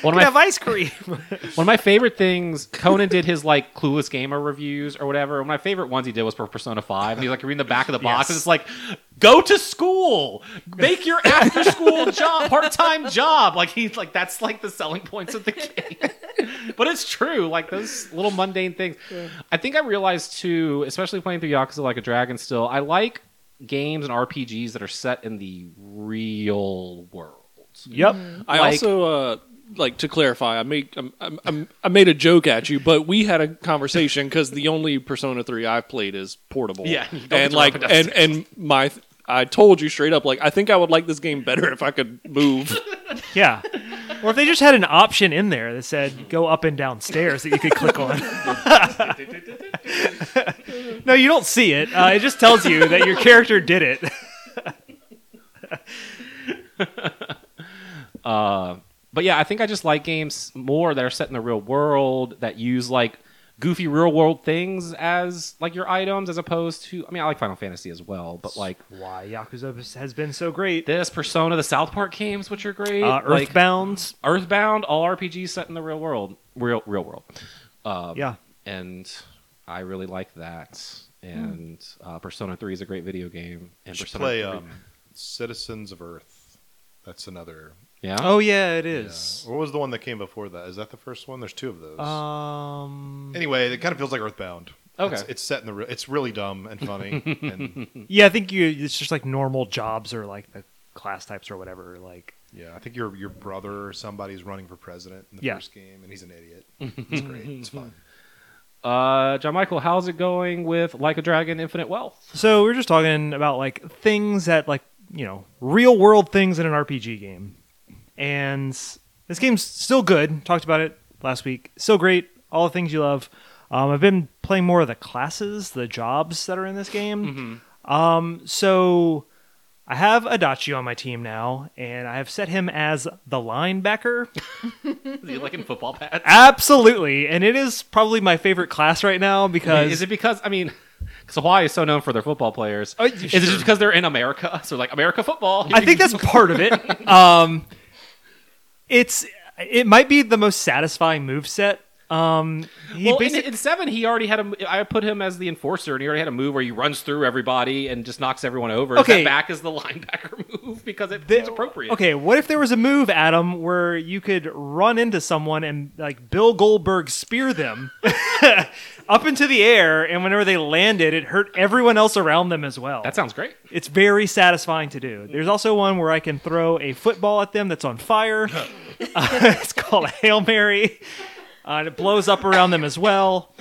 Speaker 1: one of my
Speaker 5: have ice cream.
Speaker 1: One of my favorite things, Conan did his like clueless gamer reviews or whatever. One of my favorite ones he did was for Persona Five, and he's like reading the back of the box, and it's like, "Go to school, make your after-school job, part-time job." Like he's like, that's like the selling points of the game. [laughs] but it's true, like those little mundane things. I think I realized too, especially playing through Yakuza Like a Dragon. Still, I like games and RPGs that are set in the real world.
Speaker 5: [laughs] yep.
Speaker 4: I
Speaker 1: Like-
Speaker 4: also uh, like to clarify. I make I'm, I'm, I'm, I made a joke at you, but we had a conversation because the only Persona Three I've played is portable.
Speaker 1: Yeah, you don't
Speaker 4: and
Speaker 1: get
Speaker 4: like
Speaker 1: to rub it
Speaker 4: and and my I told you straight up like I think I would like this game better if I could move.
Speaker 5: Yeah. Or if they just had an option in there that said go up and down stairs that you could click on. [laughs] no, you don't see it. Uh, it just tells you that your character did it.
Speaker 1: But yeah, I think I just like games more that are set in the real world that use like goofy real world things as like your items as opposed to I mean I like Final Fantasy as well, but like
Speaker 5: Why Yakuza has been so great.
Speaker 1: this Persona, the South Park games, which are great,
Speaker 5: Uh,
Speaker 1: like
Speaker 5: Earthbound.
Speaker 1: Earthbound, all RPGs set in the real world, real real world,
Speaker 5: yeah.
Speaker 1: and I really like that. And uh, Persona Three is a great video game. And
Speaker 3: should
Speaker 1: Persona
Speaker 3: play
Speaker 1: 3
Speaker 3: um, Citizens of Earth. That's another.
Speaker 1: yeah,
Speaker 5: Oh yeah, it
Speaker 3: yeah.
Speaker 5: is.
Speaker 3: What was the one that came before that? Is that the first one? There's two of those.
Speaker 5: Um.
Speaker 3: anyway, it kind of feels like Earthbound.
Speaker 1: Okay.
Speaker 3: It's, it's set in the. Re- it's really dumb and
Speaker 1: [laughs]
Speaker 3: funny. and
Speaker 5: Yeah, I think you. It's just like normal jobs or like the class types or whatever. Like
Speaker 3: yeah, I think your your brother or somebody's running for president in the
Speaker 5: Yeah.
Speaker 3: first game, and he's an idiot. It's great. It's fun.
Speaker 1: uh, John Michael, how's it going with Like a Dragon, Infinite Wealth?
Speaker 5: So we are just talking about like things that like you know real world things in an RPG game, and this game's still good. Talked about it last week. Still great. All the things you love. Um, I've been playing more of the classes, the jobs that are in this game. Um, so I have Adachi on my team now, and I have set him as the linebacker.
Speaker 1: Is he like in football pads?
Speaker 5: Absolutely, and it is probably my favorite class right now
Speaker 1: I
Speaker 5: because
Speaker 1: mean, is it because I mean, because Hawaii is so known for their football players?
Speaker 5: Oh,
Speaker 1: is it just because they're in America? [laughs] So like America football.
Speaker 5: I think that's part of
Speaker 1: [laughs]
Speaker 5: it. Um, it's it might be the most satisfying move set. Um, he
Speaker 1: well, in,
Speaker 5: basic-
Speaker 1: in seven, he already had a. I put him as the enforcer, and he already had a move where he runs through everybody and just knocks everyone over. Is that
Speaker 5: Okay.
Speaker 1: back is the [laughs] linebacker move because it,
Speaker 5: the-
Speaker 1: it's appropriate.
Speaker 5: Okay, what if there was a move, Adam, where you could run into someone and like Bill Goldberg spear them [laughs] up into the air, and whenever they landed, it hurt everyone else around them as well.
Speaker 1: that sounds great.
Speaker 5: It's very satisfying to do. There's also one where I can throw a football at them that's on fire. [laughs] Uh, it's called a Hail Mary. Uh, and it blows up around them as well.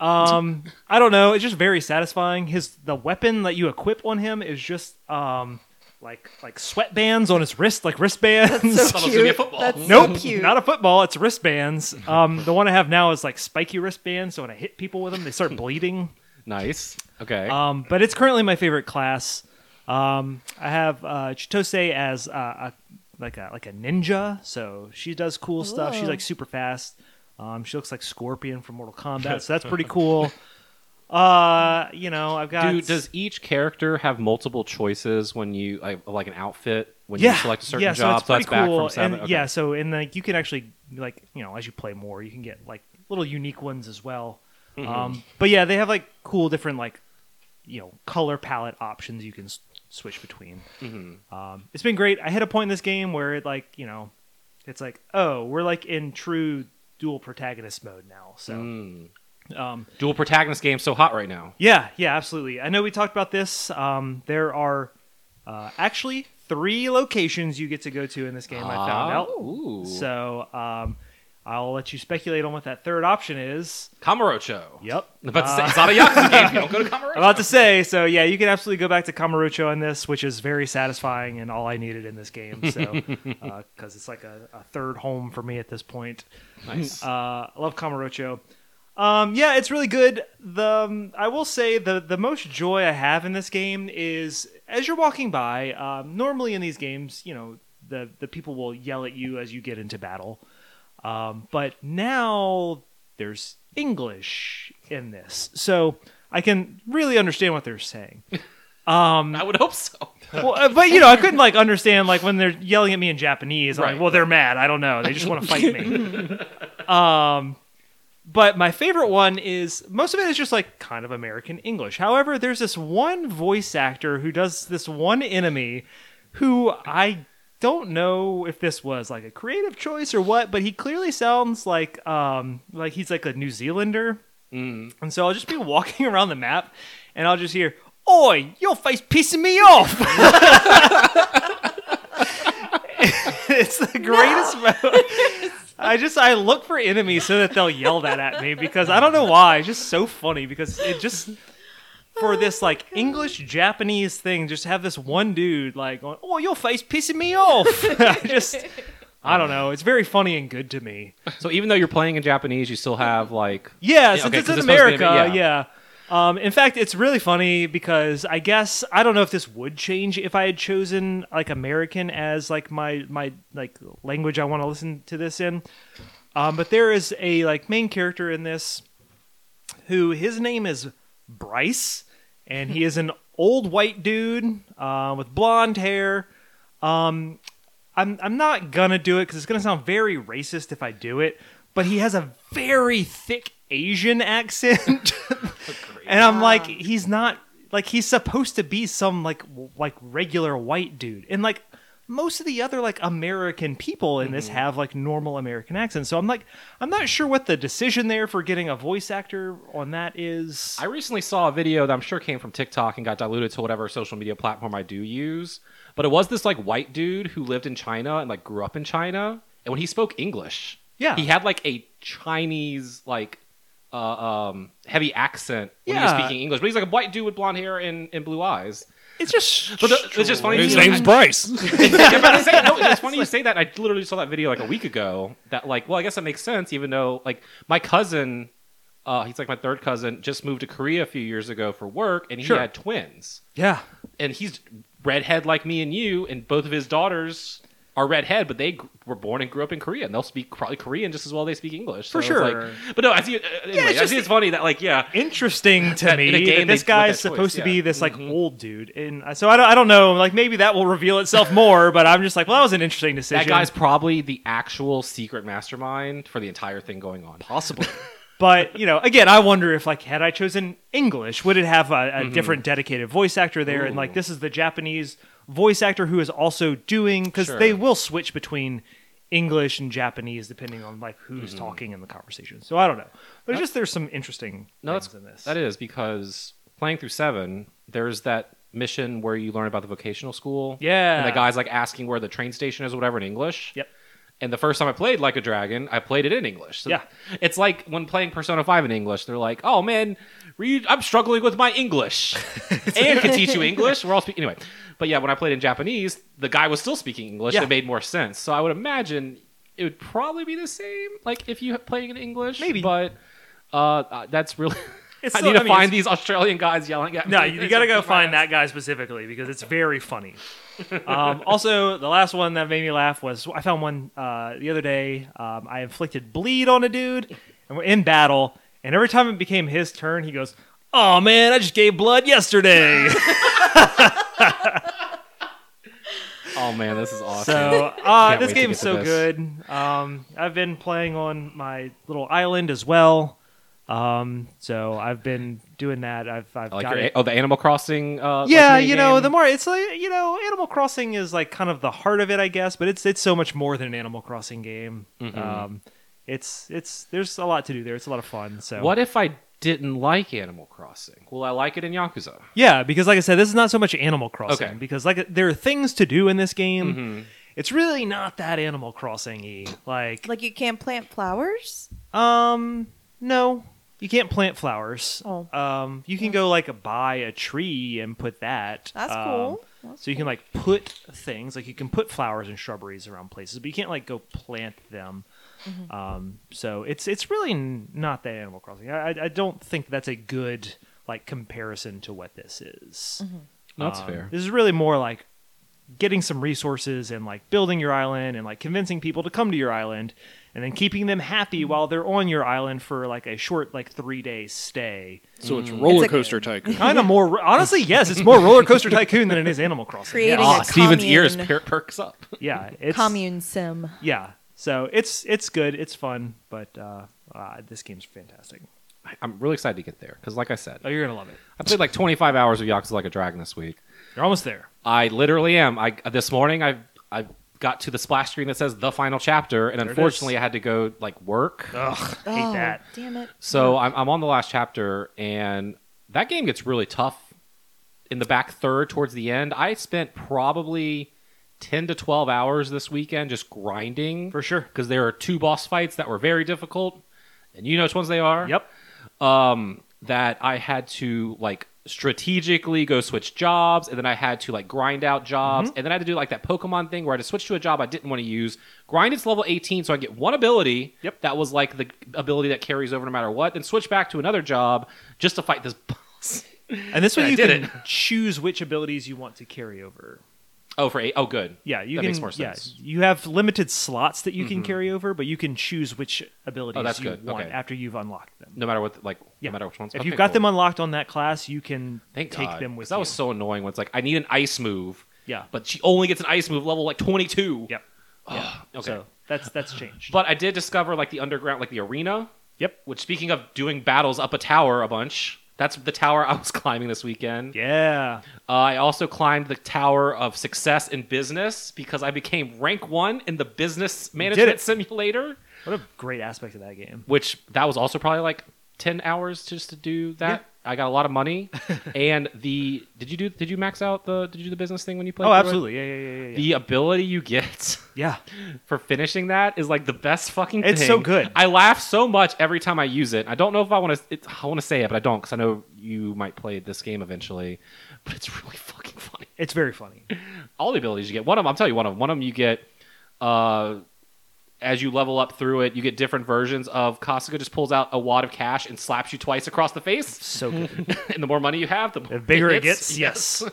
Speaker 5: Um, I don't know. It's just very satisfying. His the weapon that you equip on him is just um, like like sweatbands on his wrist, like wristbands.
Speaker 1: [laughs]
Speaker 5: [laughs]
Speaker 2: So
Speaker 1: almost gonna be a
Speaker 2: cute.
Speaker 1: football.
Speaker 2: That's
Speaker 5: Nope,
Speaker 2: so cute.
Speaker 5: not a football. It's wristbands. Um, the one I have now is like spiky wristbands. So when I hit people with them, they start bleeding.
Speaker 1: Nice. Okay.
Speaker 5: [laughs] Um, but it's currently my favorite class. Um, I have uh, Chitose as uh, a, like a like a ninja, so she does cool stuff. She's
Speaker 2: Ooh.
Speaker 5: like super fast. Um, she looks like Scorpion from Mortal Kombat, so that's pretty cool. Uh, you know, I've got
Speaker 1: Dude, does each character have multiple choices when you like, like an outfit when
Speaker 5: yeah,
Speaker 1: you select a certain
Speaker 5: yeah,
Speaker 1: job?
Speaker 5: So it's
Speaker 1: that's
Speaker 5: pretty
Speaker 1: back
Speaker 5: cool.
Speaker 1: from seven.
Speaker 5: And,
Speaker 1: okay.
Speaker 5: Yeah, so and like you can actually like you know as you play more, you can get like little unique ones as well.
Speaker 1: Mm-hmm.
Speaker 5: Um, but yeah, they have like cool different like you know color palette options you can s- switch between.
Speaker 1: Mm-hmm.
Speaker 5: Um, it's been great. I hit a point in this game where it like you know it's like oh we're like in true dual protagonist mode now. So
Speaker 1: Mm.
Speaker 5: um,
Speaker 1: Dual protagonist game so hot right now.
Speaker 5: yeah, yeah, absolutely. I know we talked about this. Um, there are uh, actually three locations you get to go to in this game. I found out.
Speaker 1: Ooh.
Speaker 5: So um, I'll let you speculate on what that third option is.
Speaker 1: Kamurocho.
Speaker 5: Yep.
Speaker 1: I'm
Speaker 5: Uh,
Speaker 1: about to say, it's not a
Speaker 5: [laughs]
Speaker 1: Yakuza game. if You don't go to Kamurocho.
Speaker 5: I'm about to say. So yeah, you can absolutely go back to Kamurocho in this, which is very satisfying and all I needed in this game. So [laughs] because it's like a, a third home for me at this point.
Speaker 1: [laughs] nice.
Speaker 5: Uh, I love Kamurocho. Um, yeah, it's really good. The um, I will say the the most joy I have in this game is as you're walking by. Um, normally in these games, you know, the the people will yell at you as you get into battle. Um, but now there's English in this, so I can really understand what they're saying.
Speaker 1: I would hope so. [laughs]
Speaker 5: Well, uh, but you know, I couldn't like understand like when they're yelling at me in Japanese. I'm
Speaker 1: Right.
Speaker 5: like, well, they're mad. I don't know. They just want to fight me. um, but my favorite one is most of it is just like kind of American English. However, there's this one voice actor who does this one enemy, who I don't know if this was like a creative choice or what, but he clearly sounds like um like he's like a New Zealander. And so I'll just be walking [laughs] around the map and I'll just hear, Oi, your face pissing me off. [laughs] it's the greatest moment. I just I look for enemies so that they'll yell that at me because I don't know why. It's just so funny because it just for this like English Japanese thing, just have this one dude like going, Oh, your face pissing me off. [laughs] I just I don't know. It's very funny and good to me.
Speaker 1: So even though you're playing in Japanese, you still have like
Speaker 5: Yeah,
Speaker 1: Yeah,
Speaker 5: since
Speaker 1: okay,
Speaker 5: it's
Speaker 1: 'cause
Speaker 5: in
Speaker 1: it's supposed to
Speaker 5: America,
Speaker 1: be-
Speaker 5: yeah. Um, in fact, it's really funny because I guess I don't know if this would change if I had chosen like American as like my my like language I want to listen to this in. Um, but there is a like main character in this who his name is Bryce, and he is an old white dude uh, with blonde hair. Um, I'm I'm not gonna do it because it's gonna sound very racist if I do it. But he has a very thick Asian accent, [laughs] and I'm like, he's not like he's supposed to be some like w- like regular white dude, and like most of the other like American people in
Speaker 1: Mm-hmm.
Speaker 5: this have like normal American accents. So I'm like, I'm not sure what the decision there for getting a voice actor on that is.
Speaker 1: I recently saw a video that I'm sure came from TikTok and got diluted to whatever social media platform I do use. But it was this like white dude who lived in China and like grew up in China. And when he spoke English,
Speaker 5: Yeah.
Speaker 1: he had like a Chinese like uh, um, heavy accent when he
Speaker 5: Yeah.
Speaker 1: was speaking English. But he's like a white dude with blonde hair and, and blue eyes.
Speaker 5: it's just
Speaker 1: But the- it's just funny.
Speaker 4: His
Speaker 1: to me,
Speaker 4: name's Bryce.
Speaker 1: [laughs] Yeah, but I say- no, it's funny you say that. I literally saw that video like a week ago. That like, well, I guess that makes sense. Even though like my cousin, uh, he's like my third cousin, just moved to Korea a few years ago for work, and he
Speaker 5: Sure.
Speaker 1: had twins,
Speaker 5: yeah.
Speaker 1: and he's redhead like me and you, and both of his daughters are redhead, but they gr- were born and grew up in Korea, and they'll speak probably Korean just as well they speak English.
Speaker 5: For
Speaker 1: So it's like-
Speaker 5: sure.
Speaker 1: but no, I see. Uh, anyway,
Speaker 5: it's
Speaker 1: I
Speaker 5: just-
Speaker 1: see. It's funny that like yeah,
Speaker 5: interesting to
Speaker 1: That in a
Speaker 5: me
Speaker 1: game
Speaker 5: that this
Speaker 1: they make
Speaker 5: guy's
Speaker 1: that choice,
Speaker 5: supposed to be
Speaker 1: yeah. Mm-hmm.
Speaker 5: this like old dude, and uh, so I don't, I don't know. Like maybe that will reveal itself [laughs] more, but I'm just like, well, that was an interesting decision.
Speaker 1: that guy's probably the actual secret mastermind for the entire thing going on. Possibly.
Speaker 5: but you know, again, I wonder if like had I chosen English, would it have a, a
Speaker 1: Mm-hmm.
Speaker 5: different dedicated voice actor there? And like this is the Japanese voice actor who is also doing because
Speaker 1: Sure.
Speaker 5: they will switch between English and Japanese depending on like who's
Speaker 1: Mm-hmm.
Speaker 5: talking in the conversation. So I don't know, but it's just there's some interesting
Speaker 1: No,
Speaker 5: things
Speaker 1: that's
Speaker 5: in this.
Speaker 1: that is because playing through seven, there's that mission where you learn about the vocational school.
Speaker 5: Yeah.
Speaker 1: and the guy's like asking where the train station is, or whatever, in English.
Speaker 5: Yep.
Speaker 1: And the first time I played Like a Dragon, I played it in English. So
Speaker 5: Yeah.
Speaker 1: it's like when playing Persona Five in English, they're like, "Oh man, Reed, I'm struggling with my
Speaker 5: [laughs]
Speaker 1: English, and can teach you English. We're all speaking anyway." But yeah, when I played in Japanese, the guy was still speaking English.
Speaker 5: Yeah.
Speaker 1: It made more sense. So I would imagine it would probably be the same, like if you playing in English,
Speaker 5: Maybe.
Speaker 1: But uh, uh, that's really.
Speaker 5: [laughs]
Speaker 1: [laughs]
Speaker 5: It's
Speaker 1: I
Speaker 5: still-
Speaker 1: need to
Speaker 5: I mean,
Speaker 1: find
Speaker 5: it's-
Speaker 1: these Australian guys yelling at me.
Speaker 5: No, you, you got to go find that guy specifically because it's very funny. Um, also, the last one that made me laugh was I found one uh, the other day. Um, I inflicted bleed on a dude, and we're in battle. And every time it became his turn, he goes, "Oh man, I just gave
Speaker 1: [laughs]
Speaker 5: blood yesterday."
Speaker 1: Oh man, this is awesome.
Speaker 5: so uh,
Speaker 1: Can't
Speaker 5: this
Speaker 1: wait to
Speaker 5: game's
Speaker 1: get to
Speaker 5: so
Speaker 1: this.
Speaker 5: good. Um, I've been playing on my little island as well. Um, so I've been doing that. I've I've
Speaker 1: I like
Speaker 5: got
Speaker 1: your,
Speaker 5: it.
Speaker 1: oh, the Animal Crossing. Uh,
Speaker 5: yeah
Speaker 1: like,
Speaker 5: you know
Speaker 1: minigame.
Speaker 5: the more it's like you know animal crossing is like kind of the heart of it i guess but it's it's so much more than an animal crossing game
Speaker 1: Mm-hmm.
Speaker 5: um it's it's there's a lot to do there it's a lot of fun so
Speaker 1: What if I didn't like Animal Crossing? Will I like it in Yakuza?
Speaker 5: yeah because like i said this is not so much animal crossing
Speaker 1: Okay. Mm-hmm.
Speaker 5: because like there are things to do in this game it's really not that animal crossing-y like
Speaker 2: Like you can't plant flowers.
Speaker 5: Um, no, you can't plant flowers.
Speaker 2: Oh.
Speaker 5: Um, you can go like buy a tree and put that.
Speaker 2: That's
Speaker 5: um,
Speaker 2: cool. That's
Speaker 5: so you can like put things like you can put flowers and shrubberies around places, but you can't like go plant them.
Speaker 2: Mm-hmm.
Speaker 5: Um, so it's it's really n- not that Animal Crossing. I, I- I don't think that's a good like comparison to what this is.
Speaker 2: Mm-hmm.
Speaker 1: That's [laughs]
Speaker 5: Um,
Speaker 1: fair.
Speaker 5: This is really more like getting some resources and like building your island and like convincing people to come to your island and then keeping them happy while they're on your island for like a short like three day stay.
Speaker 4: So
Speaker 1: Mm.
Speaker 4: it's roller
Speaker 2: like-
Speaker 4: coaster tycoon.
Speaker 5: Kind of more, honestly, yes, it's more Roller Coaster Tycoon than it is Animal
Speaker 2: [laughs]
Speaker 5: Crossing.
Speaker 2: Creating
Speaker 5: yeah, Oh,
Speaker 1: Ah,
Speaker 2: a
Speaker 1: Steven's ears
Speaker 2: commune.
Speaker 1: per- perks up.
Speaker 5: yeah, it's
Speaker 2: Commune sim.
Speaker 5: yeah. So it's it's good, it's fun, but uh, uh, this game's fantastic.
Speaker 1: I- I'm really excited to get there because, like I said,
Speaker 5: Oh, you're gonna love it.
Speaker 1: I played like 25 hours of Yakuza Like a Dragon this week.
Speaker 5: You're almost there.
Speaker 1: I literally am. I this morning I I got to the splash screen that says the final chapter, and
Speaker 5: it is.
Speaker 1: unfortunately I had to go like work.
Speaker 5: Ugh, hate
Speaker 2: oh,
Speaker 5: that.
Speaker 2: Damn it.
Speaker 1: So I'm, I'm on the last chapter, and that game gets really tough in the back third towards the end. I spent probably 10 to 12 hours this weekend just grinding.
Speaker 5: For sure.
Speaker 1: Because there are two boss fights that were very difficult, and you know which ones they are.
Speaker 5: Yep.
Speaker 1: Um, that I had to like strategically go switch jobs, and then I had to like grind out jobs,
Speaker 5: Mm-hmm.
Speaker 1: and then I had to do like that Pokemon thing where I had to switch to a job I didn't want to use, grind it to level 18 so I get one ability.
Speaker 5: Yep.
Speaker 1: That was like the ability that carries over no matter what, then switch back to another job just to fight this boss. [laughs]
Speaker 5: And this way
Speaker 1: Yeah, I
Speaker 5: you
Speaker 1: did
Speaker 5: can choose which abilities you want to carry over.
Speaker 1: oh, for eight. Oh, good.
Speaker 5: Yeah, you
Speaker 1: that
Speaker 5: can.
Speaker 1: makes more
Speaker 5: yeah,
Speaker 1: sense. Mm-hmm.
Speaker 5: you have limited slots that you can carry over, but you can choose which abilities
Speaker 1: Oh, that's
Speaker 5: you
Speaker 1: good.
Speaker 5: want
Speaker 1: Okay.
Speaker 5: after you've unlocked them.
Speaker 1: No matter what, like
Speaker 5: Yeah.
Speaker 1: no matter which ones.
Speaker 5: If
Speaker 1: Okay,
Speaker 5: you've got
Speaker 1: cool.
Speaker 5: them unlocked on that class, you can
Speaker 1: Thank
Speaker 5: take
Speaker 1: God,
Speaker 5: them
Speaker 1: 'cause
Speaker 5: with
Speaker 1: that
Speaker 5: you.
Speaker 1: was so annoying. When it's like I need an ice move.
Speaker 5: Yeah.
Speaker 1: But she only gets an ice move level like 22.
Speaker 5: Yep.
Speaker 1: Okay.
Speaker 5: So that's that's changed.
Speaker 1: But I did discover like the underground, like the arena.
Speaker 5: Yep.
Speaker 1: Which, speaking of doing battles up a tower a bunch, that's the tower [laughs] I was climbing this weekend.
Speaker 5: yeah.
Speaker 1: Uh, I also climbed the tower of success in business because I became rank one in the business management
Speaker 5: it.
Speaker 1: simulator.
Speaker 5: What a great aspect of that game.
Speaker 1: Which that was also probably like ten hours just to do that. I got a lot of
Speaker 5: [laughs]
Speaker 1: money, and the did you do did you max out the did you do the business thing when you played?
Speaker 5: Oh,
Speaker 1: through it?
Speaker 5: absolutely. Yeah, yeah, yeah, yeah.
Speaker 1: The ability you get [laughs]
Speaker 5: yeah.
Speaker 1: for finishing that is like the best fucking thing.
Speaker 5: It's so good.
Speaker 1: I laugh so much every time I use it. I don't know if I want to I want to say it, but I don't cuz I know you might play this game eventually. But it's [laughs] really fucking funny.
Speaker 5: It's very funny.
Speaker 1: All the abilities you get. One of them, I'll tell you one of them. One of them you get uh as you level up through it, you get different versions of Kasuga just pulls out a wad of cash and slaps
Speaker 5: [laughs]
Speaker 1: you twice across the face. [laughs]
Speaker 5: So good.
Speaker 1: and the more money you have, the,
Speaker 5: The
Speaker 1: more
Speaker 5: bigger
Speaker 1: [laughs]
Speaker 5: it [laughs]
Speaker 1: hits.
Speaker 5: gets, yes.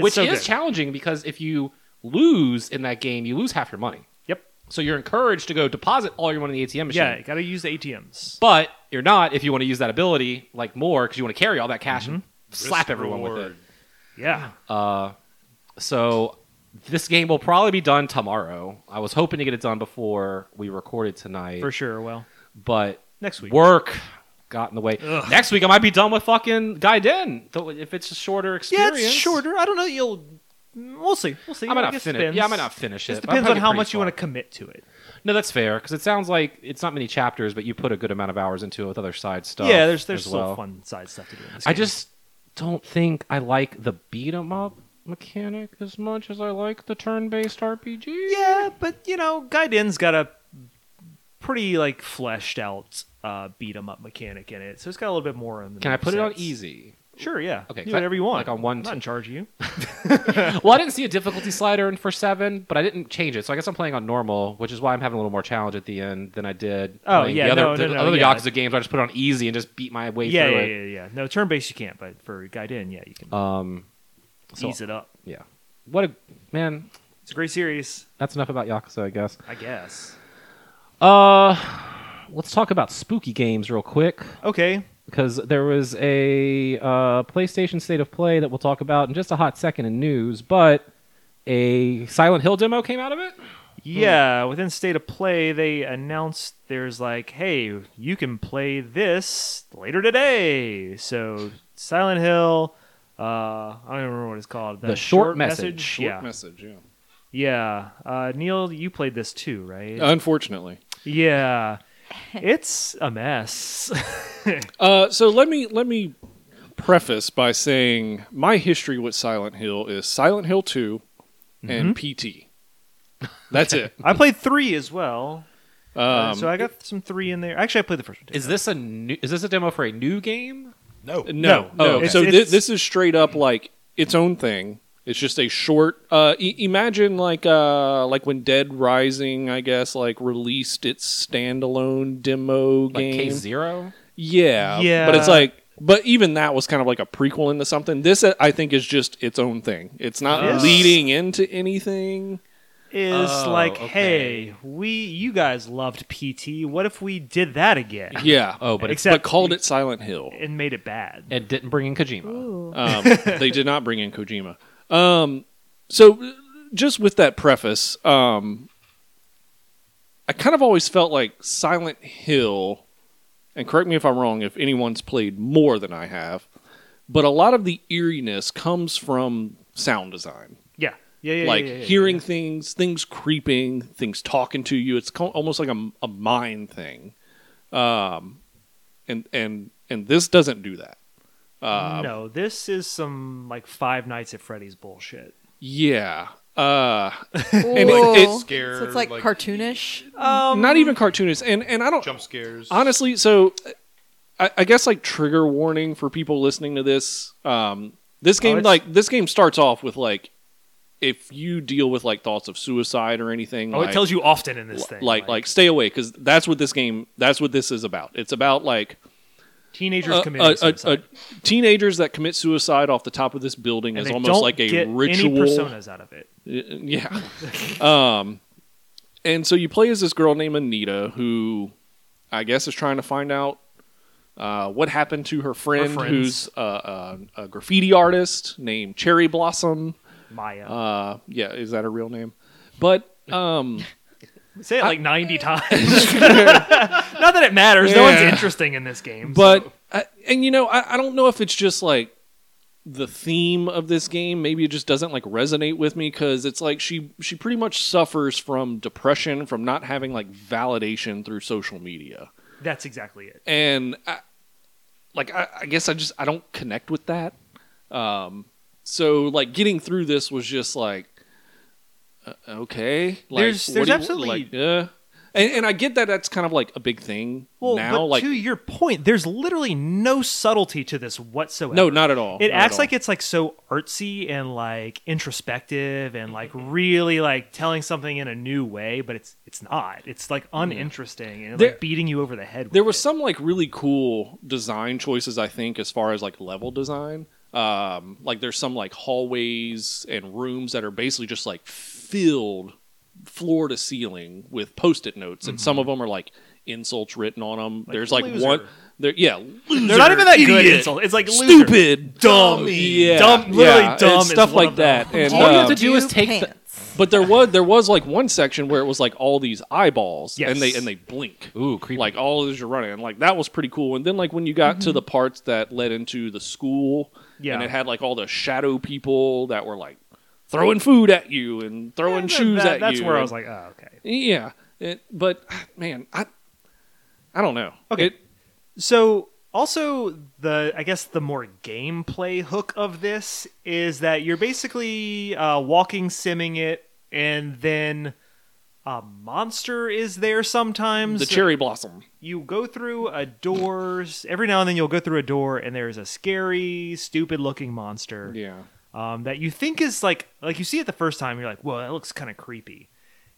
Speaker 1: which
Speaker 5: so
Speaker 1: is
Speaker 5: good.
Speaker 1: challenging because if you lose in that game, you lose half your money.
Speaker 5: Yep.
Speaker 1: So you're encouraged to go deposit all your money in the ATM machine.
Speaker 5: Yeah, you gotta use the ATMs.
Speaker 1: But you're not if you want to use that ability like more because you want to carry all that cash and slap
Speaker 4: Mm-hmm. Risk
Speaker 1: everyone with
Speaker 4: reward.
Speaker 1: it.
Speaker 5: Yeah.
Speaker 1: So this game will probably be done tomorrow. I was hoping to get it done before we recorded tonight,
Speaker 5: for sure. Well,
Speaker 1: but
Speaker 5: next week.
Speaker 1: work got in the way. Next week I might be done with fucking Gaiden. So if it's a shorter
Speaker 5: yeah,
Speaker 1: experience,
Speaker 5: it's shorter. I don't know. You'll. We'll see. We'll see.
Speaker 1: I might
Speaker 5: I
Speaker 1: not
Speaker 5: guess
Speaker 1: finish.
Speaker 5: depends.
Speaker 1: Yeah, I might not finish it.
Speaker 5: Just
Speaker 1: but I'll
Speaker 5: depends on
Speaker 1: probably get
Speaker 5: how
Speaker 1: pretty
Speaker 5: much you
Speaker 1: far.
Speaker 5: want to commit to it.
Speaker 1: No, that's fair because it sounds like it's not many chapters, but you put a good amount of hours into it with other side stuff.
Speaker 5: yeah, there's there's
Speaker 1: as
Speaker 5: still
Speaker 1: well.
Speaker 5: fun side stuff to do. In this
Speaker 1: I
Speaker 5: game.
Speaker 1: just don't think I like the beat 'em up mechanic as much as I like the turn-based RPG.
Speaker 5: Yeah, but you know, Gaiden's got a pretty like fleshed out uh, beat 'em up mechanic in it, so it's got a little bit more. In the
Speaker 1: Can I put it on
Speaker 5: sense.
Speaker 1: easy?
Speaker 5: Sure. Yeah.
Speaker 1: Okay,
Speaker 5: Okay.
Speaker 1: cause
Speaker 5: Do
Speaker 1: I-
Speaker 5: whatever you want.
Speaker 1: like on one
Speaker 5: I'm not in charge of you.
Speaker 1: Well, I didn't see a difficulty slider in for seven, but I didn't change it, so I guess I'm playing on normal, which is why I'm having a little more challenge at the end than I did.
Speaker 5: Oh,
Speaker 1: playing
Speaker 5: yeah,
Speaker 1: the other,
Speaker 5: no,
Speaker 1: the
Speaker 5: no, no,
Speaker 1: other
Speaker 5: yeah.
Speaker 1: Yakuza games. I just put it on easy and just beat my way
Speaker 5: Yeah,
Speaker 1: through
Speaker 5: yeah,
Speaker 1: it.
Speaker 5: yeah, yeah. No turn based you can't, but for Gaiden, yeah, you can
Speaker 1: Um, so-
Speaker 5: ease it up.
Speaker 1: yeah. What a man.
Speaker 5: It's a great series,
Speaker 1: That's enough about Yakuza, I guess.
Speaker 5: I guess.
Speaker 1: Uh, let's talk about spooky games real quick
Speaker 5: Okay.
Speaker 1: because there was a uh, PlayStation State of Play that we'll talk about in just a hot second in news, but a Silent Hill demo came out of it.
Speaker 5: Yeah, within State of Play, they announced there's like, hey, you can play this later today. So Silent Hill, uh, I don't even remember what it's called.
Speaker 1: The short message.
Speaker 4: Short
Speaker 5: yeah,
Speaker 4: message, yeah.
Speaker 5: yeah. Uh, Neil, you played this too, right?
Speaker 4: Unfortunately.
Speaker 5: yeah, it's a mess. [laughs]
Speaker 4: Uh, so let me let me preface by saying my history with Silent Hill is Silent Hill 2
Speaker 5: Mm-hmm.
Speaker 4: and PT. That's
Speaker 5: [laughs]
Speaker 4: it.
Speaker 5: I played three as well, uh,
Speaker 4: Um,
Speaker 5: so I got some three in there. Actually, I played the first one. Too.
Speaker 1: Is this a new, is this a demo for a new game?
Speaker 3: No.
Speaker 5: [laughs] No,
Speaker 4: No, no.
Speaker 5: no,
Speaker 4: So
Speaker 5: it's-
Speaker 4: thi-
Speaker 5: it's-
Speaker 4: this is straight up like its own thing. It's just a short. Uh, e- imagine like uh, like when Dead Rising, I guess, like released its standalone demo
Speaker 1: Like
Speaker 4: game.
Speaker 1: K Zero?
Speaker 4: Yeah,
Speaker 5: Yeah.
Speaker 4: But it's like, but even that was kind of like a prequel into something. This uh, I think is just its own thing. It's not
Speaker 5: Yes.
Speaker 4: leading into anything.
Speaker 5: is
Speaker 1: Oh,
Speaker 5: like,
Speaker 1: okay.
Speaker 5: hey, we you guys loved PT. What if we did that again [laughs]
Speaker 4: Yeah.
Speaker 1: Oh, but it's,
Speaker 5: Except-
Speaker 4: but called it
Speaker 5: [laughs]
Speaker 4: Silent Hill.
Speaker 5: and made it bad?
Speaker 1: it didn't bring in Kojima.
Speaker 2: Oh. Ooh.
Speaker 4: Um, they did not bring in Kojima. Um, so, uh, just with that preface, um, I kind of always felt like Silent Hill, and correct me if I'm wrong, if anyone's played more than I have, but a lot of the eeriness comes from sound design.
Speaker 5: Yeah, yeah, yeah.
Speaker 4: like
Speaker 5: yeah, yeah, yeah.
Speaker 4: hearing things, things creeping, things talking to you. It's co- almost like a, a mind thing, um, and and and this doesn't do that. Um,
Speaker 5: no, this is some like Five Nights at Freddy's bullshit.
Speaker 4: Yeah. Uh,
Speaker 2: Ooh.
Speaker 4: it's
Speaker 2: So
Speaker 3: scared,
Speaker 2: it's like,
Speaker 3: like-
Speaker 2: cartoonish.
Speaker 5: Um,
Speaker 4: not even cartoonist, and and I don't
Speaker 3: Jump scares.
Speaker 4: honestly. So, I, I guess like trigger warning for people listening to this. Um, this game
Speaker 5: Oh, it's-
Speaker 4: like this game starts off with like if you deal with like thoughts of suicide or anything.
Speaker 5: Oh,
Speaker 4: like,
Speaker 5: it tells you often in this
Speaker 4: li-
Speaker 5: thing,
Speaker 4: like, like stay away because that's what this game that's what this is about. It's about like
Speaker 5: teenagers
Speaker 4: uh,
Speaker 5: committing
Speaker 4: uh, uh,
Speaker 5: suicide.
Speaker 4: uh, teenagers that commit suicide off the top of this building
Speaker 5: and
Speaker 4: is
Speaker 5: they
Speaker 4: almost
Speaker 5: don't
Speaker 4: like a
Speaker 5: get
Speaker 4: ritual.
Speaker 5: Any personas out of it.
Speaker 4: Y- [laughs] yeah. um, and so you play as this girl named Anita, who I guess is trying to find out uh, what happened to her friend,
Speaker 5: friends.
Speaker 4: who's uh, a, a graffiti artist named Cherry Blossom.
Speaker 5: Maya,
Speaker 4: Uh, yeah, is that her real name? But um,
Speaker 5: say it like [laughs] ninety
Speaker 4: [laughs]
Speaker 5: times. Not that it matters. No one's
Speaker 4: Yeah.
Speaker 5: interesting in this game.
Speaker 4: but I, and you know, I, I don't know if it's just like the theme of this game maybe it just doesn't like resonate with me because it's like she she pretty much suffers from depression from not having like validation through social media
Speaker 5: so that's exactly it.
Speaker 4: and I, like I, I guess I just I don't connect with that. Um, so like getting through this was just like uh, okay, like,
Speaker 5: There's-
Speaker 4: what
Speaker 5: there's
Speaker 4: do you-
Speaker 5: absolutely-
Speaker 4: like, yeah. And, and I get that that's kind of like a big thing
Speaker 5: Well,
Speaker 4: now.
Speaker 5: but
Speaker 4: Like
Speaker 5: to your point, there's literally no subtlety to this whatsoever.
Speaker 4: no, not at all.
Speaker 5: it
Speaker 4: Not at
Speaker 5: acts
Speaker 4: all.
Speaker 5: like it's like so artsy and like introspective and like really like telling something in a new way but it's it's not it's like uninteresting and
Speaker 4: There-
Speaker 5: like beating you over the head with
Speaker 4: there was
Speaker 5: it.
Speaker 4: some like really cool design choices i think as far as like level design Um, like there's some like hallways and rooms that are basically just like filled floor to ceiling with post-it notes, and some of them are like insults written on them. there's like
Speaker 5: Mm-hmm. loser.
Speaker 4: one. There, yeah,
Speaker 5: They're not even that good.
Speaker 4: idiot,
Speaker 5: Insult. It's like loser.
Speaker 4: Stupid,
Speaker 5: Dumb.
Speaker 4: yeah,
Speaker 5: Dumb- literally
Speaker 4: yeah,
Speaker 5: dumb
Speaker 4: and
Speaker 5: is
Speaker 4: stuff
Speaker 5: one
Speaker 4: like
Speaker 5: of them.
Speaker 4: that. And,
Speaker 1: All you have to
Speaker 4: um,
Speaker 1: do is take the-
Speaker 2: pants.
Speaker 4: but there was there was like one section where it was like all these eyeballs
Speaker 5: Yes.
Speaker 4: and they and they blink.
Speaker 1: Ooh, creepy.
Speaker 4: Like all as you're running. And like that was pretty cool. And then like when you got to the parts that led into the school
Speaker 5: Mm-hmm. Yeah.
Speaker 4: and it had like all the shadow people that were like throwing food at you and throwing shoes
Speaker 5: That-
Speaker 4: at
Speaker 5: that's
Speaker 4: you.
Speaker 5: where I
Speaker 4: and-
Speaker 5: was like, oh, okay.
Speaker 4: Yeah. It, but man, I I don't know.
Speaker 5: Okay.
Speaker 4: It,
Speaker 5: So also the I guess the more gameplay hook of this is that you're basically uh, walking simming it, and then a monster is there sometimes.
Speaker 4: the cherry blossom.
Speaker 5: you go through a doors every now and then. You'll go through a door, and there's a scary, stupid looking monster.
Speaker 4: Yeah.
Speaker 5: um, that you think is like like you see it the first time, you're like, whoa, that looks kind of creepy.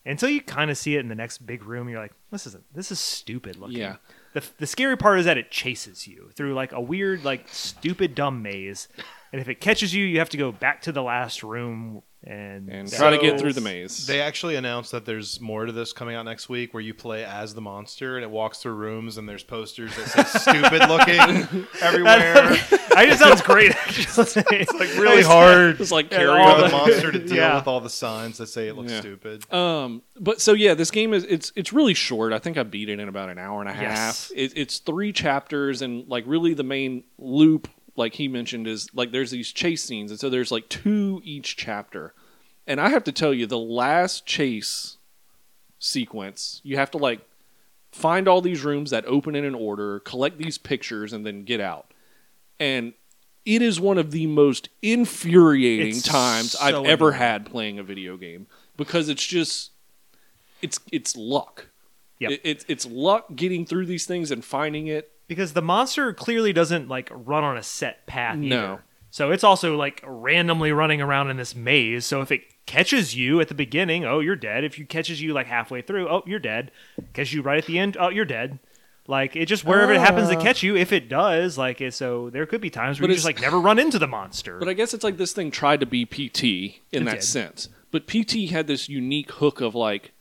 Speaker 5: Until you kind of see it in the next big room, you're like, this isn't this is stupid looking.
Speaker 4: Yeah.
Speaker 5: The the scary part is that it chases you through like a weird like stupid dumb maze, and if it catches you, you have to go back to the last room and
Speaker 4: And
Speaker 5: that-
Speaker 4: try to get
Speaker 3: So-
Speaker 4: through the maze.
Speaker 3: They actually announced that there's more to this coming out next week where you play as the monster and it walks through rooms and there's posters that say stupid looking everywhere.
Speaker 5: [laughs] I just sounds
Speaker 4: [laughs]
Speaker 5: great. Actually. [laughs] it's like
Speaker 3: really hard
Speaker 4: it's like oh.
Speaker 5: And
Speaker 4: carry
Speaker 5: all
Speaker 4: on
Speaker 3: for
Speaker 5: the-
Speaker 3: the monster to deal
Speaker 5: Yeah.
Speaker 3: with all the signs that say it looks
Speaker 4: Yeah.
Speaker 3: stupid.
Speaker 4: Um, but so yeah, this game is it's it's really short. I think I beat it in about an hour and a half.
Speaker 5: Yes.
Speaker 4: It, it's three chapters, and like really the main loop, like he mentioned, is like there's these chase scenes, and so there's like two each chapter. And I have to tell you, the last chase sequence, you have to like find all these rooms that open in an order, collect these pictures, and then get out. And it is one of the most infuriating
Speaker 5: It's
Speaker 4: times
Speaker 5: so
Speaker 4: I've ever
Speaker 5: annoying.
Speaker 4: had playing a video game because it's just it's it's luck.
Speaker 5: Yep.
Speaker 4: It, it's it's luck getting through these things and finding it.
Speaker 5: because the monster clearly doesn't like run on a set path.
Speaker 4: No.
Speaker 5: either. So it's also like randomly running around in this maze. So if it catches you at the beginning, oh, you're dead. If you catches you like halfway through, oh, you're dead. Catches you right at the end, oh, you're dead. Like it just wherever it happens to catch you, if it does, like it, so there could be times where
Speaker 4: Uh. But
Speaker 5: you
Speaker 4: it's-
Speaker 5: just like never run into the monster.
Speaker 4: But I guess it's like this thing tried to be PT in
Speaker 5: It
Speaker 4: that
Speaker 5: did.
Speaker 4: sense. But PT had this unique hook of like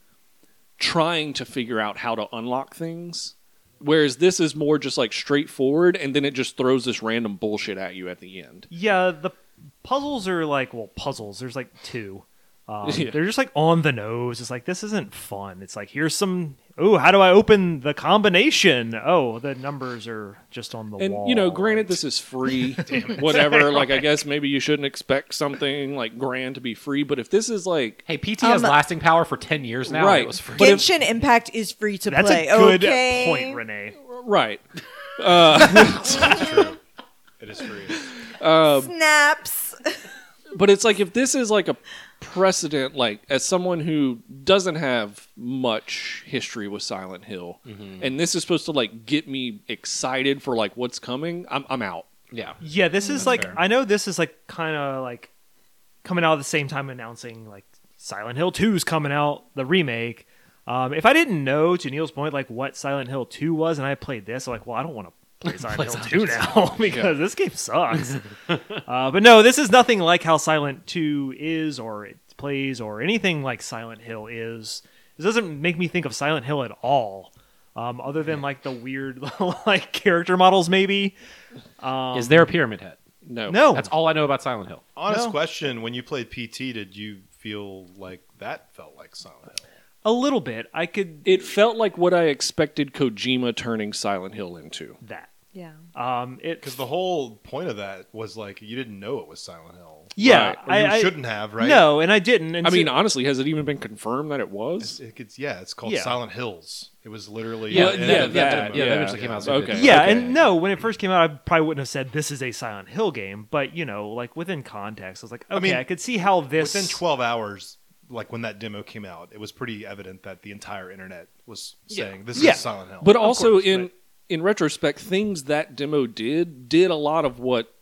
Speaker 4: trying to figure out how to unlock things. Whereas this is more just like straightforward and then it just throws this random bullshit at you at the end.
Speaker 5: yeah, the puzzles are like well puzzles. There's like two. Um,
Speaker 4: [laughs] Yeah.
Speaker 5: They're just like on the nose. It's like this isn't fun. It's like here's some. Oh, how do I open the combination? Oh, the numbers are just on the
Speaker 4: And
Speaker 5: wall.
Speaker 4: you know, granted this
Speaker 1: [laughs]
Speaker 4: is free, whatever, like I guess maybe you shouldn't expect something like grand to be free, but if this is like
Speaker 1: Hey, PT has
Speaker 2: Um,
Speaker 1: lasting power for ten years now. and
Speaker 4: Right.
Speaker 1: It was free.
Speaker 4: But if-
Speaker 2: Genshin Impact is free to
Speaker 5: that's
Speaker 2: play.
Speaker 5: a good
Speaker 2: okay.
Speaker 5: point, Renee.
Speaker 4: right.
Speaker 3: It is free.
Speaker 2: Snaps.
Speaker 4: but it's like if this is like a precedent like as someone who doesn't have much history with silent hill and this is supposed to like get me excited for like what's coming i'm, I'm out
Speaker 1: yeah.
Speaker 5: Yeah, this is like
Speaker 3: fair.
Speaker 5: I know this is like kind of like coming out at the same time announcing like Silent Hill 2's coming out, the remake. Um, if I didn't know to Neil's point like what Silent Hill 2 was and I played this, I'm like, well, I don't want to [laughs] play Silent Hill 2 now because this game [laughs] sucks. uh, but no, this is nothing like how Silent 2 is or it plays or anything like Silent Hill is. This doesn't make me think of Silent Hill at all. Um, other than like the weird [laughs] like character models maybe.
Speaker 1: is there a pyramid head?
Speaker 4: no
Speaker 5: No.
Speaker 1: That's all I know about Silent Hill.
Speaker 3: Honest
Speaker 5: No.
Speaker 3: question: When you played PT, did you feel like that felt like Silent Hill?
Speaker 5: A little bit. I could
Speaker 4: it felt like what i expected kojima turning silent hill into
Speaker 5: that.
Speaker 2: [laughs] Yeah.
Speaker 5: Um, it
Speaker 3: Because the whole point of that was like you didn't know it was Silent Hill.
Speaker 5: yeah,
Speaker 3: Or you
Speaker 5: I, I
Speaker 3: shouldn't have, right?
Speaker 5: No, and I didn't. And
Speaker 4: i mean
Speaker 5: so-
Speaker 4: honestly has it even been confirmed that it was
Speaker 3: It gets, yeah, it's called
Speaker 5: Yeah.
Speaker 3: Silent Hills. It was literally
Speaker 4: Yeah,
Speaker 3: in
Speaker 4: yeah,
Speaker 3: that
Speaker 4: that,
Speaker 3: demo.
Speaker 4: yeah, that
Speaker 1: eventually came out as a
Speaker 4: okay
Speaker 1: video.
Speaker 5: yeah,
Speaker 3: okay.
Speaker 5: and no, when it first came out, I probably wouldn't have said this is a Silent Hill game, but you know, like within context, I was like, okay, I,
Speaker 3: mean,
Speaker 5: could see how this.
Speaker 3: Within 12 hours, like when that demo came out, it was pretty evident that the entire internet was saying this
Speaker 5: Yeah.
Speaker 3: is Silent Hill.
Speaker 4: but also
Speaker 5: course,
Speaker 4: in
Speaker 5: but-
Speaker 4: in retrospect things that demo did did a lot of what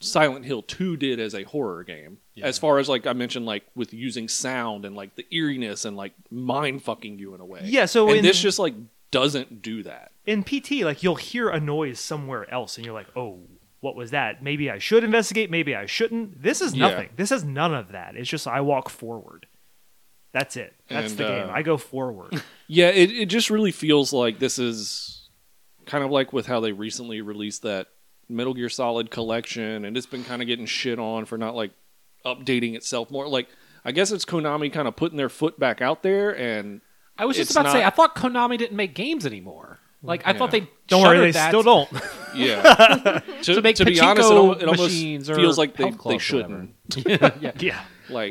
Speaker 4: silent hill 2 did as a horror game
Speaker 3: Yeah.
Speaker 4: as far as like i mentioned like with using sound and like the eeriness and like mind fucking you in a way
Speaker 5: Yeah, so
Speaker 4: and
Speaker 5: in-
Speaker 4: this just like doesn't do that
Speaker 5: in PT, like you'll hear a noise somewhere else, and you're like, oh, what was that? Maybe I should investigate. Maybe I shouldn't. This is
Speaker 4: Yeah.
Speaker 5: nothing. This has none of that. It's just I walk forward. That's it. That's
Speaker 4: And,
Speaker 5: the game.
Speaker 4: uh,
Speaker 5: I go forward.
Speaker 4: Yeah, it, it just really feels like this is kind of like with how they recently released that Metal Gear Solid collection, and it's been kind of getting shit on for not like updating itself more. Like, I guess it's Konami kind of putting their foot back out there, and
Speaker 1: I was just
Speaker 4: It's
Speaker 1: about to say,
Speaker 4: not-
Speaker 1: I thought Konami didn't make games anymore. Like I thought
Speaker 4: Yeah.
Speaker 1: they
Speaker 5: don't worry, they
Speaker 1: shuttered that
Speaker 5: still don't.
Speaker 4: yeah,
Speaker 1: [laughs]
Speaker 4: to,
Speaker 1: To make
Speaker 4: to be
Speaker 1: pachinko
Speaker 4: honest, it, al- it almost
Speaker 1: machines or
Speaker 4: feels like they,
Speaker 1: health
Speaker 4: they
Speaker 1: clubs or whatever. [laughs]
Speaker 4: shouldn't.
Speaker 5: yeah.
Speaker 4: Like,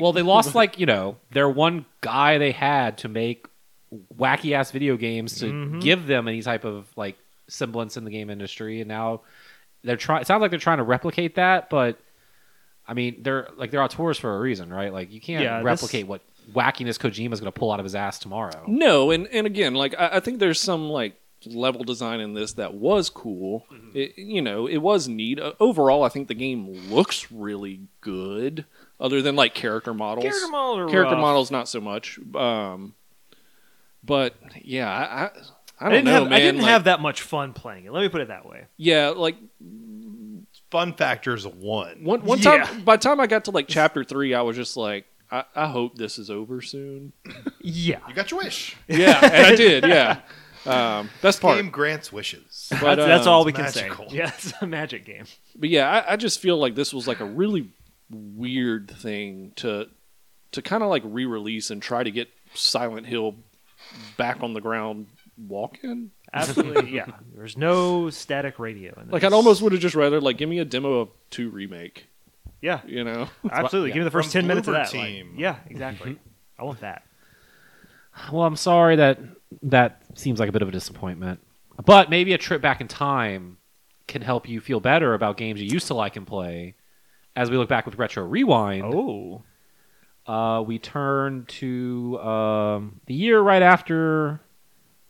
Speaker 5: [laughs]
Speaker 1: Well, they lost like you know their one guy they had to make wacky ass video games to
Speaker 5: Mm-hmm.
Speaker 1: give them any type of like semblance in the game industry, and now they're trying. It sounds like they're trying to replicate that, but I mean they're like they're auteurs for a reason, right? Like you can't
Speaker 5: Yeah, this-
Speaker 1: replicate what wackiness Kojima's going to pull out of his ass
Speaker 5: Mm-hmm.
Speaker 1: tomorrow.
Speaker 4: No, and and again, like I, I think there's some like level design in this that was cool.
Speaker 1: Mm-hmm.
Speaker 4: It, you know, it was neat. Uh, overall, I think the game looks really good. Other than like character models,
Speaker 5: Character models are
Speaker 4: Character
Speaker 5: rough.
Speaker 4: models, not so much. Um, but yeah, I. I I
Speaker 5: I,
Speaker 4: don't
Speaker 5: didn't
Speaker 4: know,
Speaker 5: have
Speaker 4: man.
Speaker 5: I didn't
Speaker 4: like-
Speaker 5: have that much fun playing it. Let me put it that way.
Speaker 4: Yeah, like
Speaker 3: Fun factor is one.
Speaker 4: one one
Speaker 5: Yeah.
Speaker 4: time. By the time I got to like chapter three, I was just like, I, I hope this is over soon.
Speaker 5: Yeah.
Speaker 3: You got your wish.
Speaker 4: Yeah, and I did.
Speaker 5: [laughs]
Speaker 4: Yeah, um, best part.
Speaker 3: Game grants wishes.
Speaker 4: But,
Speaker 5: that's, that's
Speaker 4: um,
Speaker 5: all we
Speaker 3: it's
Speaker 5: can
Speaker 3: magical.
Speaker 5: say. uh, Yeah, it's a magic game.
Speaker 4: but yeah, I, I just feel like this was like a really weird thing to to kind of like re-release and try to get Silent Hill back on the ground walking.
Speaker 5: Absolutely. Yeah. There's no static radio in this.
Speaker 4: Like I'd almost would have just rather like give me a demo of two remake.
Speaker 5: Yeah.
Speaker 4: You know, [laughs]
Speaker 5: Absolutely. Give me the first
Speaker 3: From
Speaker 5: ten minutes of
Speaker 3: Bloober
Speaker 5: that. like-
Speaker 3: Team.
Speaker 5: yeah. Exactly. I want that.
Speaker 1: Well, I'm sorry that that seems like a bit of a disappointment, but maybe a trip back in time can help you feel better about games you used to like and play. As we look back with retro rewind,
Speaker 5: Oh.
Speaker 1: uh, we turn to um, the year right after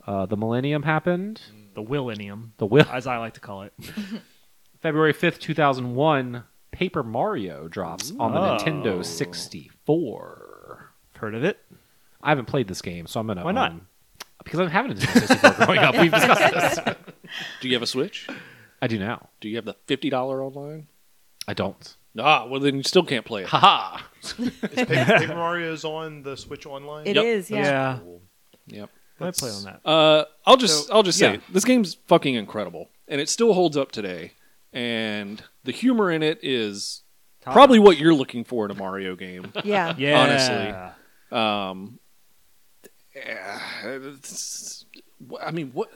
Speaker 1: uh, the millennium happened.
Speaker 5: The Willennium,
Speaker 1: The will-
Speaker 5: as Mm. I like to call it.
Speaker 1: [laughs] February fifth, two thousand one, Paper Mario drops on the
Speaker 5: Oh.
Speaker 1: Nintendo sixty four.
Speaker 5: Heard of it?
Speaker 1: I haven't played this game, so I'm gonna.
Speaker 5: Why not?
Speaker 1: um, because I didn't have a Nintendo sixty four growing up. We've
Speaker 5: [laughs]
Speaker 1: discussed this.
Speaker 4: do you have a Switch?
Speaker 1: I do now.
Speaker 4: Do you have the fifty dollar online?
Speaker 1: I don't.
Speaker 4: Ah, well then you still can't play it.
Speaker 1: Haha.
Speaker 3: Is Paper, Paper Mario's on the Switch Online.
Speaker 2: It is,
Speaker 4: Yep.
Speaker 2: yeah.
Speaker 4: Yep.
Speaker 5: I play on that.
Speaker 4: Uh, I'll just I'll just say
Speaker 5: yeah.
Speaker 4: it. this game's fucking incredible, and it still holds up today. And the humor in it is probably what you're looking for in a Mario game.
Speaker 2: Yeah.
Speaker 5: [laughs] Yeah.
Speaker 4: honestly. Um, it's- I mean, what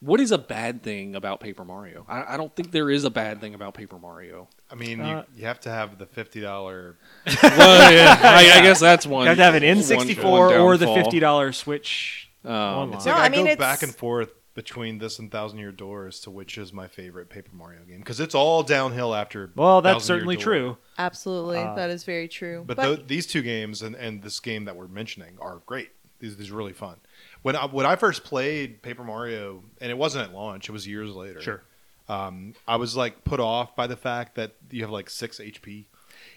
Speaker 4: what is a bad thing about Paper Mario? I, I don't think there is a bad thing about Paper Mario.
Speaker 3: I mean,
Speaker 5: Uh,
Speaker 3: you, you have to have the fifty dollar.
Speaker 4: well, yeah, [laughs] I, I guess that's one.
Speaker 5: You have to have an
Speaker 4: one-
Speaker 5: N64
Speaker 4: one
Speaker 5: or the
Speaker 4: downfall.
Speaker 5: fifty dollar Switch
Speaker 4: Um,
Speaker 5: online.
Speaker 3: Like,
Speaker 2: No,
Speaker 3: I,
Speaker 2: I mean,
Speaker 3: go
Speaker 2: it's-
Speaker 3: back and forth between this and Thousand Year Door as to which is my favorite Paper Mario game because it's all downhill after.
Speaker 5: Well, that's
Speaker 3: Thousand Year
Speaker 5: certainly
Speaker 3: Door.
Speaker 5: true.
Speaker 2: Absolutely.
Speaker 5: Uh,
Speaker 2: that is very true.
Speaker 3: But, tho- these two games and, and this game that we're mentioning are great. These, these are really fun. When I, when I first played Paper Mario, and it wasn't at launch, it was years later.
Speaker 5: Sure.
Speaker 3: Um, I was like put off by the fact that you have like six HP.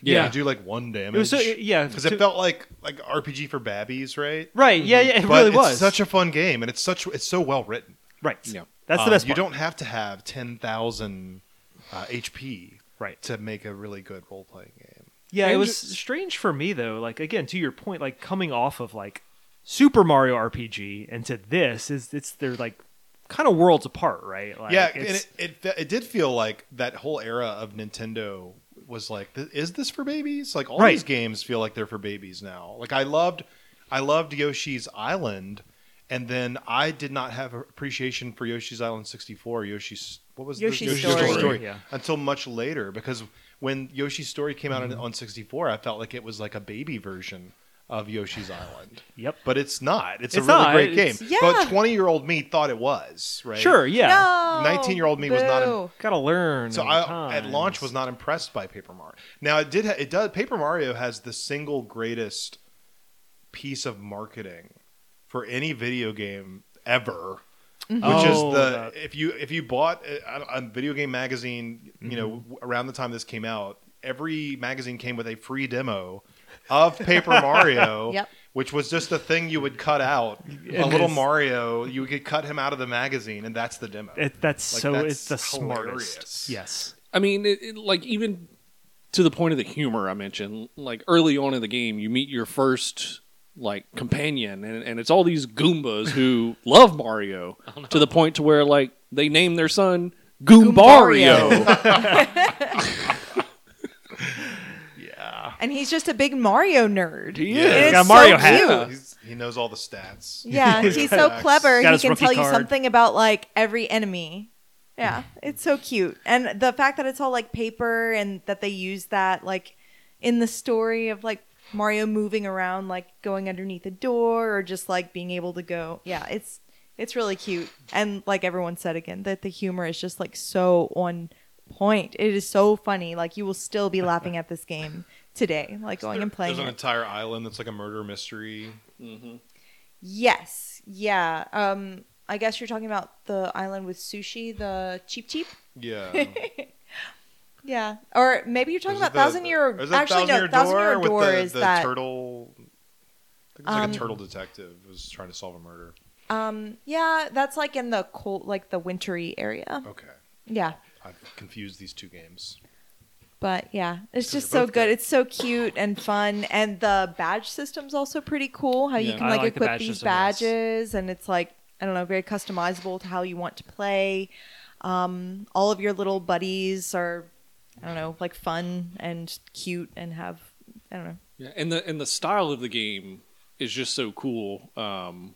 Speaker 4: Yeah.
Speaker 3: You do like one damage.
Speaker 5: It was so, yeah.
Speaker 3: because it
Speaker 5: to-
Speaker 3: felt like like RPG for babbies, right?
Speaker 5: right. Yeah. Yeah. It
Speaker 3: but
Speaker 5: really
Speaker 3: it's
Speaker 5: was
Speaker 3: such a fun game, and it's such it's so well written.
Speaker 5: right.
Speaker 4: Yeah.
Speaker 5: That's the
Speaker 3: Um,
Speaker 5: best.
Speaker 3: You
Speaker 5: part.
Speaker 3: don't have to have ten thousand uh, HP
Speaker 5: Right.
Speaker 3: to make a really good role playing game.
Speaker 5: Yeah, it
Speaker 4: And
Speaker 5: was strange for me though. Like again, to your point, like coming off of like Super Mario RPG and to this is it's they're like kind of worlds apart, right? Like,
Speaker 3: yeah, and
Speaker 5: it's,
Speaker 3: it, it fe- it did feel like that whole era of Nintendo was like, "Th- is this for babies? Like all
Speaker 5: Right.
Speaker 3: these games feel like they're for babies now. Like I loved, I loved Yoshi's Island, and then I did not have a appreciation for Yoshi's Island sixty four. Yoshi's what was the-
Speaker 2: Yoshi's Story.
Speaker 5: Yeah.
Speaker 3: until much later because when Yoshi's Story came out
Speaker 5: Mm-hmm.
Speaker 3: on, on sixty four, I felt like it was like a baby version of Yoshi's Island.
Speaker 5: yep.
Speaker 3: But it's not. It's,
Speaker 5: It's
Speaker 3: a really
Speaker 5: not.
Speaker 3: great
Speaker 5: It's-
Speaker 3: game.
Speaker 2: Yeah.
Speaker 3: But twenty year old me thought it was, right?
Speaker 5: Sure, yeah.
Speaker 2: No.
Speaker 3: 19-year-old me was not in-
Speaker 2: boo.
Speaker 5: Gotta learn.
Speaker 3: So
Speaker 5: over
Speaker 3: I, at launch
Speaker 5: times.
Speaker 3: was not impressed by Paper Mario. Now it did. Ha- it does. Paper Mario has the single greatest piece of marketing for any video game ever, which
Speaker 5: Oh,
Speaker 3: is the
Speaker 5: that-
Speaker 3: if you if you bought a, I don't- a video game magazine, you know,
Speaker 5: Mm-hmm.
Speaker 3: w- around the time this came out, every magazine came with a free demo of Paper Mario.
Speaker 2: Yep.
Speaker 3: Which was just a thing you would cut out. a
Speaker 5: And
Speaker 3: little
Speaker 5: it's-
Speaker 3: Mario, you could cut him out of the magazine, and that's the demo.
Speaker 5: It, that's
Speaker 3: Like,
Speaker 5: so
Speaker 3: that's
Speaker 5: it's the
Speaker 3: hilarious.
Speaker 5: smartest. Yes.
Speaker 4: I mean, it, it, like even to the point of the humor I mentioned, like early on in the game, you meet your first like companion, and, and it's all these Goombas who love Mario to the point to where like they name their son Goombario.
Speaker 2: and he's just a big Mario nerd.
Speaker 4: He
Speaker 2: And
Speaker 4: is.
Speaker 2: it's
Speaker 5: Got a Mario
Speaker 2: so
Speaker 5: hat.
Speaker 2: cute.
Speaker 5: Yeah.
Speaker 3: He's, he knows all the stats.
Speaker 2: [laughs]
Speaker 5: [laughs]
Speaker 2: Yeah, he's so
Speaker 3: Facts.
Speaker 2: clever.
Speaker 5: Got
Speaker 2: He
Speaker 5: his
Speaker 2: can
Speaker 5: rookie
Speaker 2: tell you
Speaker 5: card.
Speaker 2: something about like every enemy. Yeah, it's so cute. And the fact that it's all like paper and that they use that like in the story of like Mario moving around like going underneath a door or just like being able to go. Yeah, it's it's really cute. And like everyone said again, that the humor is just like so on point. It is so funny. Like you will still be laughing at this game today, like going and playing.
Speaker 3: There's an
Speaker 2: it.
Speaker 3: entire island that's like a murder mystery.
Speaker 2: Yes. Yeah. Um I guess you're talking about the island with sushi, the cheap cheap. [laughs]
Speaker 3: Yeah.
Speaker 2: Yeah. Or maybe you're talking
Speaker 3: There's
Speaker 2: about
Speaker 3: the-
Speaker 2: thousand year
Speaker 3: there's a
Speaker 2: actually no,
Speaker 3: thousand-year
Speaker 2: thousand year
Speaker 3: with
Speaker 2: door
Speaker 3: the,
Speaker 2: is
Speaker 3: the
Speaker 2: that
Speaker 3: turtle? I think it's like
Speaker 2: Um,
Speaker 3: a turtle detective was trying to solve a murder.
Speaker 2: um yeah, that's like in the cold like the wintry area.
Speaker 3: Okay,
Speaker 2: Yeah.
Speaker 3: I've confused these two games.
Speaker 2: But yeah, it's just
Speaker 3: they're
Speaker 2: so
Speaker 3: both
Speaker 2: good.
Speaker 3: good.
Speaker 2: It's so cute and fun and the badge system's also pretty cool how
Speaker 4: Yeah.
Speaker 2: you can
Speaker 5: I
Speaker 2: like,
Speaker 5: like the
Speaker 2: equip
Speaker 5: badge
Speaker 2: these
Speaker 5: system, yes.
Speaker 2: badges and it's like I don't know, very customizable to how you want to play. Um all of your little buddies are I don't know, like fun and cute and have I don't know.
Speaker 4: Yeah, and the and the style of the game is just so cool. Um,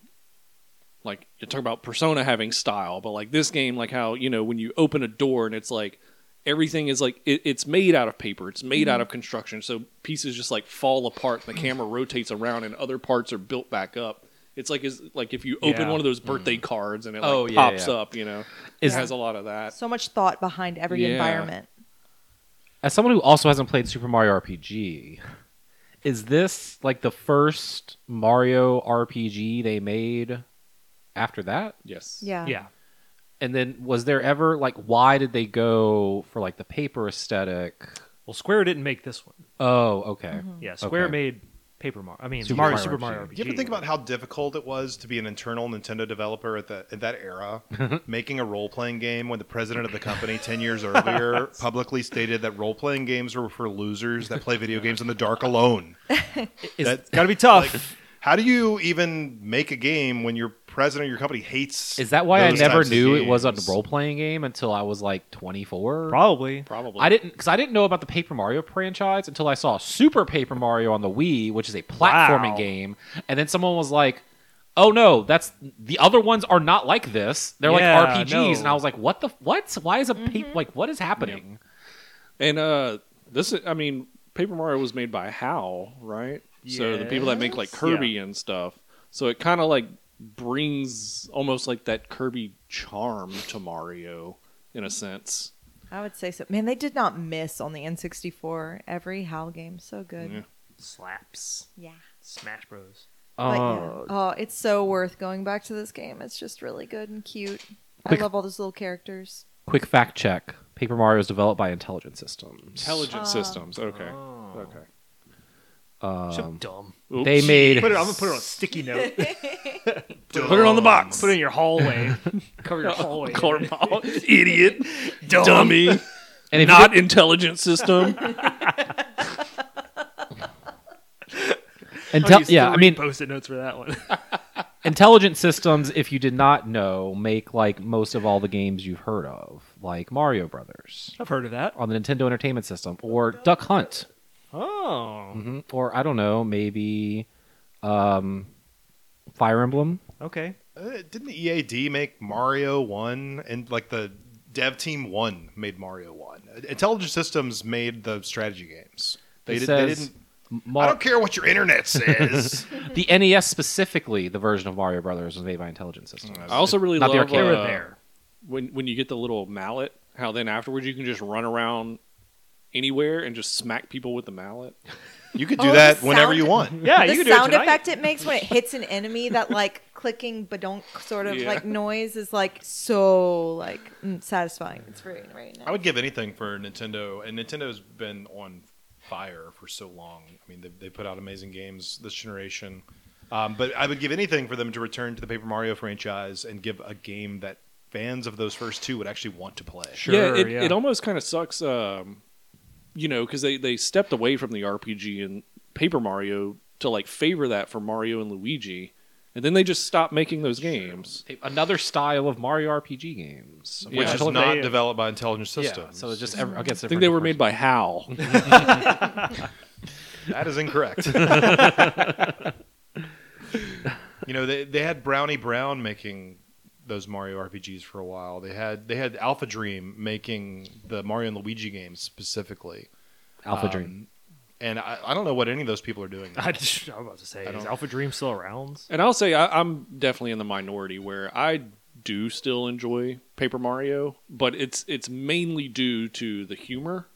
Speaker 4: like you talk about Persona having style, but like this game, like how you know when you open a door and it's like everything is like it, it's made out of paper, it's
Speaker 1: Mm-hmm.
Speaker 4: made out of construction, so pieces just like fall apart. The camera rotates around, and other parts are built back up. It's like is like if you open
Speaker 5: Yeah.
Speaker 4: one of those birthday cards and it like
Speaker 1: Oh, yeah,
Speaker 4: pops
Speaker 1: yeah.
Speaker 4: up, you know,
Speaker 1: Is-
Speaker 4: it has a lot of that.
Speaker 2: So much thought behind every
Speaker 4: Yeah.
Speaker 2: environment.
Speaker 1: As someone who also hasn't played Super Mario RPG, is this like the first Mario RPG they made after that?
Speaker 4: Yes.
Speaker 2: Yeah.
Speaker 5: Yeah.
Speaker 1: And then was there ever like why did they go for like the paper aesthetic?
Speaker 5: Well, Square didn't make this one.
Speaker 1: Oh, okay.
Speaker 5: Yeah, Square
Speaker 1: Okay.
Speaker 5: made Paper Mario. I mean,
Speaker 1: Super
Speaker 5: Mario
Speaker 1: Mario
Speaker 5: Super
Speaker 1: RPG.
Speaker 5: Mario RPG.
Speaker 3: Do you ever think about how difficult it was to be an internal Nintendo developer at that at that era, making a role playing game when the president of the company ten years earlier publicly stated that role playing games were for losers that play video games in the dark alone.
Speaker 1: Is-
Speaker 3: That-
Speaker 5: Got to
Speaker 3: [laughs]
Speaker 5: be tough.
Speaker 3: How do you even make a game when your president of your company hates?
Speaker 1: Is that why I
Speaker 3: those
Speaker 1: never
Speaker 3: types of
Speaker 1: knew it was a
Speaker 3: games?
Speaker 1: role playing game until I was like 24?
Speaker 5: Probably.
Speaker 4: Probably.
Speaker 1: I didn't because I didn't know about the Paper Mario franchise until I saw Super Paper Mario on the Wii, which is a platforming
Speaker 5: Wow.
Speaker 1: game. And then someone was like, "Oh no, that's the other ones are not like this. They're
Speaker 5: Yeah,
Speaker 1: like RPGs."
Speaker 5: no.
Speaker 1: And I was like, "What the what? Why is a pa- like what is happening?"
Speaker 4: And uh this is, I mean, Paper Mario was made by HAL, right? So the people that make like
Speaker 5: Yes.
Speaker 4: Kirby and stuff. So it kind of like brings almost like that Kirby charm to Mario in a sense.
Speaker 2: I would say so. Man, they did not miss on the N64. Every HAL game, so good.
Speaker 4: Yeah.
Speaker 5: Slaps.
Speaker 2: Yeah.
Speaker 5: Smash Bros.
Speaker 2: But yeah.
Speaker 5: Uh,
Speaker 1: Oh.
Speaker 2: Oh, it's so worth going back to this game. It's just really good and cute.
Speaker 1: Quick-
Speaker 2: I love all those little characters.
Speaker 1: Quick fact check: Paper Mario is developed by Intelligent Systems.
Speaker 4: Intelligent
Speaker 2: Ah.
Speaker 4: systems. Okay.
Speaker 5: Oh.
Speaker 4: Okay.
Speaker 5: So
Speaker 1: Um,
Speaker 5: dumb.
Speaker 4: Oops.
Speaker 1: they made
Speaker 5: Put it, I'm going to put it on a sticky [laughs] note.
Speaker 4: Put it on the box.
Speaker 5: Put it in
Speaker 1: [laughs]
Speaker 5: your hallway.
Speaker 3: [laughs]
Speaker 5: Cover your hallway.
Speaker 4: Cover it
Speaker 5: [laughs]
Speaker 4: all. Idiot. Dummy.
Speaker 1: and if you
Speaker 4: Not intelligent system.
Speaker 1: did-
Speaker 5: I'll
Speaker 1: Intel-
Speaker 5: use
Speaker 1: yeah, I
Speaker 5: three
Speaker 1: mean
Speaker 5: post-it notes for that one.
Speaker 1: Intelligent systems, if you did not know, make like most of all the games you've heard of, like Mario Brothers
Speaker 5: [laughs] I've heard of that.
Speaker 1: [laughs] on the Nintendo Entertainment System, or Duck Hunt,
Speaker 5: Oh,
Speaker 1: hmm
Speaker 3: Mm-hmm.
Speaker 1: or I don't know, maybe um, Fire Emblem.
Speaker 5: okay.
Speaker 3: Uh, didn't EAD make Mario One and like the dev team One made Mario One? Uh, Intelligent Systems made the strategy games. They,
Speaker 1: It
Speaker 3: did,
Speaker 1: says
Speaker 3: they didn't.
Speaker 1: Mar-
Speaker 3: I don't care what your internet
Speaker 1: [laughs]
Speaker 3: says.
Speaker 1: the NES specifically, the version of Mario Brothers was made by Intelligent Systems.
Speaker 4: I also really
Speaker 1: Not the
Speaker 4: love
Speaker 1: arcade. They were
Speaker 4: uh,
Speaker 5: there.
Speaker 4: when when you get the little mallet, how then afterwards you can just run around anywhere and just smack people with the mallet.
Speaker 3: you could
Speaker 2: Oh,
Speaker 3: do
Speaker 2: the
Speaker 3: that whenever
Speaker 2: sound-
Speaker 3: you want.
Speaker 5: Yeah,
Speaker 2: the
Speaker 5: you can do
Speaker 2: sound
Speaker 5: it tonight.
Speaker 2: effect it makes when it hits an enemy, that like [laughs] clicking badonk sort of
Speaker 4: Yeah.
Speaker 2: like noise is like so like mm, satisfying. It's very very nice.
Speaker 3: I would give anything for Nintendo, and Nintendo's been on fire for so long. I mean, they, they put out amazing games this generation. Um, but I would give anything for them to return to the Paper Mario franchise and give a game that fans of those first two would actually want to play.
Speaker 5: Sure,
Speaker 4: yeah, it,
Speaker 5: yeah.
Speaker 4: it almost kind of sucks, um, you know, because they, they stepped away from the RPG and Paper Mario to like favor that for Mario and Luigi, and then they just stopped making those games.
Speaker 1: Another style of Mario RPG games, which
Speaker 4: Yeah.
Speaker 3: Which
Speaker 1: is
Speaker 3: is
Speaker 5: totally-
Speaker 3: not
Speaker 5: they-
Speaker 3: developed by Intelligent
Speaker 1: yeah.
Speaker 3: Systems.
Speaker 1: So it's
Speaker 3: [laughs]
Speaker 1: just every, I guess
Speaker 4: I think they were made
Speaker 5: [laughs]
Speaker 4: by HAL.
Speaker 3: That is incorrect. [laughs] you know, they they had Brownie Brown making those Mario RPGs for a while. They had they had Alpha Dream making the Mario and Luigi games specifically.
Speaker 1: Alpha
Speaker 3: Um,
Speaker 1: Dream.
Speaker 3: And I, I don't know what any of those people are doing. now.
Speaker 5: [laughs] I, just, I was about to say,
Speaker 3: I
Speaker 5: is
Speaker 3: don't-
Speaker 5: Alpha Dream still around?
Speaker 4: And I'll say I, I'm definitely in the minority where I do still enjoy Paper Mario, but it's it's mainly due to the humor.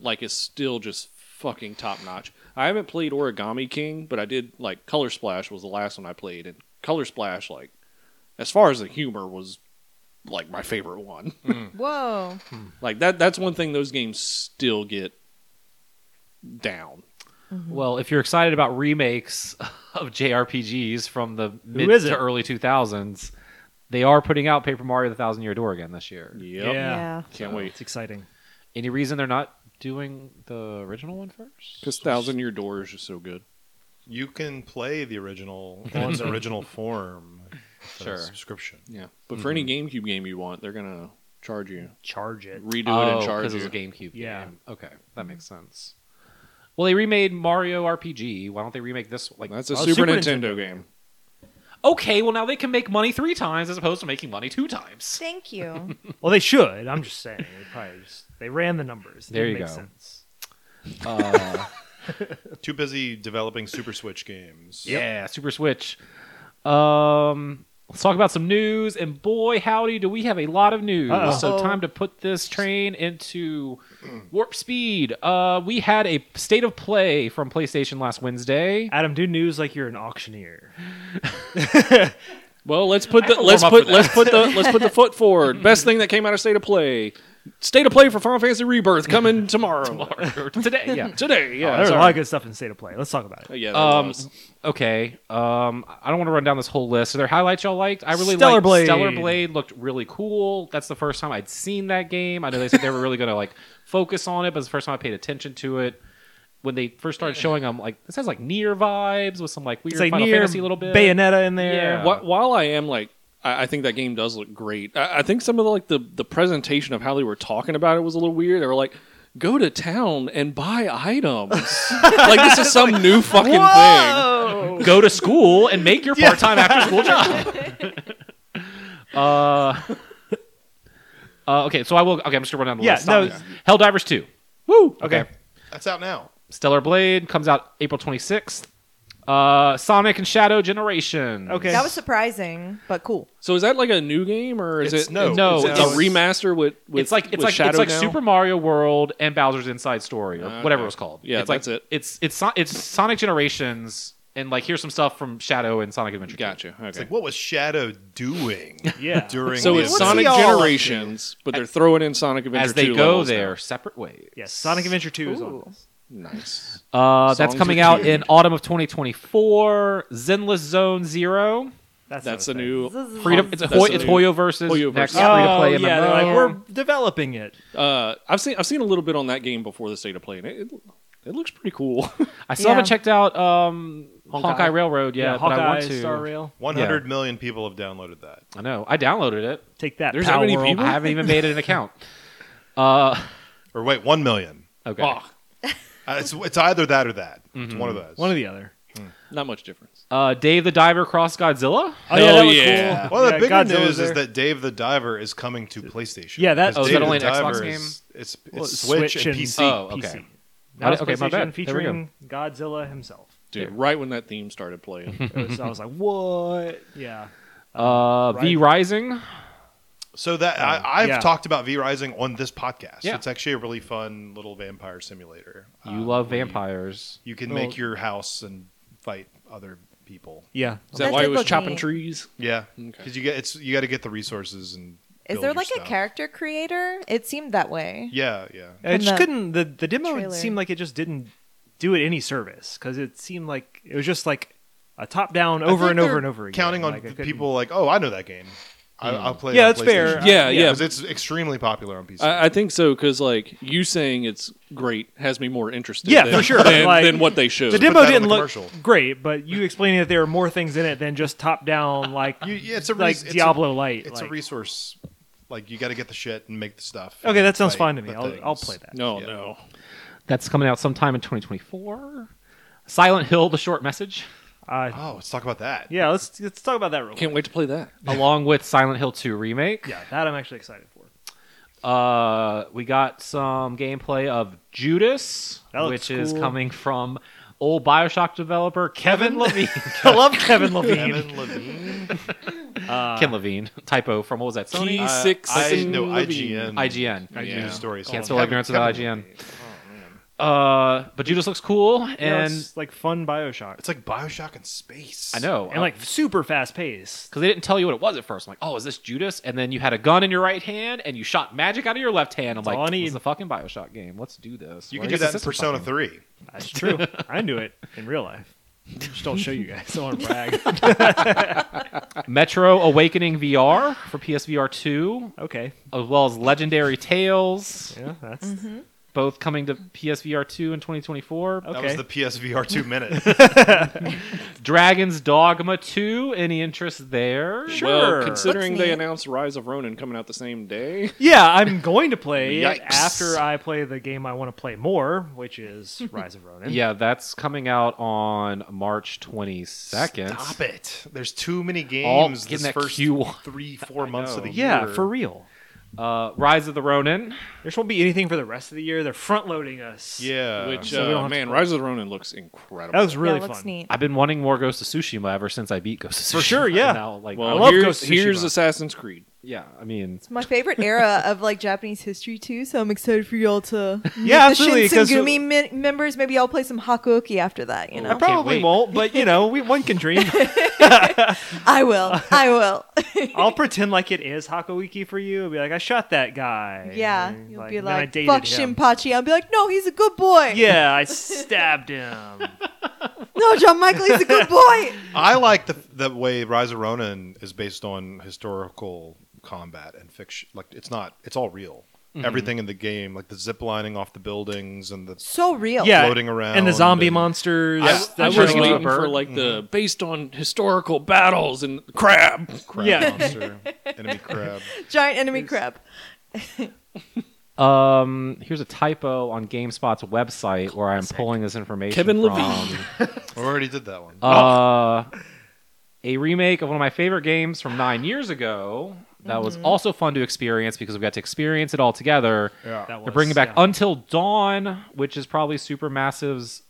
Speaker 4: Like it's still just fucking top notch. I haven't played Origami King, but I did like Color Splash was the last one I played, and Color Splash like as far as the humor was like my favorite [laughs] one.
Speaker 2: Whoa.
Speaker 4: like that that's one thing those games still get down.
Speaker 1: Um, Well, if you're excited about remakes [laughs] of JRPGs from the mid
Speaker 5: isn't?
Speaker 1: to early 2000s, they are putting out Paper Mario: The Thousand Year Door again this year.
Speaker 4: Yep.
Speaker 2: Yeah.
Speaker 4: Can't wait.
Speaker 5: It's exciting.
Speaker 1: Any reason they're not doing the original one first?
Speaker 4: Because Thousand Year Door is just so good.
Speaker 3: You can play the original in its original form. for
Speaker 1: Sure.
Speaker 3: Subscription.
Speaker 4: Yeah, but for any GameCube game you want, they're gonna charge you,
Speaker 5: Charge it.
Speaker 4: redo it,
Speaker 1: oh,
Speaker 4: and charge
Speaker 1: because
Speaker 4: you.
Speaker 1: it was a GameCube
Speaker 5: Yeah.
Speaker 1: game. Okay, that makes sense. Well, they remade Mario RPG. Why don't they remake this? Like,
Speaker 4: That's a
Speaker 5: Oh,
Speaker 4: Super,
Speaker 5: Super
Speaker 4: Nintendo, game.
Speaker 1: okay, well now they can make money three times as opposed to making money two times.
Speaker 2: Thank
Speaker 5: [laughs]
Speaker 2: you.
Speaker 5: Well, they should. I'm just saying. They probably just, they ran the numbers. It
Speaker 1: There
Speaker 5: didn't
Speaker 1: you
Speaker 5: make
Speaker 1: go.
Speaker 5: Sense.
Speaker 1: Uh,
Speaker 3: Too busy developing Super Switch games.
Speaker 1: Yeah, Super Switch. Um, let's talk about some news, and boy, howdy, do we have a lot of news.
Speaker 5: Uh-oh.
Speaker 1: So
Speaker 2: Uh-oh.
Speaker 1: time to put this train into warp speed. Uh, we had a state of play from PlayStation last
Speaker 5: [laughs]
Speaker 1: Wednesday.
Speaker 5: Adam, do news like you're an auctioneer.
Speaker 1: Oh,
Speaker 4: Well, let's put the
Speaker 1: to
Speaker 4: let's
Speaker 1: warm up
Speaker 4: put
Speaker 1: for
Speaker 4: let's put the let's put the foot forward. Best thing that came out of State of Play. State of Play for Final Fantasy Rebirth [laughs] coming tomorrow.
Speaker 1: Or today, yeah.
Speaker 4: Today, yeah.
Speaker 5: There's a
Speaker 4: sorry.
Speaker 5: lot of good stuff in State of Play. Let's talk about it.
Speaker 4: Uh, yeah, there
Speaker 1: Um,
Speaker 4: was.
Speaker 1: okay. Um, I don't want to run down this whole list. Are there highlights y'all liked? I really
Speaker 5: Stellar
Speaker 1: liked
Speaker 5: Blade.
Speaker 1: Stellar Blade looked really cool. That's the first time I'd seen that game. I know they said they were really going to like [laughs] focus on it, but it's the first time I paid attention to it. When they first started showing them, like this has like near vibes with some like weird
Speaker 5: It's like
Speaker 1: Final
Speaker 5: near
Speaker 1: Fantasy little bit.
Speaker 5: Bayonetta in
Speaker 1: Yeah.
Speaker 5: there.
Speaker 4: Wh- While I am like, I, I think that game does look great. I, I think some of the like the the presentation of how they were talking about it was a little weird. They were like. Go to town and buy [laughs] items. like this is some new fucking thing.
Speaker 2: Whoa.
Speaker 1: [laughs] Go to school and
Speaker 5: [laughs]
Speaker 1: make your part time after school job. [laughs] uh, [laughs] uh, okay, so I will. Okay, I'm just gonna run down the
Speaker 5: Yeah,
Speaker 1: list.
Speaker 5: no,
Speaker 1: Stop me. Helldivers two.
Speaker 5: Woo. Okay.
Speaker 3: That's out now.
Speaker 1: Stellar Blade comes out April 26th. Uh, Sonic and Shadow Generation.
Speaker 5: Okay.
Speaker 2: That was surprising, but cool.
Speaker 4: So is that like a new game or is
Speaker 3: It's-
Speaker 4: it
Speaker 3: no,
Speaker 1: no,
Speaker 4: Is it
Speaker 1: it's-
Speaker 4: a Oh, remaster with, with
Speaker 1: it's like it's
Speaker 4: with
Speaker 1: like
Speaker 4: Shadow
Speaker 1: it's like
Speaker 4: now?
Speaker 1: Super Mario World and Bowser's Inside Story or
Speaker 4: Okay.
Speaker 1: whatever it was called.
Speaker 4: Yeah,
Speaker 1: it's like,
Speaker 4: that's it.
Speaker 1: It's it's So- it's Sonic Generations and like here's some stuff from Shadow and Sonic Adventure. 2.
Speaker 4: Gotcha.
Speaker 3: It's
Speaker 4: Okay.
Speaker 3: like, what was Shadow doing
Speaker 5: Yeah.
Speaker 3: [laughs] during
Speaker 4: so
Speaker 3: the
Speaker 4: it's
Speaker 2: What is
Speaker 4: Sonic
Speaker 2: he all up to?
Speaker 4: Generations, but they're throwing in Sonic Adventure
Speaker 1: As they
Speaker 4: 2
Speaker 1: go
Speaker 4: levels
Speaker 1: their separate ways.
Speaker 5: Yes. Sonic Adventure 2 is on.
Speaker 2: Ooh.
Speaker 5: this.
Speaker 4: now. Nice.
Speaker 1: Uh, that's
Speaker 4: Songs
Speaker 1: coming
Speaker 4: are
Speaker 1: out
Speaker 4: cute.
Speaker 1: in autumn of 2024. Zenless Zone Zero.
Speaker 5: That's,
Speaker 4: That's a
Speaker 5: another
Speaker 4: new.
Speaker 1: Freedom. It's, a
Speaker 4: That's
Speaker 1: Hoy,
Speaker 4: a
Speaker 1: it's
Speaker 4: new-
Speaker 1: Hoyo versus
Speaker 4: Hoyo
Speaker 1: next
Speaker 4: versus-
Speaker 5: thing.
Speaker 1: free to play
Speaker 5: Oh,
Speaker 1: MMO.
Speaker 5: yeah, they're like, we're developing it.
Speaker 4: Uh, I've seen I've seen a little bit on that game before the state of play, and it, it, it looks pretty cool. [laughs]
Speaker 1: I still
Speaker 2: Yeah.
Speaker 1: haven't checked out um, Honkai.
Speaker 5: Honkai.
Speaker 1: Railroad yet, but
Speaker 5: Hawkeye,
Speaker 1: I want to.
Speaker 5: Star Rail.
Speaker 3: One hundred million people have downloaded that.
Speaker 1: I know. I downloaded it.
Speaker 5: Take that.
Speaker 4: There's that
Speaker 5: Power
Speaker 4: many
Speaker 5: World.
Speaker 4: people?
Speaker 1: I haven't even made it an account. Uh,
Speaker 3: Or wait, one million.
Speaker 1: [laughs] okay.
Speaker 4: Ah,
Speaker 3: Uh, it's it's either that or that. It's one of those.
Speaker 5: One or the other.
Speaker 4: not much difference.
Speaker 1: Uh, Dave the Diver cross Godzilla.
Speaker 5: Oh, yeah, that was
Speaker 4: yeah.
Speaker 5: cool.
Speaker 3: Well, the
Speaker 5: Yeah,
Speaker 3: bigger
Speaker 5: Godzilla
Speaker 3: news
Speaker 5: there.
Speaker 3: is that Dave the Diver is coming to PlayStation.
Speaker 5: Yeah, that-
Speaker 3: 'Cause
Speaker 1: Oh, is
Speaker 3: Dave
Speaker 1: that only
Speaker 3: the
Speaker 1: an Xbox
Speaker 3: Diver
Speaker 1: game?
Speaker 3: is- It's, it's
Speaker 5: Well,
Speaker 3: Switch, and PC.
Speaker 1: Oh, okay.
Speaker 5: That was
Speaker 1: Okay, my
Speaker 5: PlayStation
Speaker 1: bad. There we go.
Speaker 5: Featuring Godzilla himself.
Speaker 1: [laughs]
Speaker 4: Dude, right when that theme started playing,
Speaker 5: It was, I was like, what? Yeah.
Speaker 1: Uh, V Rising.
Speaker 3: So that I, I've
Speaker 5: Um, yeah.
Speaker 3: talked about V Rising on this podcast.
Speaker 1: Yeah.
Speaker 3: It's actually a really fun little vampire simulator.
Speaker 1: You
Speaker 3: Um,
Speaker 1: love vampires.
Speaker 3: You can
Speaker 5: Well-
Speaker 3: make your house and fight other people.
Speaker 5: Yeah.
Speaker 2: That
Speaker 4: is that why it
Speaker 2: did
Speaker 4: was
Speaker 2: look
Speaker 4: chopping
Speaker 2: neat.
Speaker 4: trees?
Speaker 3: Yeah,
Speaker 4: Okay.
Speaker 3: because you get it's you got to get the resources and.
Speaker 2: Is
Speaker 3: build
Speaker 2: there
Speaker 3: your
Speaker 2: like a
Speaker 3: stuff.
Speaker 2: character creator? It seemed that way.
Speaker 3: Yeah, yeah.
Speaker 5: It
Speaker 2: From
Speaker 5: just
Speaker 2: the
Speaker 5: couldn't. The the demo
Speaker 2: trailer.
Speaker 5: seemed like it just didn't do it any service because it seemed like it was just like a top down
Speaker 3: I
Speaker 5: over
Speaker 3: think
Speaker 5: and over
Speaker 3: they're
Speaker 5: and over again.
Speaker 3: Counting on
Speaker 5: Like, I couldn't- Hmm.
Speaker 3: people like, oh, I know that game. I, I'll play.
Speaker 5: Yeah,
Speaker 3: it on
Speaker 5: that's fair.
Speaker 3: PlayStation.
Speaker 4: Yeah, yeah.
Speaker 3: 'Cause it's extremely popular on PC.
Speaker 4: I, I think so because like you saying it's great has me more interested.
Speaker 5: Yeah,
Speaker 4: than,
Speaker 5: for sure,
Speaker 4: Than,
Speaker 5: like-
Speaker 4: than what they showed.
Speaker 5: The demo
Speaker 3: that on
Speaker 5: didn't
Speaker 3: the
Speaker 5: look
Speaker 3: commercial.
Speaker 5: great, but you explaining that there are more things in it than just
Speaker 3: [laughs]
Speaker 5: top down, like
Speaker 3: You- yeah, it's a
Speaker 5: like
Speaker 3: res- it's a-
Speaker 5: Diablo Light.
Speaker 3: it's
Speaker 5: like-
Speaker 3: a resource. Like you got to get the shit and make the stuff.
Speaker 5: okay,
Speaker 3: and
Speaker 5: that sounds
Speaker 3: fight
Speaker 5: fine to me.
Speaker 3: the
Speaker 5: I'll, I'll
Speaker 3: things.
Speaker 5: play that.
Speaker 4: no,
Speaker 3: Yeah.
Speaker 4: Oh, no.
Speaker 1: That's coming out sometime in 2024. Silent Hill: The Short Message, [laughs]
Speaker 5: Uh,
Speaker 3: Oh, let's talk about that.
Speaker 5: yeah, let's let's talk about that real quick.
Speaker 4: Can't wait to play that.
Speaker 1: along with Silent Hill 2 remake.
Speaker 5: Yeah, that I'm actually excited for.
Speaker 1: Uh, we got some gameplay of Judas,
Speaker 5: That looks
Speaker 1: which is
Speaker 5: cool.
Speaker 1: coming from old Bioshock developer Kevin Levine.
Speaker 5: [laughs]
Speaker 1: [laughs]
Speaker 5: I love [laughs] Kevin Levine.
Speaker 3: Kevin Levine.
Speaker 1: Ken Levine, typo from what was that? Sony, Uh,
Speaker 4: Key
Speaker 3: Uh,
Speaker 4: six.
Speaker 3: I,
Speaker 4: and
Speaker 3: no,
Speaker 4: Levine.
Speaker 3: IGN.
Speaker 1: IGN.
Speaker 3: News
Speaker 4: Yeah.
Speaker 3: story.
Speaker 1: Can't
Speaker 3: So
Speaker 1: spell
Speaker 3: Kevin-
Speaker 1: ignorance
Speaker 3: Kevin
Speaker 1: without IGN.
Speaker 3: Levine.
Speaker 1: Uh, but Judas looks cool, and
Speaker 5: Oh, You know, it's like fun Bioshock.
Speaker 3: It's like Bioshock in space.
Speaker 1: I know,
Speaker 5: and like super fast pace.
Speaker 1: because they didn't tell you what it was at 1st I'm like, oh, is this Judas? And then you had a gun in your right hand and you shot magic out of your left hand. I'm
Speaker 5: all I
Speaker 1: like,
Speaker 5: need.
Speaker 1: this is a fucking Bioshock game. Let's do this.
Speaker 3: You
Speaker 1: Well, I
Speaker 3: can do
Speaker 1: guess
Speaker 3: that in
Speaker 1: this is
Speaker 3: Persona
Speaker 1: fucking-
Speaker 3: Three. [laughs]
Speaker 5: That's true. I knew it in real life. Just don't show you guys. I want to
Speaker 3: [laughs]
Speaker 5: brag.
Speaker 1: Metro Awakening VR for PSVR 2,
Speaker 5: Okay.
Speaker 1: as well as Legendary Tales,
Speaker 5: Yeah, that's
Speaker 1: both coming to PSVR 2 in 2024.
Speaker 5: okay.
Speaker 3: That was the PSVR two minute.
Speaker 1: Dragon's Dogma 2, any interest there?
Speaker 5: Sure.
Speaker 4: Well, considering
Speaker 2: Looks
Speaker 4: they
Speaker 2: neat.
Speaker 4: announced Rise of Ronin coming out the same day,
Speaker 5: Yeah, I'm going to play it
Speaker 4: Yikes.
Speaker 5: after I play the game I want to play more, which is Rise of Ronin.
Speaker 1: Yeah, that's coming out on March 22nd.
Speaker 3: Stop it. There's too many
Speaker 1: All
Speaker 3: games
Speaker 1: getting
Speaker 3: this
Speaker 1: that
Speaker 3: first
Speaker 1: Q1.
Speaker 3: three, four months of the year.
Speaker 5: Yeah, for real.
Speaker 1: Uh, Rise of the Ronin.
Speaker 5: There won't be anything for the rest of the year. They're front loading us.
Speaker 3: Yeah.
Speaker 4: [laughs] which
Speaker 5: so we don't
Speaker 4: uh,
Speaker 5: have to
Speaker 4: man,
Speaker 5: play.
Speaker 4: Rise of the Ronin looks incredible.
Speaker 5: That was really
Speaker 2: yeah, it looks
Speaker 5: fun.
Speaker 2: neat.
Speaker 1: I've been wanting more Ghost of Tsushima ever since I beat Ghost of Tsushima.
Speaker 5: For sure, yeah.
Speaker 1: And [laughs] Now, like,
Speaker 4: well,
Speaker 5: I love
Speaker 4: here's,
Speaker 5: Ghost of
Speaker 4: here's
Speaker 5: Tsushima.
Speaker 4: Assassin's Creed.
Speaker 1: yeah, I mean,
Speaker 2: It's my favorite era of like Japanese history too, so I'm excited for y'all to
Speaker 5: [laughs]
Speaker 2: meet
Speaker 5: Yeah, absolutely,
Speaker 2: the
Speaker 5: 'cause-
Speaker 2: Shinsengumi me- members. Maybe I'll play some Hakuoki after that. You
Speaker 5: I
Speaker 2: know,
Speaker 5: probably
Speaker 1: wait.
Speaker 5: won't, but you know, we one
Speaker 2: [laughs]
Speaker 5: can dream.
Speaker 2: I [laughs] will. I will.
Speaker 5: I'll pretend like it is Hakawiki for you. I'll be like, I shot that guy.
Speaker 2: yeah,
Speaker 5: And,
Speaker 2: you'll be
Speaker 5: "And then I
Speaker 2: like,
Speaker 5: dated
Speaker 2: fuck
Speaker 5: him."
Speaker 2: Shinpachi. I'll be like, no, he's a good boy.
Speaker 5: Yeah, I stabbed him.
Speaker 2: [laughs] No, John Michael, he's a good boy.
Speaker 3: I like the the way Rise of Ronin is based on historical combat and fiction. Like it's not. It's all real. Everything in the game, like the zip lining off the buildings and the
Speaker 2: So real.
Speaker 5: Yeah,
Speaker 3: Floating around
Speaker 5: and the zombie
Speaker 3: and-
Speaker 5: monsters.
Speaker 4: I-
Speaker 5: that Mm-hmm.
Speaker 4: I,
Speaker 5: show
Speaker 4: was
Speaker 5: up.
Speaker 4: waiting
Speaker 1: bird.
Speaker 4: for like the based on historical battles and crab.
Speaker 3: crab
Speaker 5: Yeah.
Speaker 3: monster, enemy crab.
Speaker 2: Giant enemy crab.
Speaker 1: um, here's a typo on GameSpot's website where I'm pulling this information.
Speaker 4: Kevin
Speaker 1: from.
Speaker 4: Levine.
Speaker 3: We already did that one.
Speaker 1: Uh, a remake of one of my favorite games from nine years ago. That was also fun to experience because we got to experience it all together.
Speaker 3: yeah.
Speaker 5: That
Speaker 1: They're bringing
Speaker 5: was,
Speaker 1: back
Speaker 5: yeah.
Speaker 1: Until Dawn, which is probably Supermassive's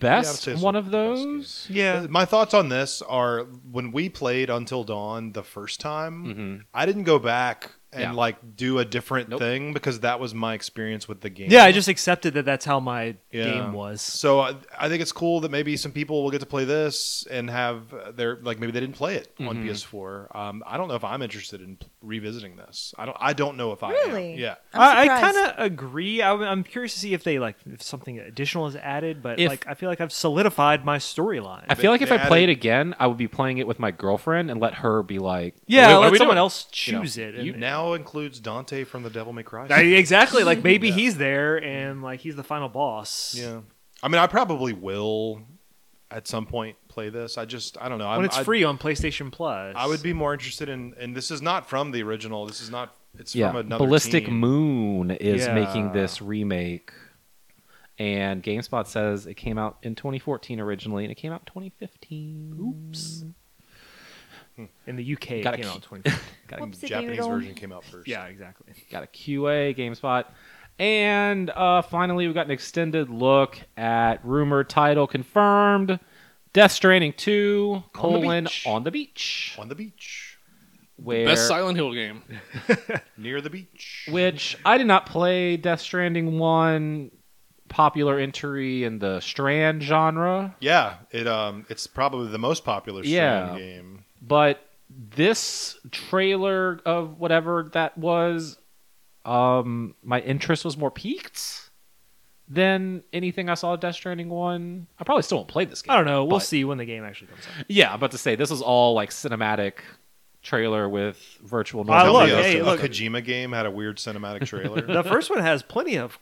Speaker 3: Yeah, I would
Speaker 1: best
Speaker 3: say it's
Speaker 1: one
Speaker 3: one
Speaker 1: of
Speaker 3: of the best
Speaker 1: those.
Speaker 5: Yeah.
Speaker 3: My thoughts on this are when we played Until Dawn the first time,
Speaker 1: Mhm.
Speaker 3: I didn't go back and
Speaker 1: Yeah.
Speaker 3: like do a different
Speaker 1: Nope.
Speaker 3: thing because that was my experience with the game.
Speaker 5: Yeah, I just accepted that that's how my
Speaker 3: Yeah.
Speaker 5: game was.
Speaker 3: So I, I think it's cool that maybe some people will get to play this and have uh, their like maybe they didn't play it
Speaker 1: Mm-hmm.
Speaker 3: on PS4. Um, I don't know if I'm interested in p- revisiting this. I don't. I don't know if I am.
Speaker 2: Really?
Speaker 3: Yeah.
Speaker 2: I'm
Speaker 5: I, I
Speaker 2: surprised.
Speaker 5: kind of agree. I, am curious to see if they like if something additional is added, but
Speaker 1: If-
Speaker 5: like I feel like I've solidified my storyline.
Speaker 1: I feel like if
Speaker 3: they
Speaker 1: I play it
Speaker 3: added-
Speaker 1: again, I would be playing it with my girlfriend and let her be like,
Speaker 5: yeah,
Speaker 1: "What are we
Speaker 5: let someone
Speaker 1: doing?"
Speaker 5: else
Speaker 1: You know,
Speaker 5: choose it. and-
Speaker 3: You now includes Dante from the Devil May Cry.
Speaker 5: [laughs] I- exactly.
Speaker 1: [laughs]
Speaker 5: Like maybe he's there and like he's the final boss.
Speaker 3: yeah. I mean, I probably will at some point play this. I just I don't know.
Speaker 5: When
Speaker 3: I'm,
Speaker 5: it's
Speaker 3: I-
Speaker 5: free on PlayStation Plus,
Speaker 3: I would be more interested in, and this is not from the original. This is not. It's
Speaker 1: Yeah,
Speaker 3: from another.
Speaker 1: Ballistic
Speaker 3: team.
Speaker 1: Moon is making
Speaker 5: Yeah.
Speaker 1: this remake, and GameSpot says it came out in 2014 originally, and it came out in 2015. Oops.
Speaker 5: in the UK. It
Speaker 1: Gotta
Speaker 5: came
Speaker 1: keep-
Speaker 5: out in 20.
Speaker 1: [laughs]
Speaker 2: Whoopsie
Speaker 3: Japanese
Speaker 2: doodle.
Speaker 3: version came out first.
Speaker 5: yeah, exactly.
Speaker 1: Got a QA GameSpot, and uh, finally we got an extended look at rumored title confirmed: Death Stranding 2: colon
Speaker 3: beach.
Speaker 1: on the beach,
Speaker 3: on the beach,
Speaker 1: where
Speaker 4: Best Silent Hill game.
Speaker 3: near the beach.
Speaker 1: which I did not play Death Stranding one popular entry in the Strand genre,
Speaker 3: Yeah, it um, it's probably the most popular
Speaker 1: Yeah.
Speaker 3: Strand game.
Speaker 1: but this trailer of whatever that was, um, my interest was more piqued than anything I saw at Death Stranding one. I probably still won't play this game.
Speaker 5: I don't know. We'll
Speaker 1: but-
Speaker 5: see when the game actually comes out.
Speaker 1: Yeah, I'm about to say this is all like cinematic trailer with virtual
Speaker 5: I
Speaker 1: Nintendo.
Speaker 5: look,
Speaker 3: a,
Speaker 5: hey,
Speaker 3: uh, a
Speaker 5: look.
Speaker 3: Kojima game had a weird
Speaker 5: [laughs]
Speaker 3: cinematic trailer.
Speaker 5: The first one has plenty of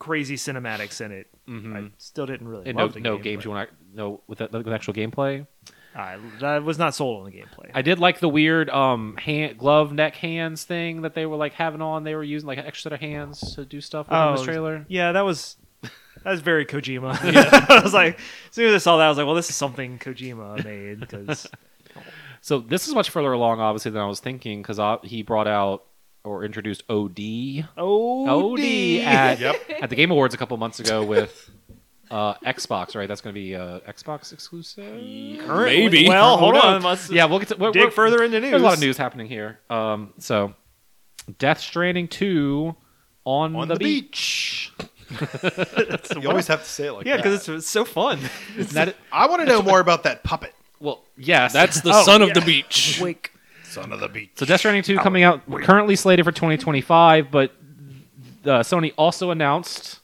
Speaker 5: crazy cinematics in it. I still didn't really
Speaker 1: Mm-hmm. And no,
Speaker 5: love the
Speaker 1: no
Speaker 5: gameplay.
Speaker 1: games you want to no with, the, with actual gameplay.
Speaker 5: I, I was not sold on the gameplay.
Speaker 1: I did like the weird um hand glove neck hands thing that they were like having on. They were using like an extra set of hands to do stuff with in this trailer.
Speaker 5: Oh, Yeah, that was that was very Kojima. [laughs] I was like, as soon as I saw that, I was like, well, this is something Kojima made because
Speaker 1: So this is much further along, obviously, than I was thinking because he brought out or introduced OD
Speaker 5: oh,
Speaker 1: OD at,
Speaker 3: Yep.
Speaker 1: at the Game Awards a couple months ago with uh, Xbox, right? That's going to be uh, Xbox exclusive.
Speaker 4: Maybe.
Speaker 5: Well,
Speaker 4: Who
Speaker 5: hold
Speaker 4: knows?
Speaker 5: on. Let's [laughs]
Speaker 1: Yeah, we'll get to we're,
Speaker 5: dig
Speaker 1: we're-
Speaker 5: further into news.
Speaker 1: There's a lot of news happening here. Um, so Death Stranding two on,
Speaker 3: On
Speaker 1: the,
Speaker 3: the
Speaker 1: beach.
Speaker 3: you always have to say it like
Speaker 5: Yeah,
Speaker 3: that.
Speaker 5: because it's, it's so fun.
Speaker 1: Isn't that it?
Speaker 3: I want to know more about that puppet.
Speaker 1: Well, yes,
Speaker 4: That's the
Speaker 5: Oh,
Speaker 4: son
Speaker 5: yeah.
Speaker 4: of
Speaker 5: [laughs]
Speaker 4: the beach.
Speaker 2: Wake.
Speaker 3: Son of the beach.
Speaker 1: So Death Stranding 2 coming out currently slated for 2025, but uh, Sony also announced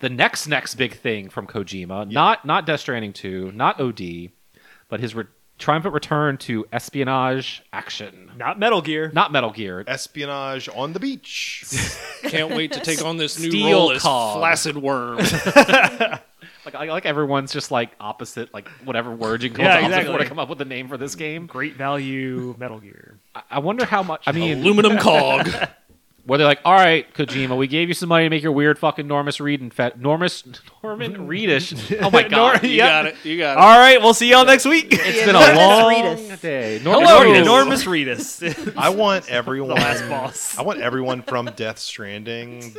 Speaker 1: the next next big thing from Kojima. Not not Death Stranding 2, not OD, but his re- triumphant return to espionage action.
Speaker 5: Not Metal Gear.
Speaker 1: Not Metal Gear.
Speaker 3: Eh. Espionage on the beach.
Speaker 5: [laughs]
Speaker 4: Can't wait to take on this new
Speaker 1: Steel
Speaker 4: role as
Speaker 1: cog.
Speaker 5: [laughs]
Speaker 4: flaccid worm.
Speaker 1: Like I like everyone's just like opposite like whatever word you can call
Speaker 5: Yeah,
Speaker 1: it opposite
Speaker 5: exactly.
Speaker 1: for to come up with the name for this game.
Speaker 5: Great value Metal Gear.
Speaker 1: I, I wonder how much I mean
Speaker 4: Aluminum
Speaker 5: [laughs]
Speaker 4: cog.
Speaker 1: where they're like, "All right, Kojima, we gave you some money to make your weird fucking Normus Reed and fat Normus [laughs] Norman Reedish." Oh my god.
Speaker 4: [laughs] You got it. You got it.
Speaker 5: All right, we'll see y'all next week.
Speaker 1: It's been a long day. Norman
Speaker 4: Hello.
Speaker 1: Reedus.
Speaker 5: Enormous Reedus,
Speaker 3: I want everyone.
Speaker 5: [laughs] last boss.
Speaker 3: I want everyone from Death Stranding,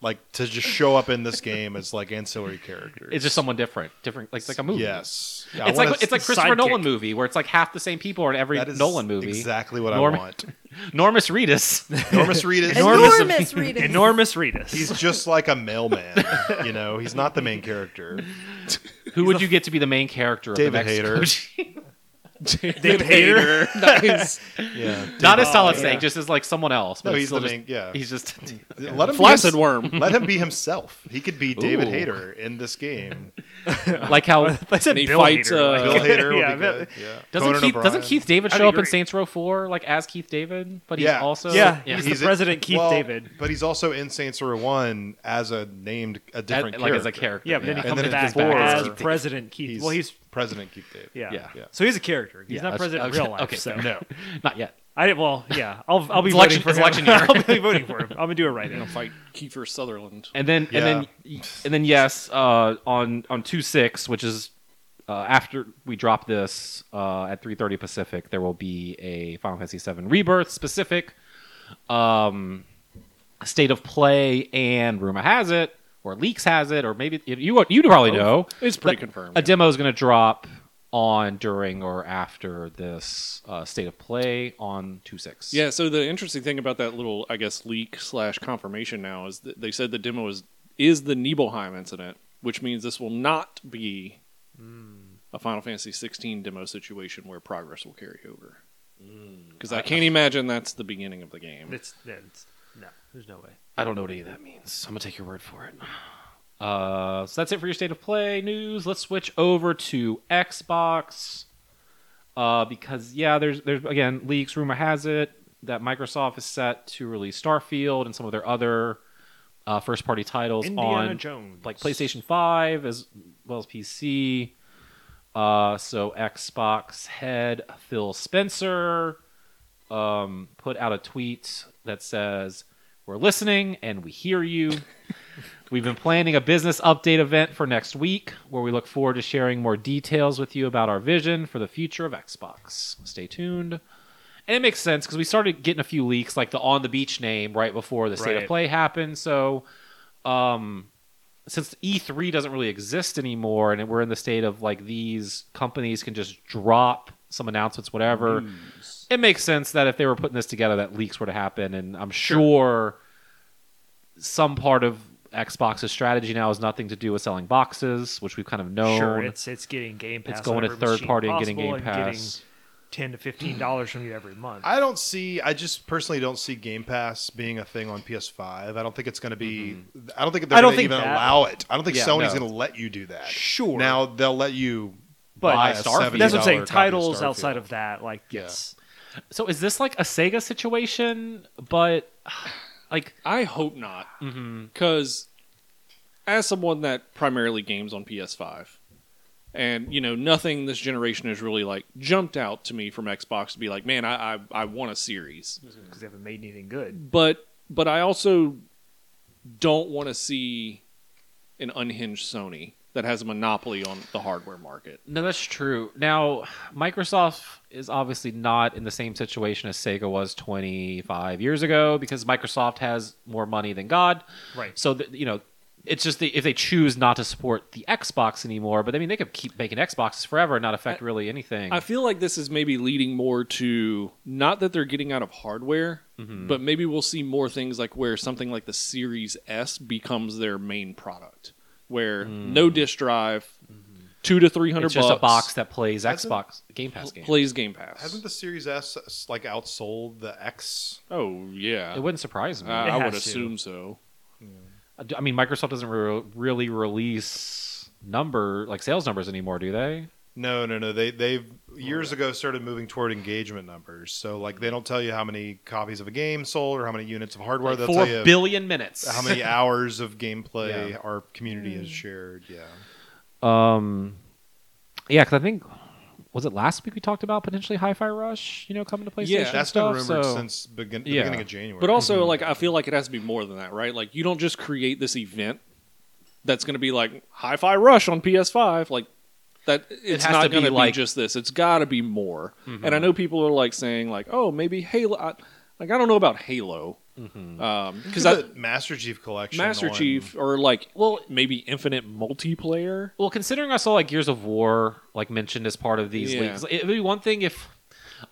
Speaker 3: like to just show up in this game as like ancillary characters.
Speaker 1: It's just someone different, different. Like it's like a movie.
Speaker 3: Yes, Yeah, I
Speaker 1: It's
Speaker 3: wanna
Speaker 1: like
Speaker 3: s-
Speaker 1: it's like Christopher
Speaker 5: sidekick.
Speaker 1: Nolan movie where it's like half the same people are in every
Speaker 3: that is
Speaker 1: Nolan movie.
Speaker 3: Exactly what
Speaker 1: Norm-
Speaker 3: I want.
Speaker 1: Normus
Speaker 3: [laughs]
Speaker 1: Reedus.
Speaker 3: Normus Reedus.
Speaker 2: Enormous,
Speaker 1: Enormous-
Speaker 2: [laughs] reading.
Speaker 5: Enormous Reedus.
Speaker 3: He's just like a mailman. You know, he's not the
Speaker 1: [laughs]
Speaker 3: main character.
Speaker 1: Who would you get to be the main character? Of
Speaker 3: David
Speaker 1: the next
Speaker 3: Hayter. [laughs]
Speaker 1: Kojima?
Speaker 5: David Hayter.
Speaker 4: Nice.
Speaker 3: Yeah,
Speaker 1: Not as Solid Snake, just as like someone else. But
Speaker 3: No,
Speaker 1: it's
Speaker 3: he's
Speaker 1: still
Speaker 3: the
Speaker 1: just,
Speaker 3: main- yeah.
Speaker 1: He's just.
Speaker 3: [laughs] let him be
Speaker 4: Flaccid
Speaker 3: hims-
Speaker 5: [laughs]
Speaker 4: worm.
Speaker 3: Let him be himself. He could be David
Speaker 1: Ooh.
Speaker 3: Hayter in
Speaker 1: [laughs]
Speaker 3: this game.
Speaker 1: like
Speaker 3: [laughs]
Speaker 1: how
Speaker 5: I said
Speaker 4: And he
Speaker 5: Bill
Speaker 4: fights,
Speaker 5: Hader,
Speaker 4: uh,
Speaker 5: like-
Speaker 3: Bill Hader would
Speaker 5: [laughs] yeah,
Speaker 3: be
Speaker 5: Bill-
Speaker 3: good. Yeah.
Speaker 1: doesn't
Speaker 3: Conan
Speaker 1: Keith, doesn't
Speaker 3: O'Brien.
Speaker 1: Keith David show
Speaker 5: That'd be
Speaker 1: up in
Speaker 5: great.
Speaker 1: Saints Row Four like as Keith David, but he's
Speaker 3: Yeah.
Speaker 1: also
Speaker 5: Yeah, he's the
Speaker 1: he's
Speaker 3: He's in-
Speaker 5: president Keith
Speaker 3: well,
Speaker 5: David.
Speaker 3: But he's also in Saints Row One as a named a different
Speaker 1: like
Speaker 3: character.
Speaker 1: as a character.
Speaker 5: Yeah, but then he
Speaker 3: And
Speaker 5: comes
Speaker 3: then
Speaker 5: back
Speaker 3: it's before-
Speaker 5: as
Speaker 3: Keith-
Speaker 5: President Keith.
Speaker 3: He's,
Speaker 5: well, he's
Speaker 3: President Keith David.
Speaker 5: yeah.
Speaker 1: Yeah.
Speaker 3: Yeah.
Speaker 5: So he's a character. He's
Speaker 1: Yeah, that's-
Speaker 5: not president
Speaker 1: okay,
Speaker 5: in real life.
Speaker 1: okay,
Speaker 5: so
Speaker 3: No,
Speaker 1: not yet.
Speaker 5: I did. Well, yeah. I'll I'll be
Speaker 1: It's
Speaker 5: voting
Speaker 1: election-
Speaker 5: for
Speaker 1: it's
Speaker 5: him.
Speaker 1: election year.
Speaker 5: [laughs] I'll be voting for him. I'm gonna do a write
Speaker 1: [laughs]
Speaker 5: in.
Speaker 4: Fight Kiefer Sutherland.
Speaker 1: And then and then and then yes, uh, on on two six, which is uh, after we drop this uh, at three thirty Pacific, there will be a Final Fantasy VII Rebirth specific um, state of play, and rumor has it, or leaks has it, or maybe you you probably know
Speaker 4: Oh, It's pretty
Speaker 1: that
Speaker 4: confirmed.
Speaker 1: A demo is going to drop on during or after this uh, state of play on two six.
Speaker 4: Yeah, so the interesting thing about that little, I guess, leak slash confirmation now is that they said the demo is is the Nibelheim incident, which means this will not be a Final Fantasy 16 demo situation where progress will carry over. Because I can't imagine that's the beginning of the game.
Speaker 5: It's, it's no. There's no way.
Speaker 1: I don't know what any of that means. I'm gonna take your word for it. Uh, so that's it for your state of play news. Let's switch over to Xbox, uh, because yeah, there's there's again leaks. Rumor has it that Microsoft is set to release Starfield and some of their other uh, first party titles
Speaker 5: Indiana
Speaker 1: on
Speaker 5: Jones.
Speaker 1: like PlayStation Five as well as PC. Uh, so Xbox head Phil Spencer um, put out a tweet that says, "We're listening and we hear you." We've been planning a business update event for next week where we look forward to sharing more details with you about our vision for the future of Xbox. Stay tuned. And it makes sense because we started getting a few leaks like the on the beach name right before the state of
Speaker 5: Right.
Speaker 1: play happened. So um since E3 doesn't really exist anymore and we're in the state of like these companies can just drop some announcements whatever. It makes sense that if they were putting this together that leaks were to happen and I'm sure some part of Xbox's strategy now is nothing to do with selling boxes, which we've kind of known.
Speaker 5: Sure, it's it's getting Game Pass.
Speaker 1: It's
Speaker 5: on
Speaker 1: going to
Speaker 5: every
Speaker 1: third
Speaker 5: machine
Speaker 1: party and getting
Speaker 5: possible
Speaker 1: Game Pass.
Speaker 5: Getting Ten to fifteen dollars from you every month.
Speaker 3: I don't see. I just personally don't see Game Pass being a thing on PS5. I don't think it's going to be. I don't think they're
Speaker 5: I
Speaker 3: going
Speaker 5: don't
Speaker 3: to
Speaker 5: think
Speaker 3: even
Speaker 5: that-
Speaker 3: allow it. I don't think
Speaker 1: Yeah,
Speaker 3: Sony's
Speaker 1: no.
Speaker 3: going to let you do that.
Speaker 5: Sure.
Speaker 3: Now they'll let you
Speaker 5: But
Speaker 3: buy a
Speaker 1: Starfield.
Speaker 3: $70
Speaker 5: That's what I'm saying.
Speaker 3: copy of
Speaker 5: Titles
Speaker 3: Starfield.
Speaker 5: outside of that, like yes,
Speaker 1: So is this like a Sega situation, but [sighs] like
Speaker 4: I hope not, because as someone that primarily games on PS5, and you know nothing this generation has really like jumped out to me from Xbox to be like, man, I I, I want a series,
Speaker 5: because they haven't made anything good.
Speaker 4: but but I also don't want to see an unhinged Sony that has a monopoly on the hardware market.
Speaker 1: No, that's true. Now, Microsoft is obviously not in the same situation as Sega was 25 years ago because Microsoft has more money than God.
Speaker 5: Right.
Speaker 1: So, th- you know, it's just the, if they choose not to support the Xbox anymore, but I mean, they could keep making Xboxes forever and not affect really anything.
Speaker 4: I feel like this is maybe leading more to not that they're getting out of hardware,
Speaker 1: Mm-hmm.
Speaker 4: but maybe we'll see more things like where something like the Series S becomes their main product, where no disk drive, two to three hundred
Speaker 1: Mm. Mm-hmm. it's just
Speaker 4: bucks,
Speaker 1: a box that plays
Speaker 3: Hasn't-
Speaker 1: Xbox Game Pass games.
Speaker 4: plays Game Pass.
Speaker 3: Hasn't the Series S s- like outsold the X?
Speaker 4: oh yeah,
Speaker 1: it wouldn't surprise me.
Speaker 4: I-
Speaker 3: Oh.
Speaker 4: I would
Speaker 5: has to.
Speaker 4: assume so.
Speaker 1: I mean, Microsoft doesn't re- really release number like sales numbers anymore, do they?
Speaker 3: No, no, no. They they've years ago started moving toward engagement numbers. So like they don't tell you how many copies of a game sold or how many units of hardware.
Speaker 1: Like
Speaker 3: They'll
Speaker 1: Four
Speaker 3: tell you
Speaker 1: billion minutes. [laughs]
Speaker 3: how many hours of gameplay
Speaker 1: Yeah.
Speaker 3: our community
Speaker 4: Mm.
Speaker 3: has shared. Yeah.
Speaker 1: Um, yeah, because I think was it last week we talked about potentially Hi-Fi Rush, you know, coming to PlayStation.
Speaker 4: Yeah,
Speaker 3: That's been
Speaker 1: stuff,
Speaker 3: rumored
Speaker 1: so-
Speaker 3: since begin- the
Speaker 1: Yeah.
Speaker 3: beginning of January.
Speaker 4: But also, like, I feel like it has to be more than that, right? Like, you don't just create this event that's going to be like Hi-Fi Rush on PS5. Like, that it's
Speaker 1: has
Speaker 4: not
Speaker 1: to be
Speaker 4: going to be,
Speaker 1: like-
Speaker 4: just this. It's got to be more. And I know people are like saying, like, oh, maybe Halo. I, like, I don't know about Halo because
Speaker 3: because Master Chief collection,
Speaker 4: Master
Speaker 3: on-
Speaker 4: Chief or like, well, maybe Infinite Multiplayer.
Speaker 1: Well, considering I saw like Gears of War like mentioned as part of these
Speaker 4: Yeah.
Speaker 1: leaks, it would be one thing if.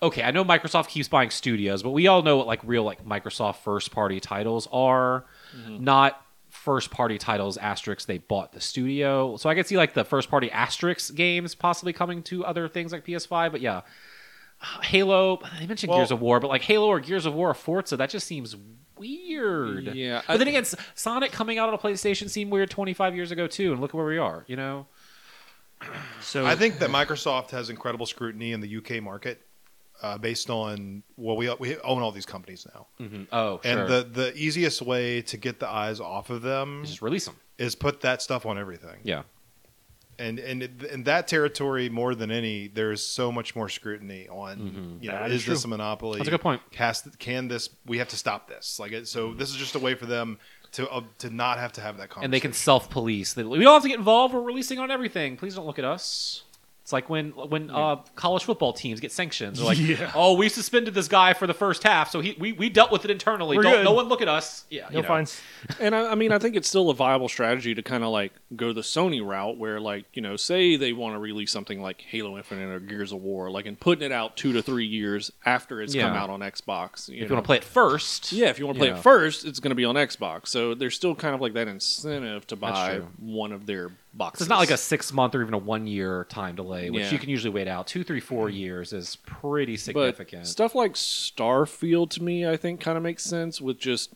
Speaker 1: Okay, I know Microsoft keeps buying studios, but we all know what like real like Microsoft first party titles are,
Speaker 3: Mm-hmm.
Speaker 1: not first party titles asterisks they bought the studio. So I could see like the first party asterisks games possibly coming to other things like PS5, but yeah. Halo, I mentioned
Speaker 3: Well-
Speaker 1: Gears of War, but like Halo or Gears of War or Forza, that just seems weird.
Speaker 4: Yeah,
Speaker 1: But
Speaker 4: I-
Speaker 1: then again, S- Sonic coming out on a PlayStation seemed weird 25 years ago too, and look where we are, you know?
Speaker 5: So
Speaker 3: I
Speaker 4: [laughs]
Speaker 3: think that Microsoft has incredible scrutiny in the UK market, uh, based on well, we we own all these companies now,
Speaker 4: Mm,
Speaker 1: Oh,
Speaker 3: and
Speaker 1: sure.
Speaker 3: the the easiest way to get the eyes off of them
Speaker 1: just release them.
Speaker 3: is put that stuff on everything.
Speaker 1: Yeah.
Speaker 3: and and it- in that territory more than any, there is so much more scrutiny on you know
Speaker 5: That
Speaker 3: is
Speaker 5: is
Speaker 3: this a monopoly?
Speaker 1: Mm-hmm. That's a good point.
Speaker 3: Cast, can this? We have to stop this. Like it, so, this is just a way for them to uh, to not have to have that conversation.
Speaker 1: And they can self police. We don't have to get involved. We're releasing on everything. Please don't look at us. It's like when when uh, college football teams get sanctions. They're like,
Speaker 5: Yeah.
Speaker 1: oh, we suspended this guy for the first half, so he, we, we dealt with it internally.
Speaker 5: We're
Speaker 1: Don't,
Speaker 5: good."
Speaker 1: no one look at us. Yeah.
Speaker 5: you'll
Speaker 1: you know.
Speaker 5: find s-
Speaker 4: And I, I mean, I think it's still a viable strategy to kind of like go the Sony route, where like you know, say they want to release something like Halo Infinite or Gears of War, like and putting it out two to three years after it's come
Speaker 1: Yeah.
Speaker 4: out on Xbox. You
Speaker 1: If you
Speaker 4: know?
Speaker 1: want to play it first.
Speaker 4: yeah, if you want to play
Speaker 1: Yeah.
Speaker 4: it first, it's going to be on Xbox. So there's still kind of like that incentive to buy
Speaker 1: true.
Speaker 4: one of their boxes.
Speaker 1: So it's not like a six month or even a one year time delay, which
Speaker 4: Yeah. Mm.
Speaker 1: you can usually wait out. Two, three, four years is pretty
Speaker 4: but
Speaker 1: significant.
Speaker 4: stuff like Starfield to me, I think kind of makes sense with just.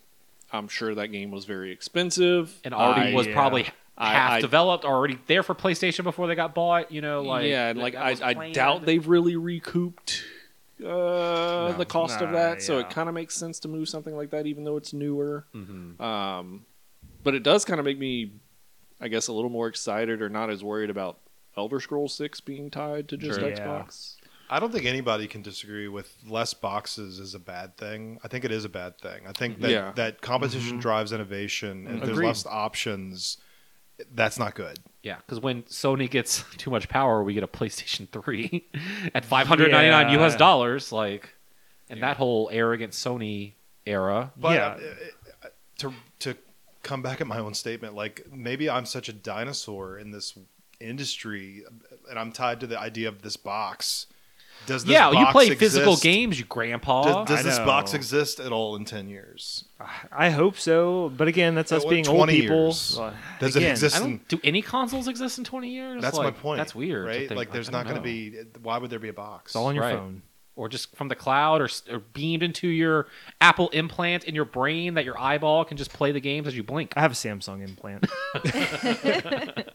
Speaker 4: I'm sure that game was very expensive
Speaker 1: and already
Speaker 4: I-
Speaker 1: was
Speaker 5: yeah.
Speaker 1: probably
Speaker 4: I-
Speaker 1: half
Speaker 4: I-
Speaker 1: developed, already there for PlayStation before they got bought. You know, like
Speaker 4: yeah, and like
Speaker 1: that
Speaker 4: I,
Speaker 1: was
Speaker 4: I
Speaker 1: planned.
Speaker 4: doubt they've really recouped uh, the cost of
Speaker 5: Nah,
Speaker 4: that, so it
Speaker 5: yeah.
Speaker 4: kind of makes sense to move something like that, even though it's newer.
Speaker 1: Mm-hmm.
Speaker 4: Um, but it does kind of make me, I guess, a little more excited or not as worried about Elder Scrolls Six being tied to just
Speaker 5: Sure. Yeah.
Speaker 4: Xbox.
Speaker 3: I don't think anybody can disagree with less boxes is a bad thing. I think it is a bad thing. I think that
Speaker 4: Yeah.
Speaker 3: that competition drives innovation. and If there's
Speaker 1: Agreed.
Speaker 3: less options, that's not good.
Speaker 1: Yeah, because when Sony gets [laughs] too much power, we get a PlayStation Three [laughs] at five hundred ninety nine
Speaker 5: Yeah.
Speaker 1: U.S. dollars. Like, and that whole arrogant Sony era.
Speaker 3: But
Speaker 5: Yeah.
Speaker 3: uh, uh, to to come back at my own statement, like maybe I'm such a dinosaur in this industry, and I'm tied to the idea of this box. Does this
Speaker 1: yeah, you
Speaker 3: box
Speaker 1: play physical
Speaker 3: exist?
Speaker 1: games, you grandpa.
Speaker 3: Does, does
Speaker 5: I
Speaker 3: this box
Speaker 5: know.
Speaker 3: exist at all in ten years?
Speaker 5: I hope so. But again, that's us
Speaker 3: Well,
Speaker 5: being old
Speaker 3: 20
Speaker 5: people.
Speaker 3: uh, years.
Speaker 5: Well,
Speaker 3: Does it
Speaker 5: again,
Speaker 3: exist?
Speaker 1: I
Speaker 3: in-
Speaker 1: don't. Do any consoles exist in twenty years?
Speaker 3: that's
Speaker 1: Like,
Speaker 3: my point.
Speaker 1: That's weird. to
Speaker 3: right?
Speaker 1: think,
Speaker 3: like, there's
Speaker 1: I
Speaker 3: not
Speaker 1: don't
Speaker 3: going to
Speaker 1: know.
Speaker 3: be. Why would there be a box?
Speaker 5: It's all on your
Speaker 1: Right.
Speaker 5: phone.
Speaker 1: or just from the cloud, or, s- or beamed into your Apple implant in your brain that your eyeball can just play the games as you blink.
Speaker 5: I have a Samsung implant. [laughs]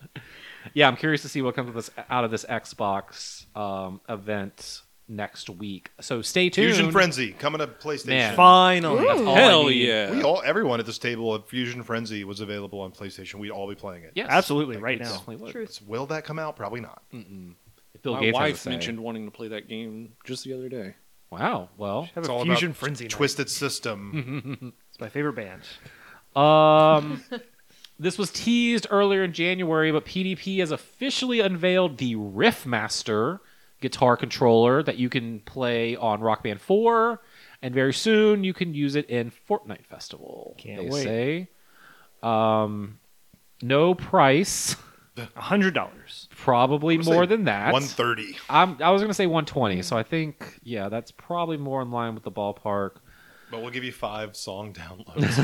Speaker 1: yeah, I'm curious to see what comes of this, out of this Xbox um, event. next week. So stay tuned.
Speaker 3: Fusion Frenzy coming to PlayStation.
Speaker 1: Man.
Speaker 5: Finally.
Speaker 1: That's all I
Speaker 4: Hell
Speaker 1: need.
Speaker 4: yeah.
Speaker 3: We all, everyone at this table, if Fusion Frenzy was available on PlayStation, we'd all be playing it.
Speaker 1: Yes.
Speaker 5: Absolutely, right
Speaker 1: It's
Speaker 5: now.
Speaker 1: definitely would.
Speaker 2: Truth.
Speaker 3: So will that come out? Probably not.
Speaker 1: If Bill
Speaker 4: My
Speaker 1: Gates has a
Speaker 4: wife
Speaker 1: say.
Speaker 4: mentioned wanting to play that game just the other day.
Speaker 1: Wow. Well,
Speaker 5: Have
Speaker 3: It's
Speaker 5: a
Speaker 3: all
Speaker 5: fusion
Speaker 3: about
Speaker 5: frenzy. night.
Speaker 3: Twisted System.
Speaker 5: It's my favorite band. [laughs]
Speaker 1: Um, this was teased earlier in January, but PDP has officially unveiled the Riffmaster guitar controller that you can play on Rock Band 4, and very soon you can use it in Fortnite Festival.
Speaker 5: Can't
Speaker 1: they
Speaker 5: wait.
Speaker 1: say. Um, no price, [laughs]
Speaker 5: A hundred dollars. [laughs]
Speaker 1: probably
Speaker 3: I'm
Speaker 1: Mm-hmm. more than
Speaker 3: saying
Speaker 1: that.
Speaker 3: 130.
Speaker 1: I'm, I was gonna say 120, so I think yeah, that's probably more in line with the ballpark.
Speaker 3: But we'll give you five song [laughs] downloads.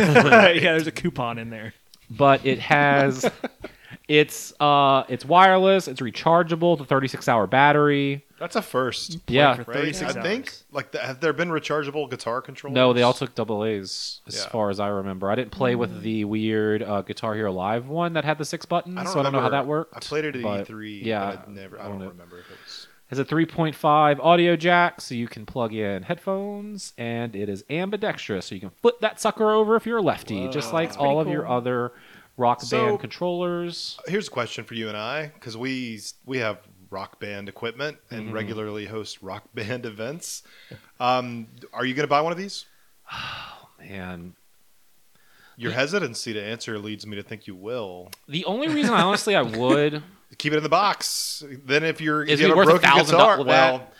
Speaker 5: yeah, there's a coupon in there.
Speaker 1: but it has
Speaker 3: [laughs]
Speaker 1: it's uh it's wireless, it's rechargeable, the 36 hour battery.
Speaker 3: That's a first.
Speaker 1: yeah.
Speaker 5: for
Speaker 3: Right?
Speaker 5: 36
Speaker 3: I think
Speaker 5: hours.
Speaker 3: like th- have there been rechargeable guitar controllers?
Speaker 1: No, they all took double A's as
Speaker 3: Yeah. Mm.
Speaker 1: far as I remember. I didn't play with the weird uh, Guitar Hero Live one that had the six buttons,
Speaker 3: I don't,
Speaker 1: so I don't know how
Speaker 3: remember.
Speaker 1: that worked.
Speaker 3: I played it at
Speaker 1: but
Speaker 3: E3.
Speaker 1: yeah,
Speaker 3: but I never.
Speaker 1: I
Speaker 3: I don't,
Speaker 1: don't know.
Speaker 3: remember if it was.
Speaker 1: Has a 3.5 audio jack, so you can plug in headphones, and it is ambidextrous, so you can flip that sucker over if you're a lefty, just like all of your other rock
Speaker 3: So-
Speaker 1: band controllers.
Speaker 3: uh, Here's a question for you and I, because we s- we have rock band equipment and
Speaker 1: Mm-hmm.
Speaker 3: regularly host rock [laughs] band events. Um, are you going to buy one of these?
Speaker 1: Man,
Speaker 3: Your hesitancy to answer leads me to think you will.
Speaker 1: the only reason I honestly I would
Speaker 3: Keep it in the box. Then if you're
Speaker 1: Is
Speaker 3: if you
Speaker 1: it
Speaker 3: have
Speaker 1: worth
Speaker 3: a broken
Speaker 1: $1,000
Speaker 3: guitar,
Speaker 1: with
Speaker 3: well,
Speaker 1: that?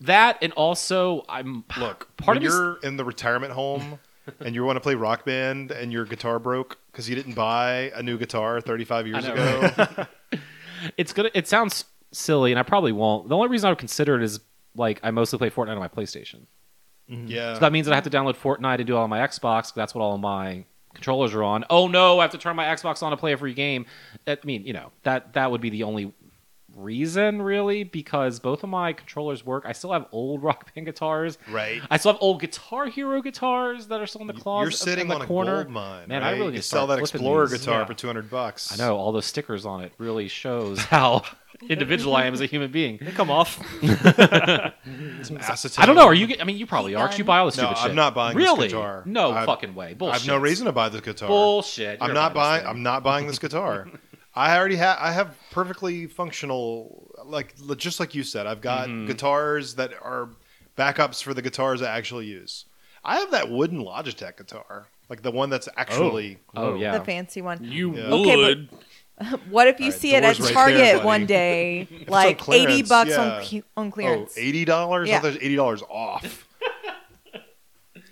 Speaker 1: That and also I'm
Speaker 3: look.
Speaker 1: Part
Speaker 3: Part
Speaker 1: of me
Speaker 3: when
Speaker 1: s-
Speaker 3: you're in the
Speaker 1: [laughs]
Speaker 3: retirement home and you want to play rock band and your guitar broke because you didn't buy a new guitar 35 years
Speaker 1: know,
Speaker 3: ago.
Speaker 1: [laughs] it's gonna it sounds silly and I probably won't. The only reason I would consider it is like I mostly play Fortnite on my PlayStation.
Speaker 3: Yeah.
Speaker 1: So that means that I have to download Fortnite and do it on my Xbox. 'cause That's what all my controllers are on. Oh no, I have to turn my Xbox on to play a free game. I mean, you know, that that would be the only reason really because both of my controllers work. I still have old [laughs] Rock Band guitars.
Speaker 3: right.
Speaker 1: I still have old Guitar Hero guitars that are still in the closet.
Speaker 3: You're sitting
Speaker 1: in the
Speaker 3: on
Speaker 1: corner.
Speaker 3: a gold mine.
Speaker 1: Man, I
Speaker 3: right?
Speaker 1: really need
Speaker 3: you
Speaker 1: to
Speaker 3: sell
Speaker 1: start
Speaker 3: that
Speaker 1: flipping
Speaker 3: Explorer
Speaker 1: these.
Speaker 3: guitar
Speaker 5: Yeah.
Speaker 3: for 200 bucks.
Speaker 1: I know all those stickers on it really
Speaker 3: [laughs]
Speaker 1: shows how individual I am as a human being.
Speaker 5: They come off.
Speaker 3: Acetone.
Speaker 1: I don't know. Are you? I mean, you probably are. 'cause you buy all this
Speaker 3: No,
Speaker 1: stupid shit.
Speaker 3: I'm not buying this
Speaker 1: Really?
Speaker 3: guitar.
Speaker 1: No
Speaker 3: I've-
Speaker 1: fucking way.
Speaker 3: I
Speaker 1: Bullshit.
Speaker 3: have no reason to buy this guitar.
Speaker 1: Bullshit.
Speaker 3: I'm
Speaker 1: You're buying this
Speaker 3: not buying.
Speaker 1: thing.
Speaker 3: I'm not buying
Speaker 1: [laughs]
Speaker 3: this guitar. I already have. I have perfectly functional, like li- just like you said. I've got
Speaker 1: Mm-hmm.
Speaker 3: guitars that are backups for the guitars I actually use. I have that wooden Logitech guitar, like the one that's actually.
Speaker 1: Oh yeah.
Speaker 2: The fancy one.
Speaker 4: You
Speaker 3: Yeah.
Speaker 4: would.
Speaker 2: Okay, but- [laughs] What if you
Speaker 3: All right,
Speaker 2: see it at
Speaker 3: doors right
Speaker 2: Target
Speaker 3: there, buddy.
Speaker 2: one day, like eighty
Speaker 3: clearance,
Speaker 2: bucks
Speaker 3: yeah.
Speaker 2: on cu- on
Speaker 3: Oh,
Speaker 2: clearance?
Speaker 3: eighty dollars.
Speaker 2: Yeah.
Speaker 3: I thought it was eighty dollars
Speaker 1: [laughs]
Speaker 3: off.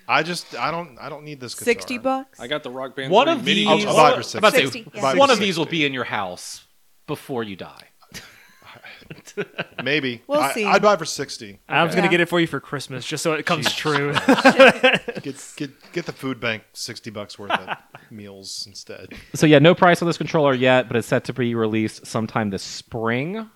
Speaker 3: I just. I don't. I don't need this. Guitar.
Speaker 2: Sixty bucks.
Speaker 4: I got the rock band.
Speaker 1: One
Speaker 4: 3
Speaker 1: of
Speaker 4: mini
Speaker 1: these.
Speaker 3: I'll-
Speaker 4: guitar.
Speaker 3: I'll buy it for
Speaker 1: I'm about to say,
Speaker 2: 60, yeah.
Speaker 3: Buy it for
Speaker 1: One of these will
Speaker 3: 60.
Speaker 1: be in your house before you die.
Speaker 3: Maybe.
Speaker 2: We'll
Speaker 3: I,
Speaker 2: see.
Speaker 3: I'd buy it for sixty.
Speaker 5: Adam's gonna
Speaker 2: Yeah.
Speaker 5: get it for you for Christmas, just so it comes true.
Speaker 3: Get get get the food bank sixty bucks
Speaker 2: [laughs]
Speaker 3: worth of meals instead.
Speaker 1: So yeah, no price on this controller yet, but it's set to be released sometime this spring.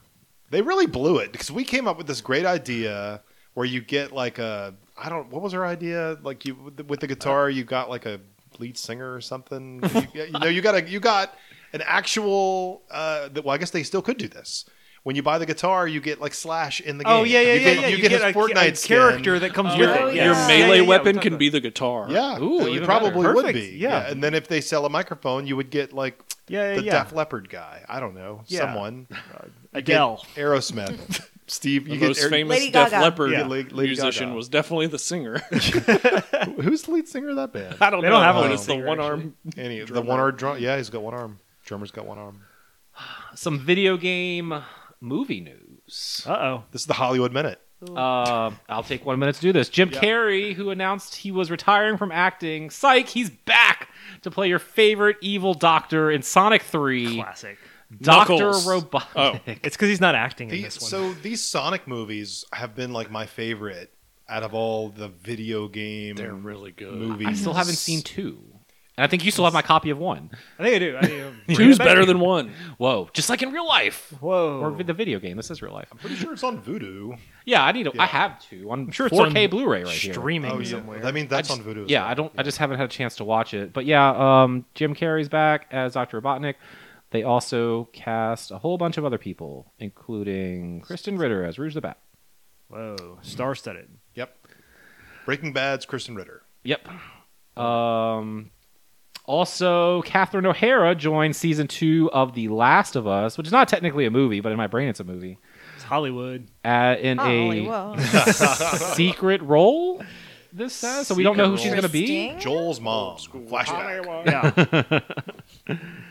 Speaker 3: They really blew it because we came up with this great idea where you get like a I don't what was our idea like you with the- with the guitar you got like a lead singer or something. you, get-
Speaker 5: [laughs]
Speaker 3: you know you got a you got an actual uh, that- well I guess they still could do this. When you buy the guitar, you get like Slash in the game.
Speaker 5: oh yeah, yeah,
Speaker 3: you
Speaker 5: yeah,
Speaker 3: get,
Speaker 5: yeah.
Speaker 3: You, get, his
Speaker 5: a,
Speaker 3: Fortnite
Speaker 5: a character
Speaker 3: skin.
Speaker 5: that comes
Speaker 1: Oh,
Speaker 5: with
Speaker 2: yeah.
Speaker 5: it.
Speaker 4: Your
Speaker 5: yes.
Speaker 4: melee
Speaker 5: Yeah, yeah, yeah,
Speaker 4: weapon
Speaker 5: we
Speaker 4: can
Speaker 5: talked
Speaker 4: be the guitar.
Speaker 3: Yeah,
Speaker 1: Ooh,
Speaker 3: it
Speaker 1: even
Speaker 3: probably
Speaker 5: better.
Speaker 3: would
Speaker 5: Perfect,
Speaker 3: be.
Speaker 5: yeah.
Speaker 3: and then if they sell a microphone, you would get like
Speaker 5: Yeah, yeah,
Speaker 3: the
Speaker 5: yeah.
Speaker 3: Def Leppard guy. I don't know,
Speaker 5: Yeah.
Speaker 3: someone. You get
Speaker 5: [laughs] Adele.
Speaker 3: Aerosmith, [laughs] Steve.
Speaker 4: The
Speaker 3: You
Speaker 4: most
Speaker 3: get Aer-
Speaker 4: famous
Speaker 2: Lady
Speaker 4: Def
Speaker 2: Gaga.
Speaker 4: Leppard
Speaker 5: Yeah.
Speaker 3: Lady Gaga.
Speaker 4: musician was definitely the singer.
Speaker 3: Who's the lead singer of that [laughs] band?
Speaker 4: I don't
Speaker 5: They
Speaker 4: know.
Speaker 5: don't
Speaker 1: Oh,
Speaker 5: have a
Speaker 4: but
Speaker 5: lead
Speaker 4: it's the
Speaker 5: singer,
Speaker 4: one arm.
Speaker 3: Any the one arm drum? Yeah, he's got one arm. Drummer's got one arm.
Speaker 1: Some video game movie news.
Speaker 5: Uh oh.
Speaker 3: This is the Hollywood Minute.
Speaker 1: Uh, I'll take one minute to do this. Jim Carrey, who announced he was retiring from acting, psych, he's back to play your favorite evil doctor in Sonic 3,
Speaker 5: Classic.
Speaker 1: Dr.
Speaker 4: Knuckles.
Speaker 1: Robotnik.
Speaker 5: It's because he's not acting in
Speaker 3: The,
Speaker 5: this one.
Speaker 3: so these Sonic movies have been like my favorite out of all the video game
Speaker 4: They're really good.
Speaker 3: movies.
Speaker 1: I still haven't seen two. And I think you still have my copy of one.
Speaker 5: I think I do. I do.
Speaker 4: Two's better than one.
Speaker 1: Whoa, just like in real life.
Speaker 5: Whoa.
Speaker 1: Or the video game. This is real life.
Speaker 3: Pretty sure it's on Voodoo.
Speaker 1: Yeah, I need. To, I have two. I'm
Speaker 5: sure
Speaker 1: sure
Speaker 5: it's
Speaker 1: 4K
Speaker 5: on
Speaker 1: Blu-ray right here.
Speaker 5: streaming
Speaker 3: Oh, yeah.
Speaker 5: somewhere.
Speaker 3: I mean,
Speaker 1: I
Speaker 3: that's
Speaker 1: just-
Speaker 3: on Voodoo. as
Speaker 1: Yeah,
Speaker 3: well.
Speaker 1: I don't. I just haven't had a chance to watch it. But yeah, um, Jim Carrey's back as Dr. Robotnik. They also cast a whole bunch of other people, including Kristen Ritter as Rouge the Bat.
Speaker 5: Whoa, star-studded.
Speaker 3: Yep. Breaking Bad's Kristen Ritter.
Speaker 1: Yep. Um, also, Catherine O'Hara joined season two of The Last of Us, which is not technically a movie, but in my brain it's a movie,
Speaker 5: It's Hollywood.
Speaker 1: uh, in
Speaker 2: Holy
Speaker 1: a
Speaker 2: whoa.
Speaker 1: secret role. This says so we don't know who [laughs] she's going to be.
Speaker 2: Interesting.
Speaker 3: Joel's mom. Flashback.
Speaker 5: Yeah,
Speaker 1: Um,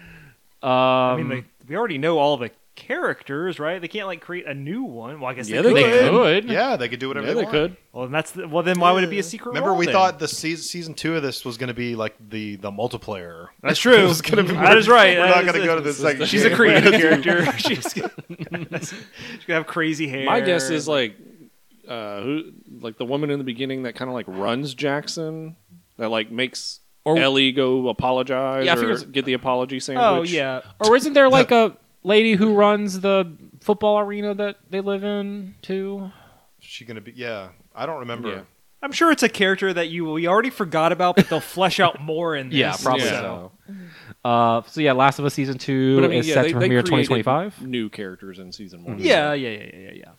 Speaker 5: I mean, they, we already know all the characters, right? They can't like create a new one. Well, I guess
Speaker 4: Yeah,
Speaker 5: they
Speaker 4: they
Speaker 5: could.
Speaker 4: could.
Speaker 3: Yeah, they could do whatever
Speaker 4: Yeah,
Speaker 3: they,
Speaker 4: they
Speaker 3: want.
Speaker 4: could.
Speaker 5: Well, then that's the, well. Then why would it be a secret?
Speaker 3: Remember,
Speaker 5: role
Speaker 3: we
Speaker 5: then?
Speaker 3: thought the season, season two of this was going to be like the the multiplayer.
Speaker 5: [laughs] that's true.
Speaker 3: [laughs] It was gonna be-
Speaker 5: that is right.
Speaker 3: We're not
Speaker 5: That is
Speaker 3: going to
Speaker 5: it.
Speaker 3: go to the second.
Speaker 5: She's
Speaker 3: [laughs]
Speaker 5: a creative character. [laughs] She's gonna, she's gonna have crazy hair.
Speaker 4: My guess is like, uh, who, like the woman in the beginning that kind of like runs Jackson, that like makes
Speaker 1: Or-
Speaker 4: Ellie go apologize
Speaker 1: Yeah, I
Speaker 4: or
Speaker 1: figured-
Speaker 4: get the apology
Speaker 5: oh
Speaker 4: sandwich.
Speaker 5: yeah,
Speaker 1: or isn't there like a lady who runs the football arena that they live in too?
Speaker 3: She's going to be. Yeah, I don't remember.
Speaker 4: Yeah.
Speaker 5: I'm sure it's a character that you we already forgot about, but they'll flesh out more in this.
Speaker 1: [laughs] Yeah, probably
Speaker 4: Yeah.
Speaker 1: so. Uh, so yeah, Last of Us season two
Speaker 4: But I mean,
Speaker 1: is
Speaker 4: yeah,
Speaker 1: set
Speaker 4: they-
Speaker 1: to
Speaker 4: they
Speaker 1: premiere
Speaker 4: created
Speaker 1: 2025.
Speaker 4: New characters in season one.
Speaker 5: Yeah, yeah, yeah, yeah, yeah, yeah.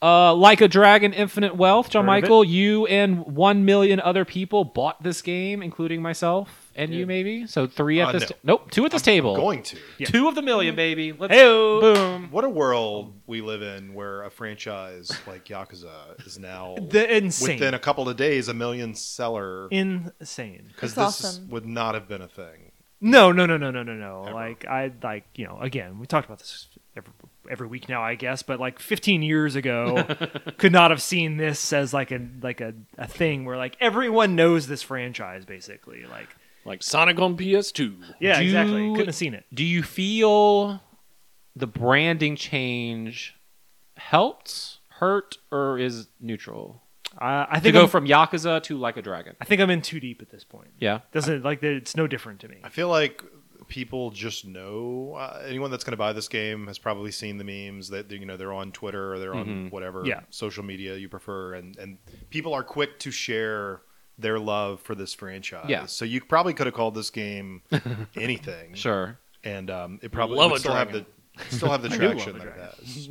Speaker 1: Uh, like a Dragon Infinite Wealth, John
Speaker 5: Heard of
Speaker 1: Michael, you and one million other people bought this game, including myself and you,
Speaker 4: Yeah.
Speaker 1: maybe. So three at
Speaker 3: Uh,
Speaker 1: this.
Speaker 3: no.
Speaker 1: ta- nope, two at this table.
Speaker 3: Going to.
Speaker 5: Yeah.
Speaker 1: Two of the million, baby. Let's
Speaker 5: Hey-o.
Speaker 1: boom.
Speaker 3: What a world we live in where a franchise like Yakuza is now
Speaker 5: The insane,
Speaker 3: within a couple of days a million seller
Speaker 5: insane.
Speaker 3: because
Speaker 2: That's
Speaker 3: this is-
Speaker 2: awesome.
Speaker 3: would not have been a thing.
Speaker 5: No, no, no, no, no, no, no.
Speaker 3: Ever.
Speaker 5: Like I like you know again we talked about this every, every week now I guess, but like 15
Speaker 1: [laughs]
Speaker 5: years ago, could not have seen this as like a like a, a thing where like everyone knows this franchise basically. Like
Speaker 4: Like Sonic on PS2.
Speaker 5: yeah,
Speaker 1: Do-
Speaker 5: exactly. Couldn't have seen it.
Speaker 1: Do you feel the branding change helped, hurt, or is neutral?
Speaker 5: I, I
Speaker 1: To
Speaker 5: think
Speaker 1: go
Speaker 5: I'm-
Speaker 1: from Yakuza to Like a Dragon.
Speaker 5: I think I'm in too deep at this point.
Speaker 1: Yeah.
Speaker 5: Doesn't like it's no different to me.
Speaker 3: I feel like people just know uh, anyone that's going to buy this game has probably seen the memes that you know they're on Twitter or they're on whatever
Speaker 5: Yeah.
Speaker 3: social media you prefer, and and people are quick to share their love for this franchise.
Speaker 1: Yeah.
Speaker 3: So you probably could have called this game anything.
Speaker 1: Sure.
Speaker 3: And um, it probably
Speaker 4: Love
Speaker 3: would
Speaker 4: a
Speaker 3: still have the
Speaker 4: dragon.
Speaker 3: still have the
Speaker 5: do love
Speaker 3: traction
Speaker 5: a
Speaker 3: that it has.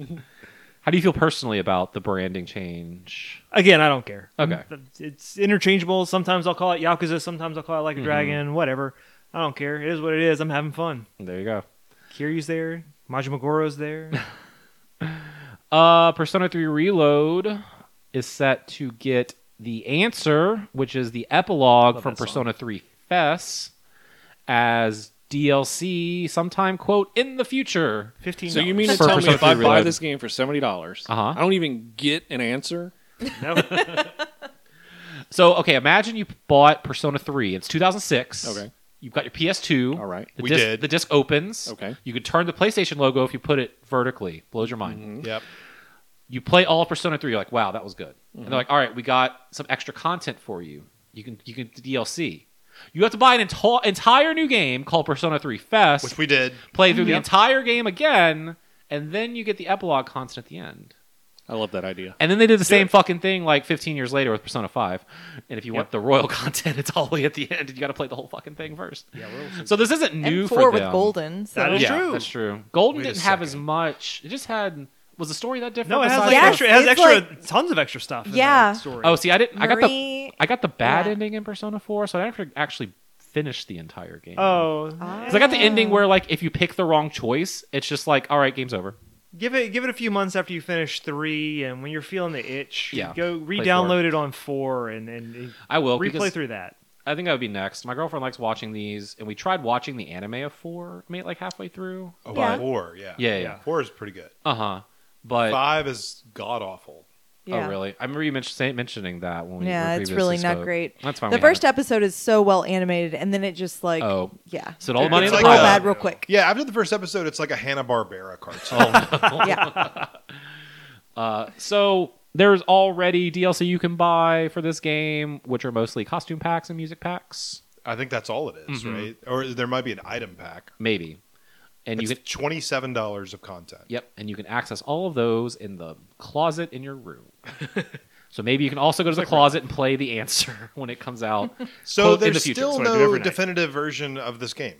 Speaker 1: How do you feel personally about the branding change?
Speaker 5: Again, I don't care.
Speaker 1: Okay.
Speaker 5: It's interchangeable. Sometimes I'll call it Yakuza, sometimes I'll call it like a
Speaker 1: Mm-hmm.
Speaker 5: dragon, whatever. I don't care. It is what it is. I'm having fun.
Speaker 1: There you go.
Speaker 5: Kiryu's there, Majimagoro's there.
Speaker 1: Uh, Persona 3 Reload is set to get the answer, which is the epilogue
Speaker 5: Love
Speaker 1: from
Speaker 5: that song.
Speaker 1: Persona 3 Fest as DLC sometime, quote, in the future.
Speaker 5: 15
Speaker 4: So you mean to
Speaker 1: For
Speaker 4: tell me
Speaker 1: Persona
Speaker 4: if I
Speaker 1: 3
Speaker 4: buy
Speaker 1: Reload.
Speaker 4: this game for seventy dollars,
Speaker 1: Uh-huh.
Speaker 4: I don't even get an answer?
Speaker 5: no
Speaker 1: So, okay, imagine you bought Persona 3. It's 2006.
Speaker 4: Okay.
Speaker 1: You've got your PS2.
Speaker 4: All right.
Speaker 1: The
Speaker 3: We
Speaker 1: disc,
Speaker 3: did.
Speaker 1: The disc opens.
Speaker 4: Okay.
Speaker 1: You could turn the PlayStation logo if you put it vertically. Blows your mind.
Speaker 3: yep.
Speaker 1: you play all of Persona 3, you're like, wow, that was good. And
Speaker 5: Mm-hmm.
Speaker 1: they're like, all right, we got some extra content for you. You can you can DLC. You have to buy an ento- entire new game called Persona 3 Fest,
Speaker 3: Which we did.
Speaker 1: play through the entire game again, and then you get the epilogue content at the end.
Speaker 4: I love that idea.
Speaker 1: And then they did the same fucking thing like 15 years later with Persona 5. And if you want the royal [laughs] content, it's all the way at the end, and you got to play the whole fucking thing first.
Speaker 5: Yeah, we're
Speaker 1: So this isn't new
Speaker 2: and
Speaker 1: for
Speaker 2: four with
Speaker 1: them.
Speaker 2: Golden. So.
Speaker 5: That is
Speaker 1: yeah,
Speaker 5: true.
Speaker 1: that's true. Golden
Speaker 3: Wait a
Speaker 1: didn't have as
Speaker 3: second.
Speaker 1: much. It just had. Was the story that different?
Speaker 5: No, it has
Speaker 1: besides
Speaker 5: like
Speaker 1: the-
Speaker 2: Yes,
Speaker 5: extra, it has
Speaker 2: it's
Speaker 5: extra tons of extra stuff in
Speaker 2: Yeah.
Speaker 5: that story.
Speaker 1: Oh, see, I didn't. I got the Oh,
Speaker 2: Marie-
Speaker 1: I got the bad
Speaker 2: Yeah.
Speaker 1: ending in Persona 4, so I never actually finished the entire game.
Speaker 5: Oh.
Speaker 1: 'Cause I got the ending where like if you pick the wrong choice, it's just like all right, game's over.
Speaker 5: give it give it a few months after you finish 3 and when you're feeling the itch,
Speaker 1: Yeah.
Speaker 5: go
Speaker 1: Play
Speaker 5: re-download it on 4 and and, and
Speaker 1: I
Speaker 2: Oh,
Speaker 1: will
Speaker 5: replay
Speaker 1: because
Speaker 5: through that.
Speaker 1: I think that would be next. My girlfriend likes watching these, and we tried watching the anime of four, made it like halfway through.
Speaker 3: Oh,
Speaker 2: Yeah.
Speaker 3: four. Yeah.
Speaker 1: Yeah, yeah,
Speaker 5: Yeah.
Speaker 3: Four is pretty good.
Speaker 1: uh huh. But
Speaker 3: Five is god awful.
Speaker 2: Yeah.
Speaker 1: oh really? I remember you mention, say- mentioning that when we
Speaker 2: Yeah,
Speaker 1: when
Speaker 2: it's
Speaker 1: previously
Speaker 2: really not
Speaker 1: spoke.
Speaker 2: great.
Speaker 1: That's fine.
Speaker 2: The
Speaker 1: we
Speaker 2: first
Speaker 1: haven't-
Speaker 2: episode is so well animated, and then it just like
Speaker 1: Oh.
Speaker 2: yeah,
Speaker 1: So all the money
Speaker 2: it's
Speaker 1: in the
Speaker 2: real
Speaker 3: like
Speaker 1: pile.
Speaker 3: a-
Speaker 2: bad
Speaker 1: [laughs]
Speaker 2: real quick.
Speaker 3: Yeah, after the first episode, it's like a Hanna Barbera cartoon.
Speaker 1: Oh.
Speaker 2: yeah, Uh,
Speaker 1: [laughs] So there's already DLC you can buy for this game, which are mostly costume packs and music packs,
Speaker 3: [laughs] I think that's all it
Speaker 1: Mm-hmm.
Speaker 3: is, right? Or there might be an item pack.
Speaker 1: maybe. And
Speaker 3: And
Speaker 1: you
Speaker 3: it's
Speaker 1: can
Speaker 3: twenty-seven dollars of content.
Speaker 1: Yep, and you can access all of those in the closet in your
Speaker 3: [laughs]
Speaker 1: room. so maybe you can also go to the closet and play the answer [laughs] when it comes out.
Speaker 3: So
Speaker 1: quote, in
Speaker 3: there's
Speaker 1: the future.
Speaker 3: still
Speaker 5: That's what I do
Speaker 3: no
Speaker 5: every night.
Speaker 3: definitive version of this game.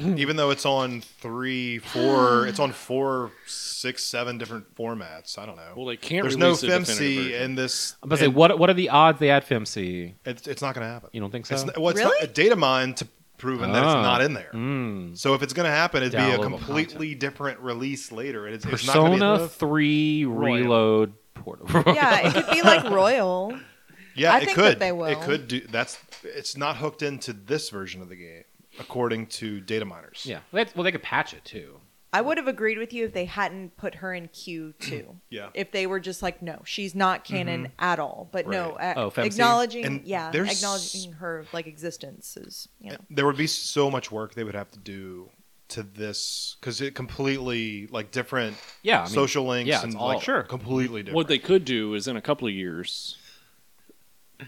Speaker 1: Hmm.
Speaker 3: even though it's on three, four, it's on four, six, seven different formats. I don't know.
Speaker 4: Well, they can't
Speaker 3: There's
Speaker 4: release a
Speaker 3: no
Speaker 4: definitive
Speaker 3: FEMC
Speaker 4: version.
Speaker 3: in this.
Speaker 1: I'm about to say,
Speaker 3: in-
Speaker 1: what what are the odds they add FMC?
Speaker 3: It's, it's not going to happen.
Speaker 1: You don't think
Speaker 3: It's,
Speaker 1: so?
Speaker 3: n- well, it's
Speaker 2: Really?
Speaker 3: not a data mine to proven that it's
Speaker 1: Oh.
Speaker 3: not in there.
Speaker 1: Mm.
Speaker 3: So if it's going to happen, it'd be a
Speaker 1: Downloadable
Speaker 3: completely different release later. It's, it's not going to
Speaker 1: Persona
Speaker 3: be.
Speaker 1: Three
Speaker 5: Royal.
Speaker 1: Reload Portable.
Speaker 2: Yeah, it could be like Royal.
Speaker 3: Yeah,
Speaker 2: I
Speaker 3: it
Speaker 2: think that
Speaker 3: could.
Speaker 2: they will.
Speaker 3: It could do. That's. It's not hooked into this version of the game, according to data miners.
Speaker 1: [laughs] yeah. Well, that's- well, they could patch it too.
Speaker 2: I would have agreed with you if they hadn't put her in Q two.
Speaker 3: Yeah.
Speaker 2: If they were just like, no, she's not canon at all. But no, uh,
Speaker 1: Mm-hmm. Oh, Femc.
Speaker 2: acknowledging,
Speaker 3: And
Speaker 2: yeah,
Speaker 3: there's-
Speaker 2: acknowledging her like existence is, you know,
Speaker 3: there would be so much work they would have to do to this because it completely like different
Speaker 1: Yeah, I mean,
Speaker 3: social links
Speaker 1: yeah, it's
Speaker 3: and
Speaker 1: all-
Speaker 3: like
Speaker 1: Sure.
Speaker 3: completely different.
Speaker 4: What they could do is in a couple of years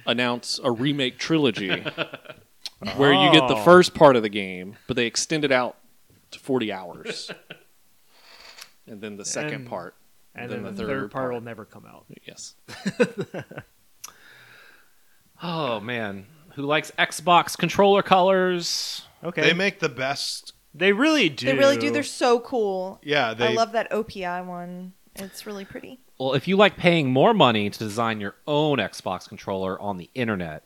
Speaker 4: announce a
Speaker 5: [laughs]
Speaker 4: remake trilogy where you get the
Speaker 5: Oh.
Speaker 4: first part of the game, but they extend it out to 40
Speaker 5: [laughs]
Speaker 4: hours. And then the second
Speaker 5: And-
Speaker 4: part.
Speaker 5: and then, the third, part will never come out.
Speaker 4: Yes.
Speaker 1: Oh man, who likes Xbox controller colors?
Speaker 5: Okay,
Speaker 3: They make the best.
Speaker 5: They really do.
Speaker 2: they really do. They're so cool.
Speaker 3: Yeah, they
Speaker 2: I love that OPI one. It's really pretty.
Speaker 1: Well, if you like paying more money to design your own Xbox controller on the internet,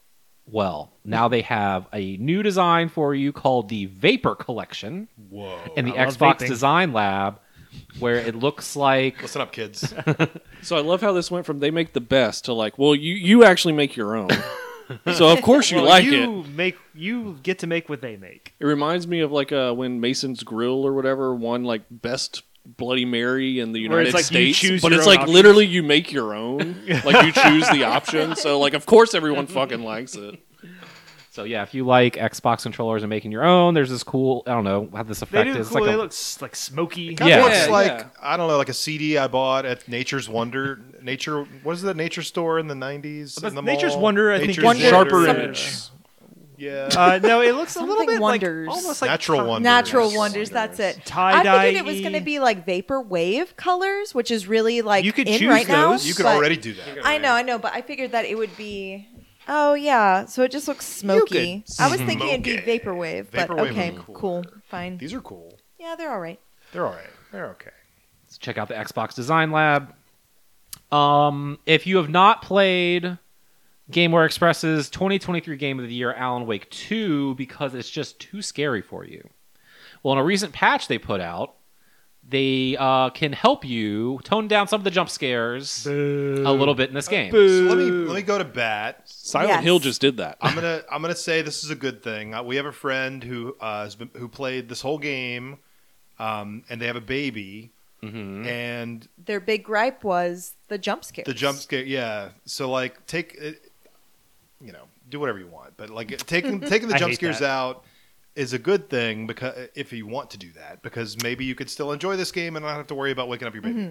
Speaker 1: well, now they have a new design for you called the Vapor Collection
Speaker 3: Whoa!
Speaker 1: in the
Speaker 5: I love
Speaker 1: Xbox
Speaker 5: vaping.
Speaker 1: Design Lab, where it looks like
Speaker 3: Listen
Speaker 1: [laughs]
Speaker 3: up, kids.
Speaker 4: So I love how this went from they make the best to like, well, you, you actually make
Speaker 5: [laughs]
Speaker 4: your own. so of course you
Speaker 5: Well,
Speaker 4: like it.
Speaker 5: you Make you get to make what they make.
Speaker 4: It reminds me of like uh, when Mason's Grill or whatever won like best Bloody Mary in the
Speaker 5: Where
Speaker 4: United
Speaker 5: it's like you
Speaker 4: States,
Speaker 5: choose
Speaker 4: but
Speaker 5: your
Speaker 4: it's
Speaker 5: own
Speaker 4: like
Speaker 5: options.
Speaker 4: literally you make your
Speaker 5: [laughs]
Speaker 4: own. like you choose the option, so like of course everyone fucking likes it.
Speaker 1: So yeah, if you like Xbox controllers and making your own, there's this cool. I don't know how this
Speaker 5: They
Speaker 1: effect
Speaker 5: do
Speaker 1: is.
Speaker 5: cool.
Speaker 1: It's
Speaker 5: they
Speaker 1: like a-
Speaker 5: look s- like smoky.
Speaker 3: Kind
Speaker 1: Yeah.
Speaker 3: of looks
Speaker 4: Yeah,
Speaker 3: like
Speaker 4: yeah.
Speaker 3: I don't know, like a CD I bought at Nature's Wonder. Nature, what is that Nature store in the nineties?
Speaker 5: But Nature's Wonder, I think, is
Speaker 3: Wonder.
Speaker 5: sharper
Speaker 2: Wonder.
Speaker 5: image.
Speaker 3: Yeah,
Speaker 5: Uh, no, it looks a little
Speaker 2: Something
Speaker 5: bit
Speaker 2: wonders.
Speaker 5: like almost like
Speaker 3: Natural
Speaker 5: cotton-
Speaker 3: wonder.
Speaker 2: Natural
Speaker 3: Yes.
Speaker 2: wonders. That's it. I
Speaker 5: Tie-dye-y.
Speaker 2: figured it was going to be like vapor wave colors, which is really like
Speaker 5: You could
Speaker 2: in
Speaker 5: choose
Speaker 2: right now.
Speaker 5: those.
Speaker 3: you could
Speaker 2: but-
Speaker 3: already do that.
Speaker 2: I know, I know, but I figured that it would be. Oh yeah, so it just looks smoky. I was thinking it'd be
Speaker 3: smoke it.
Speaker 2: vaporwave, but
Speaker 3: Vaporwave
Speaker 2: okay,
Speaker 3: would be
Speaker 2: cool,
Speaker 3: cooler.
Speaker 2: fine.
Speaker 3: These are cool.
Speaker 2: Yeah, they're all right.
Speaker 3: They're all right. They're okay.
Speaker 1: so check out the Xbox Design Lab. Um, if you have not played GameWare Express's 2023 Game of the Year, Alan Wake 2, because it's just too scary for you. Well, in a recent patch they put out, they uh, can help you tone down some of the jump scares a little bit in this game.
Speaker 3: So let me let me go to bat.
Speaker 4: Silent
Speaker 2: Yes.
Speaker 4: Hill just did that.
Speaker 3: I'm gonna I'm gonna say this is a good thing. Uh, we have a friend who uh, has been, who played this whole game, um, and they have a baby,
Speaker 5: Mm-hmm.
Speaker 1: Mhm.
Speaker 3: and
Speaker 2: Their big gripe was the jump scares.
Speaker 3: the jump scare. Yeah, so like take, it, you know, do whatever you want, but like taking taking the
Speaker 5: I
Speaker 3: jump
Speaker 5: hate
Speaker 3: scares
Speaker 5: that.
Speaker 3: out is a good thing because if you want to do that, because maybe you could still enjoy this game and not have to worry about waking up your baby.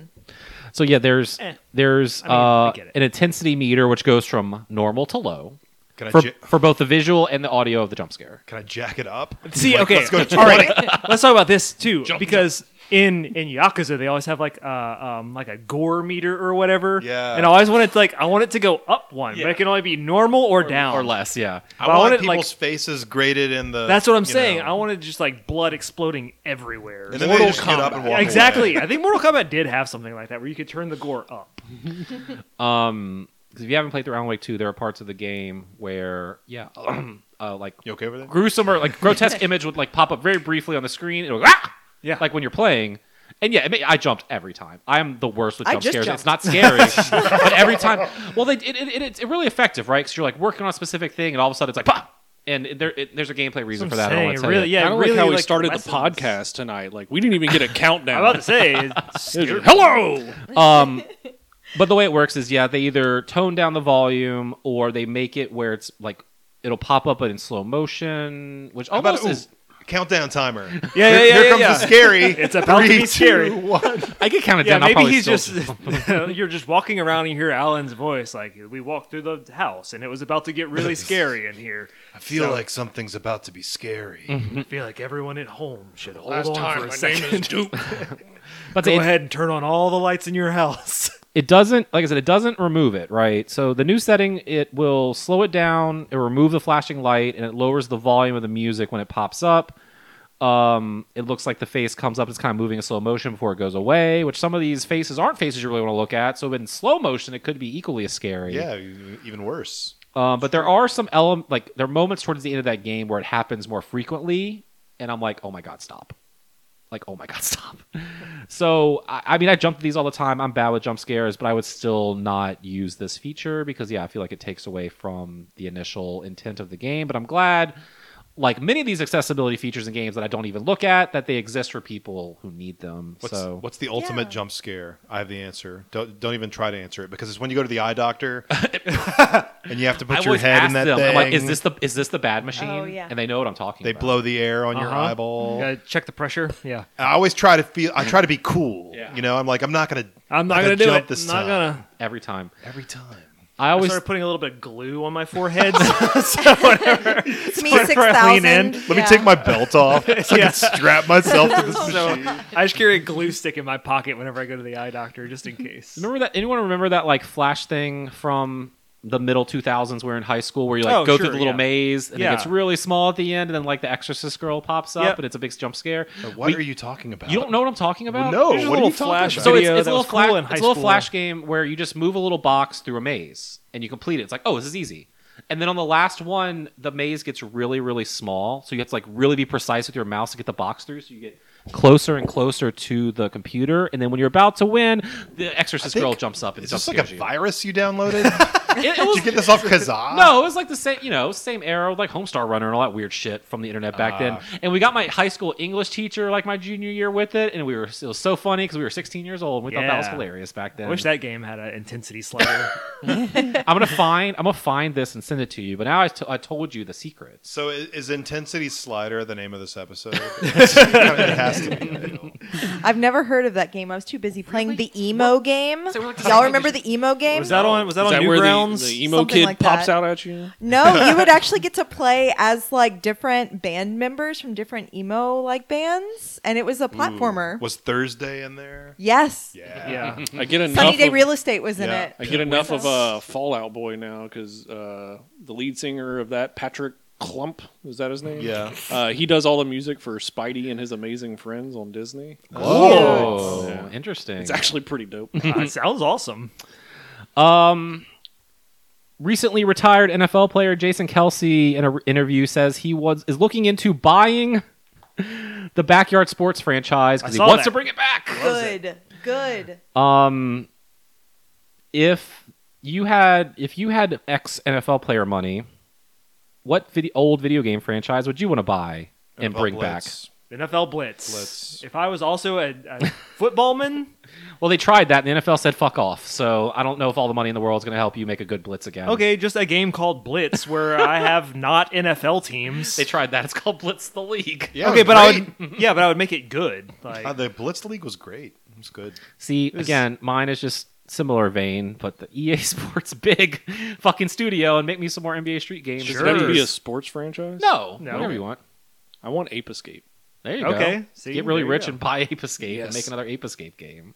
Speaker 1: So yeah, there's
Speaker 5: Eh.
Speaker 1: there's
Speaker 5: I mean, I
Speaker 1: uh,
Speaker 5: get it.
Speaker 1: an intensity meter which goes from normal to low.
Speaker 3: Can I
Speaker 1: for,
Speaker 3: ja-
Speaker 1: for both the visual and the audio of the jump scare.
Speaker 3: can I jack it up?
Speaker 5: See,
Speaker 3: Like,
Speaker 5: okay,
Speaker 3: let's go to
Speaker 5: all right. let's talk about this too, because in in Yakuza they always have like uh, um like a gore meter or whatever.
Speaker 3: Yeah.
Speaker 5: and I always want it to, like I want it to go up one, but it can only be normal or, down
Speaker 1: Or less, yeah.
Speaker 3: I
Speaker 5: But
Speaker 3: want,
Speaker 5: it, like-
Speaker 3: people's faces graded in the.
Speaker 5: That's what I'm
Speaker 3: you
Speaker 5: saying.
Speaker 3: know.
Speaker 5: I wanted just like blood exploding everywhere.
Speaker 3: And then they
Speaker 5: Mortal
Speaker 3: just get up and
Speaker 5: Kombat.
Speaker 3: walk
Speaker 5: exactly. I think Mortal Kombat did have something like that where you could turn the gore up.
Speaker 1: Um, 'cause if you haven't played through Alan Wake 2, there are parts of the game where, yeah, [clears throat] uh, like
Speaker 3: You okay over there?
Speaker 1: gruesome or like
Speaker 2: [laughs]
Speaker 1: grotesque image would like pop up very briefly on the screen. It'll go, ah!
Speaker 5: Yeah.
Speaker 1: Like when you're playing. And yeah, I, mean, I jumped every time. I am the worst with
Speaker 2: I
Speaker 1: jump
Speaker 2: just
Speaker 1: scares.
Speaker 2: jumped.
Speaker 1: It's not
Speaker 2: [laughs]
Speaker 1: scary, but every time. Well, they, it, it, it, it's really effective, right? Because you're like working on a specific thing, and all of a sudden it's like, pop! And there, it, there's a gameplay reason for
Speaker 5: That's what
Speaker 1: that. I
Speaker 5: I'm
Speaker 1: don't want to
Speaker 5: saying.
Speaker 1: tell
Speaker 5: Really-
Speaker 1: you.
Speaker 5: yeah,
Speaker 4: I don't like
Speaker 5: really
Speaker 4: how we
Speaker 5: like
Speaker 4: started
Speaker 5: lessons.
Speaker 4: the podcast tonight. Like we didn't even get a
Speaker 5: [laughs]
Speaker 4: countdown.
Speaker 5: I'm about to say,
Speaker 4: [laughs]
Speaker 5: it's
Speaker 4: It was
Speaker 5: scared-
Speaker 4: just, Hello.
Speaker 1: Um, but the way it works is, yeah, they either tone down the volume or they make it where it's like it'll pop up in slow motion, which
Speaker 3: How about
Speaker 1: almost
Speaker 3: ooh,
Speaker 1: is.
Speaker 3: countdown timer?
Speaker 5: [laughs] yeah, yeah, yeah,
Speaker 3: Here
Speaker 5: yeah,
Speaker 3: comes
Speaker 5: yeah.
Speaker 3: the scary.
Speaker 5: It's about
Speaker 3: [laughs]
Speaker 5: to
Speaker 3: Three,
Speaker 5: be scary.
Speaker 3: two, one.
Speaker 1: I get kind of
Speaker 5: Yeah,
Speaker 1: down. I'll
Speaker 5: maybe
Speaker 1: probably
Speaker 5: he's
Speaker 1: still
Speaker 5: [laughs] just you're just walking around and you hear Alan's voice like we walked through the house and it was about to get really scary in here.
Speaker 3: I feel
Speaker 5: So- Mm-hmm.
Speaker 3: like something's about to be scary.
Speaker 5: I feel like everyone at home should hold
Speaker 4: Last
Speaker 5: on
Speaker 4: time
Speaker 5: for a
Speaker 4: my
Speaker 5: second.
Speaker 4: name
Speaker 5: [laughs]
Speaker 4: is Duke.
Speaker 1: But
Speaker 5: Go
Speaker 1: it,
Speaker 5: ahead and turn on all the lights in your house. [laughs]
Speaker 1: it doesn't, like I said, it doesn't remove it, right? So the new setting, it will slow it down, it will remove the flashing light, and it lowers the volume of the music when it pops up. Um, it looks like the face comes up. It's kind of moving in slow motion before it goes away. Which some of these faces aren't faces you really want to look at. So in slow motion, it could be equally as scary.
Speaker 3: Yeah, e- even worse.
Speaker 1: Um, but there are some ele- like there are moments towards the end of that game where it happens more frequently, and I'm like, oh my god, stop! Like, oh my god, [laughs] stop! so I, I mean, I jump to these all the time. I'm bad with jump scares, but I would still not use this feature because yeah, I feel like it takes away from the initial intent of the game. But I'm glad, like many of these accessibility features in games that I don't even look at, that they exist for people who need them.
Speaker 3: What's,
Speaker 1: so
Speaker 3: what's the ultimate
Speaker 2: Yeah.
Speaker 3: jump scare? I have the answer. Don't, don't even try to answer it because it's when you go to the
Speaker 1: [laughs]
Speaker 3: eye doctor [laughs] and you have to
Speaker 1: I
Speaker 3: put your
Speaker 1: always
Speaker 3: head
Speaker 1: ask
Speaker 3: in that
Speaker 1: them,
Speaker 3: thing.
Speaker 1: I'm like, is this the is this the bad machine?
Speaker 2: yeah.
Speaker 1: And they know what I'm talking.
Speaker 3: they
Speaker 1: about.
Speaker 3: blow the air on your
Speaker 1: Uh-huh.
Speaker 3: eyeball.
Speaker 5: You gotta check the pressure. Yeah.
Speaker 3: And I always try to feel. I try to be cool.
Speaker 1: Yeah.
Speaker 3: You know, I'm like, I'm not gonna.
Speaker 5: I'm not
Speaker 3: I'm
Speaker 5: gonna, do
Speaker 3: jump
Speaker 5: it.
Speaker 3: This
Speaker 5: I'm not
Speaker 3: time.
Speaker 5: gonna.
Speaker 1: every time.
Speaker 3: Every time.
Speaker 1: I
Speaker 5: I
Speaker 1: always
Speaker 5: started putting a little bit of glue on
Speaker 1: [laughs]
Speaker 5: my forehead. [laughs]
Speaker 2: It's me
Speaker 3: [laughs]
Speaker 5: Whenever I
Speaker 2: six thousand.
Speaker 5: lean in,
Speaker 3: Let me take
Speaker 1: [laughs]
Speaker 3: my belt off so I
Speaker 5: Yeah.
Speaker 3: can
Speaker 5: [laughs]
Speaker 3: strap myself to this machine.
Speaker 5: I just carry a glue stick in my pocket whenever I go to the eye doctor, just in case.
Speaker 1: Remember that? Anyone remember that like flash thing from the middle 2000s? We're in high school where you like
Speaker 5: Oh,
Speaker 1: go
Speaker 5: sure,
Speaker 1: through the little
Speaker 5: yeah.
Speaker 1: maze and
Speaker 5: Yeah.
Speaker 1: it gets really small at the end, and then like the Exorcist girl pops up
Speaker 5: Yep. Oh,
Speaker 1: and it's a big jump scare.
Speaker 3: What
Speaker 1: We-
Speaker 3: are you talking about?
Speaker 1: You don't know what I'm talking about?
Speaker 3: no.
Speaker 5: There's a
Speaker 3: what are
Speaker 5: little
Speaker 3: you talking
Speaker 5: flash
Speaker 3: about?
Speaker 1: So it's,
Speaker 5: Video
Speaker 1: it's a
Speaker 5: that
Speaker 1: little
Speaker 5: was
Speaker 1: flash.
Speaker 5: cool in high
Speaker 1: it's a little
Speaker 5: school.
Speaker 1: flash game where you just move a little box through a maze and you complete it. It's like, oh, this is easy. And then on the last one, the maze gets really, really small. So you have to like really be precise with your mouse to get the box through. So you get closer and closer to the computer. And then when you're about to win, the Exorcist
Speaker 3: think-
Speaker 1: girl jumps up and
Speaker 3: Is this
Speaker 1: jumps
Speaker 3: like a
Speaker 1: you.
Speaker 3: virus you
Speaker 1: [laughs]
Speaker 3: downloaded?
Speaker 1: It- it
Speaker 3: Did
Speaker 1: was-
Speaker 3: you get this off Kazaa?
Speaker 1: no, it was like the same, you know, same era, like Homestar Runner and all that weird shit from the internet back then.
Speaker 5: Ah.
Speaker 1: And we got my high school English teacher, like my junior year, with it, and we were it was so funny because we were 16 years old. and We thought that was
Speaker 5: Yeah.
Speaker 1: hilarious back then.
Speaker 5: I wish that game had an intensity slider.
Speaker 1: I'm gonna find, I'm gonna find this and send it to you. But now I, t- I told you the secrets.
Speaker 3: So i- is intensity slider the name of
Speaker 1: [laughs]
Speaker 3: this episode? it has to be.
Speaker 2: I've never heard of that game. I was too busy playing the emo game.
Speaker 1: So we're like-
Speaker 2: Y'all remember the emo game?
Speaker 5: was that on? Was that
Speaker 4: Is
Speaker 5: on
Speaker 4: that where the,
Speaker 5: Newgrounds?
Speaker 4: the emo
Speaker 2: Something
Speaker 4: kid
Speaker 2: like
Speaker 4: pops
Speaker 2: that.
Speaker 4: out at you?
Speaker 2: No, you would actually get to play as like different band members from different emo like bands, and it was a platformer.
Speaker 3: Was Thursday in there?
Speaker 2: yes,
Speaker 3: Yeah.
Speaker 5: yeah.
Speaker 4: I get enough.
Speaker 2: Sunny Day
Speaker 4: of,
Speaker 2: Real Estate was in
Speaker 3: Yeah.
Speaker 2: it.
Speaker 4: I get enough of
Speaker 2: Windows.
Speaker 4: uh, Fallout Boy now because uh, the lead singer of that, Patrick Clump, is that his name?
Speaker 3: Yeah.
Speaker 4: Uh, he does all the music for Spidey and his amazing friends on Disney.
Speaker 1: Whoa,
Speaker 4: Yeah.
Speaker 1: Oh, interesting.
Speaker 4: It's actually pretty dope.
Speaker 5: [laughs] Uh, it sounds awesome.
Speaker 1: Um, recently retired NFL player Jason Kelsey in an interview says he was is looking into buying the backyard sports franchise because
Speaker 5: I
Speaker 1: he
Speaker 5: saw
Speaker 1: wants
Speaker 5: that.
Speaker 1: to bring it back.
Speaker 2: Good, good.
Speaker 1: Um, if you had if you had ex NFL player money, what video, old video game franchise would you want to buy and
Speaker 3: NFL
Speaker 1: bring
Speaker 3: Blitz.
Speaker 5: NFL Blitz.
Speaker 3: Blitz.
Speaker 5: If I was also a, a footballman,
Speaker 1: back? Well, they tried that, and the NFL said "fuck off." So I don't know if all the money in the world is going to help you make a good blitz again.
Speaker 5: okay, just a game called Blitz where I have [laughs] not NFL teams.
Speaker 1: they tried that. It's called Blitz the League.
Speaker 3: Yeah,
Speaker 5: okay,
Speaker 3: it was
Speaker 5: but I
Speaker 3: great.
Speaker 5: would. Yeah, but I would make it good. Like,
Speaker 3: Uh, the Blitz League was great. It was good.
Speaker 1: See, again, mine is just similar vein, but the EA [laughs] Sports big fucking studio and make me some more NBA Street games.
Speaker 4: Should
Speaker 5: Sure.
Speaker 4: that
Speaker 1: Better.
Speaker 4: be a sports franchise?
Speaker 1: no,
Speaker 5: No.
Speaker 1: whatever you want.
Speaker 4: I want Ape Escape.
Speaker 1: There you go.
Speaker 5: Okay, see,
Speaker 1: get really
Speaker 5: there you
Speaker 1: rich
Speaker 5: go.
Speaker 1: and
Speaker 5: [laughs]
Speaker 1: buy Ape Escape and
Speaker 4: Yes.
Speaker 1: make another Ape Escape game.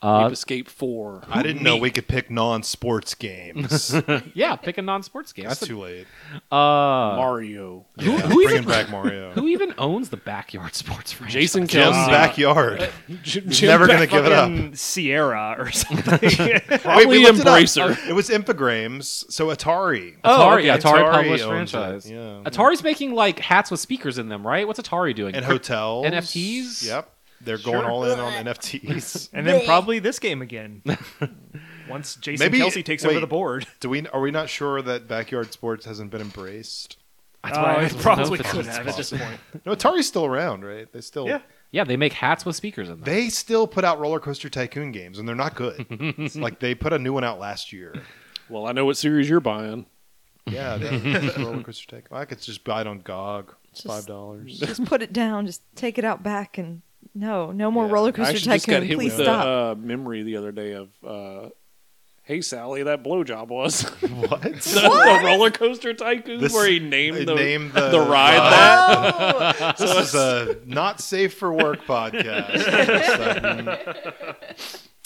Speaker 1: Uh,
Speaker 4: Ape Escape 4.
Speaker 3: Uh, I didn't know we could pick non-sports games.
Speaker 1: Yeah, pick a non-sports game.
Speaker 3: it's
Speaker 1: That's a-
Speaker 3: too late.
Speaker 1: uh,
Speaker 3: [laughs]
Speaker 4: Mario.
Speaker 1: who, who
Speaker 3: Yeah, bringing
Speaker 1: even
Speaker 3: back Mario.
Speaker 1: who even owns the backyard sports franchise?
Speaker 4: Jason
Speaker 3: Jim's
Speaker 4: Kelsey.
Speaker 3: backyard.
Speaker 4: Jim,
Speaker 3: Never gonna give it up.
Speaker 5: fucking Sierra or something. [laughs]
Speaker 3: Wait, we
Speaker 4: Probably
Speaker 3: looked it up. Uh,
Speaker 4: Embracer.
Speaker 3: It was Infogrames. So Atari.
Speaker 1: Atari,
Speaker 5: okay.
Speaker 1: Atari,
Speaker 3: Oh, Atari
Speaker 1: published
Speaker 3: owns it,
Speaker 1: franchise.
Speaker 3: yeah.
Speaker 1: Atari's making like hats with speakers in them, right? What's Atari doing?
Speaker 3: and
Speaker 1: Crypt-
Speaker 3: hotels.
Speaker 1: NFTs?
Speaker 3: Yep. They're going
Speaker 5: Sure.
Speaker 3: all in on NFTs.
Speaker 5: and then probably this game again. Once Jason
Speaker 3: Maybe-
Speaker 5: Kelsey takes
Speaker 3: wait.
Speaker 5: over the board,
Speaker 3: Do we? Are we not sure that backyard sports hasn't been embraced?
Speaker 1: That's why I
Speaker 5: Uh,
Speaker 1: always
Speaker 5: it
Speaker 1: wanna know
Speaker 5: probably
Speaker 1: if it's-
Speaker 5: could have at this point.
Speaker 3: No, Atari's still around, right? They still.
Speaker 5: Yeah.
Speaker 1: Yeah, they make hats with speakers in them.
Speaker 3: They still put out Roller Coaster Tycoon games, and they're not good. It's like they put a new one out last year.
Speaker 4: Well, I know what series you're buying.
Speaker 2: [laughs]
Speaker 3: Yeah, that- Roller Coaster Tycoon. I could just buy it on GOG. It's
Speaker 2: Just-
Speaker 3: Five dollars.
Speaker 2: Just put it down. Just take it out back and no, no more
Speaker 3: Yeah.
Speaker 2: roller
Speaker 4: I
Speaker 2: coaster
Speaker 4: actually just got
Speaker 2: tycoon.
Speaker 4: hit
Speaker 2: Please
Speaker 4: with a
Speaker 2: stop.
Speaker 4: uh, memory the other day of, uh, hey Sally, that blowjob was [laughs]
Speaker 2: [laughs]
Speaker 3: [laughs]
Speaker 4: the,
Speaker 3: What?
Speaker 4: the roller coaster tycoon
Speaker 3: This-
Speaker 4: where he named
Speaker 3: they
Speaker 4: the,
Speaker 3: named the-
Speaker 4: the ride
Speaker 3: uh,
Speaker 4: that.
Speaker 2: oh,
Speaker 3: This is a [laughs] not safe for work podcast. [laughs]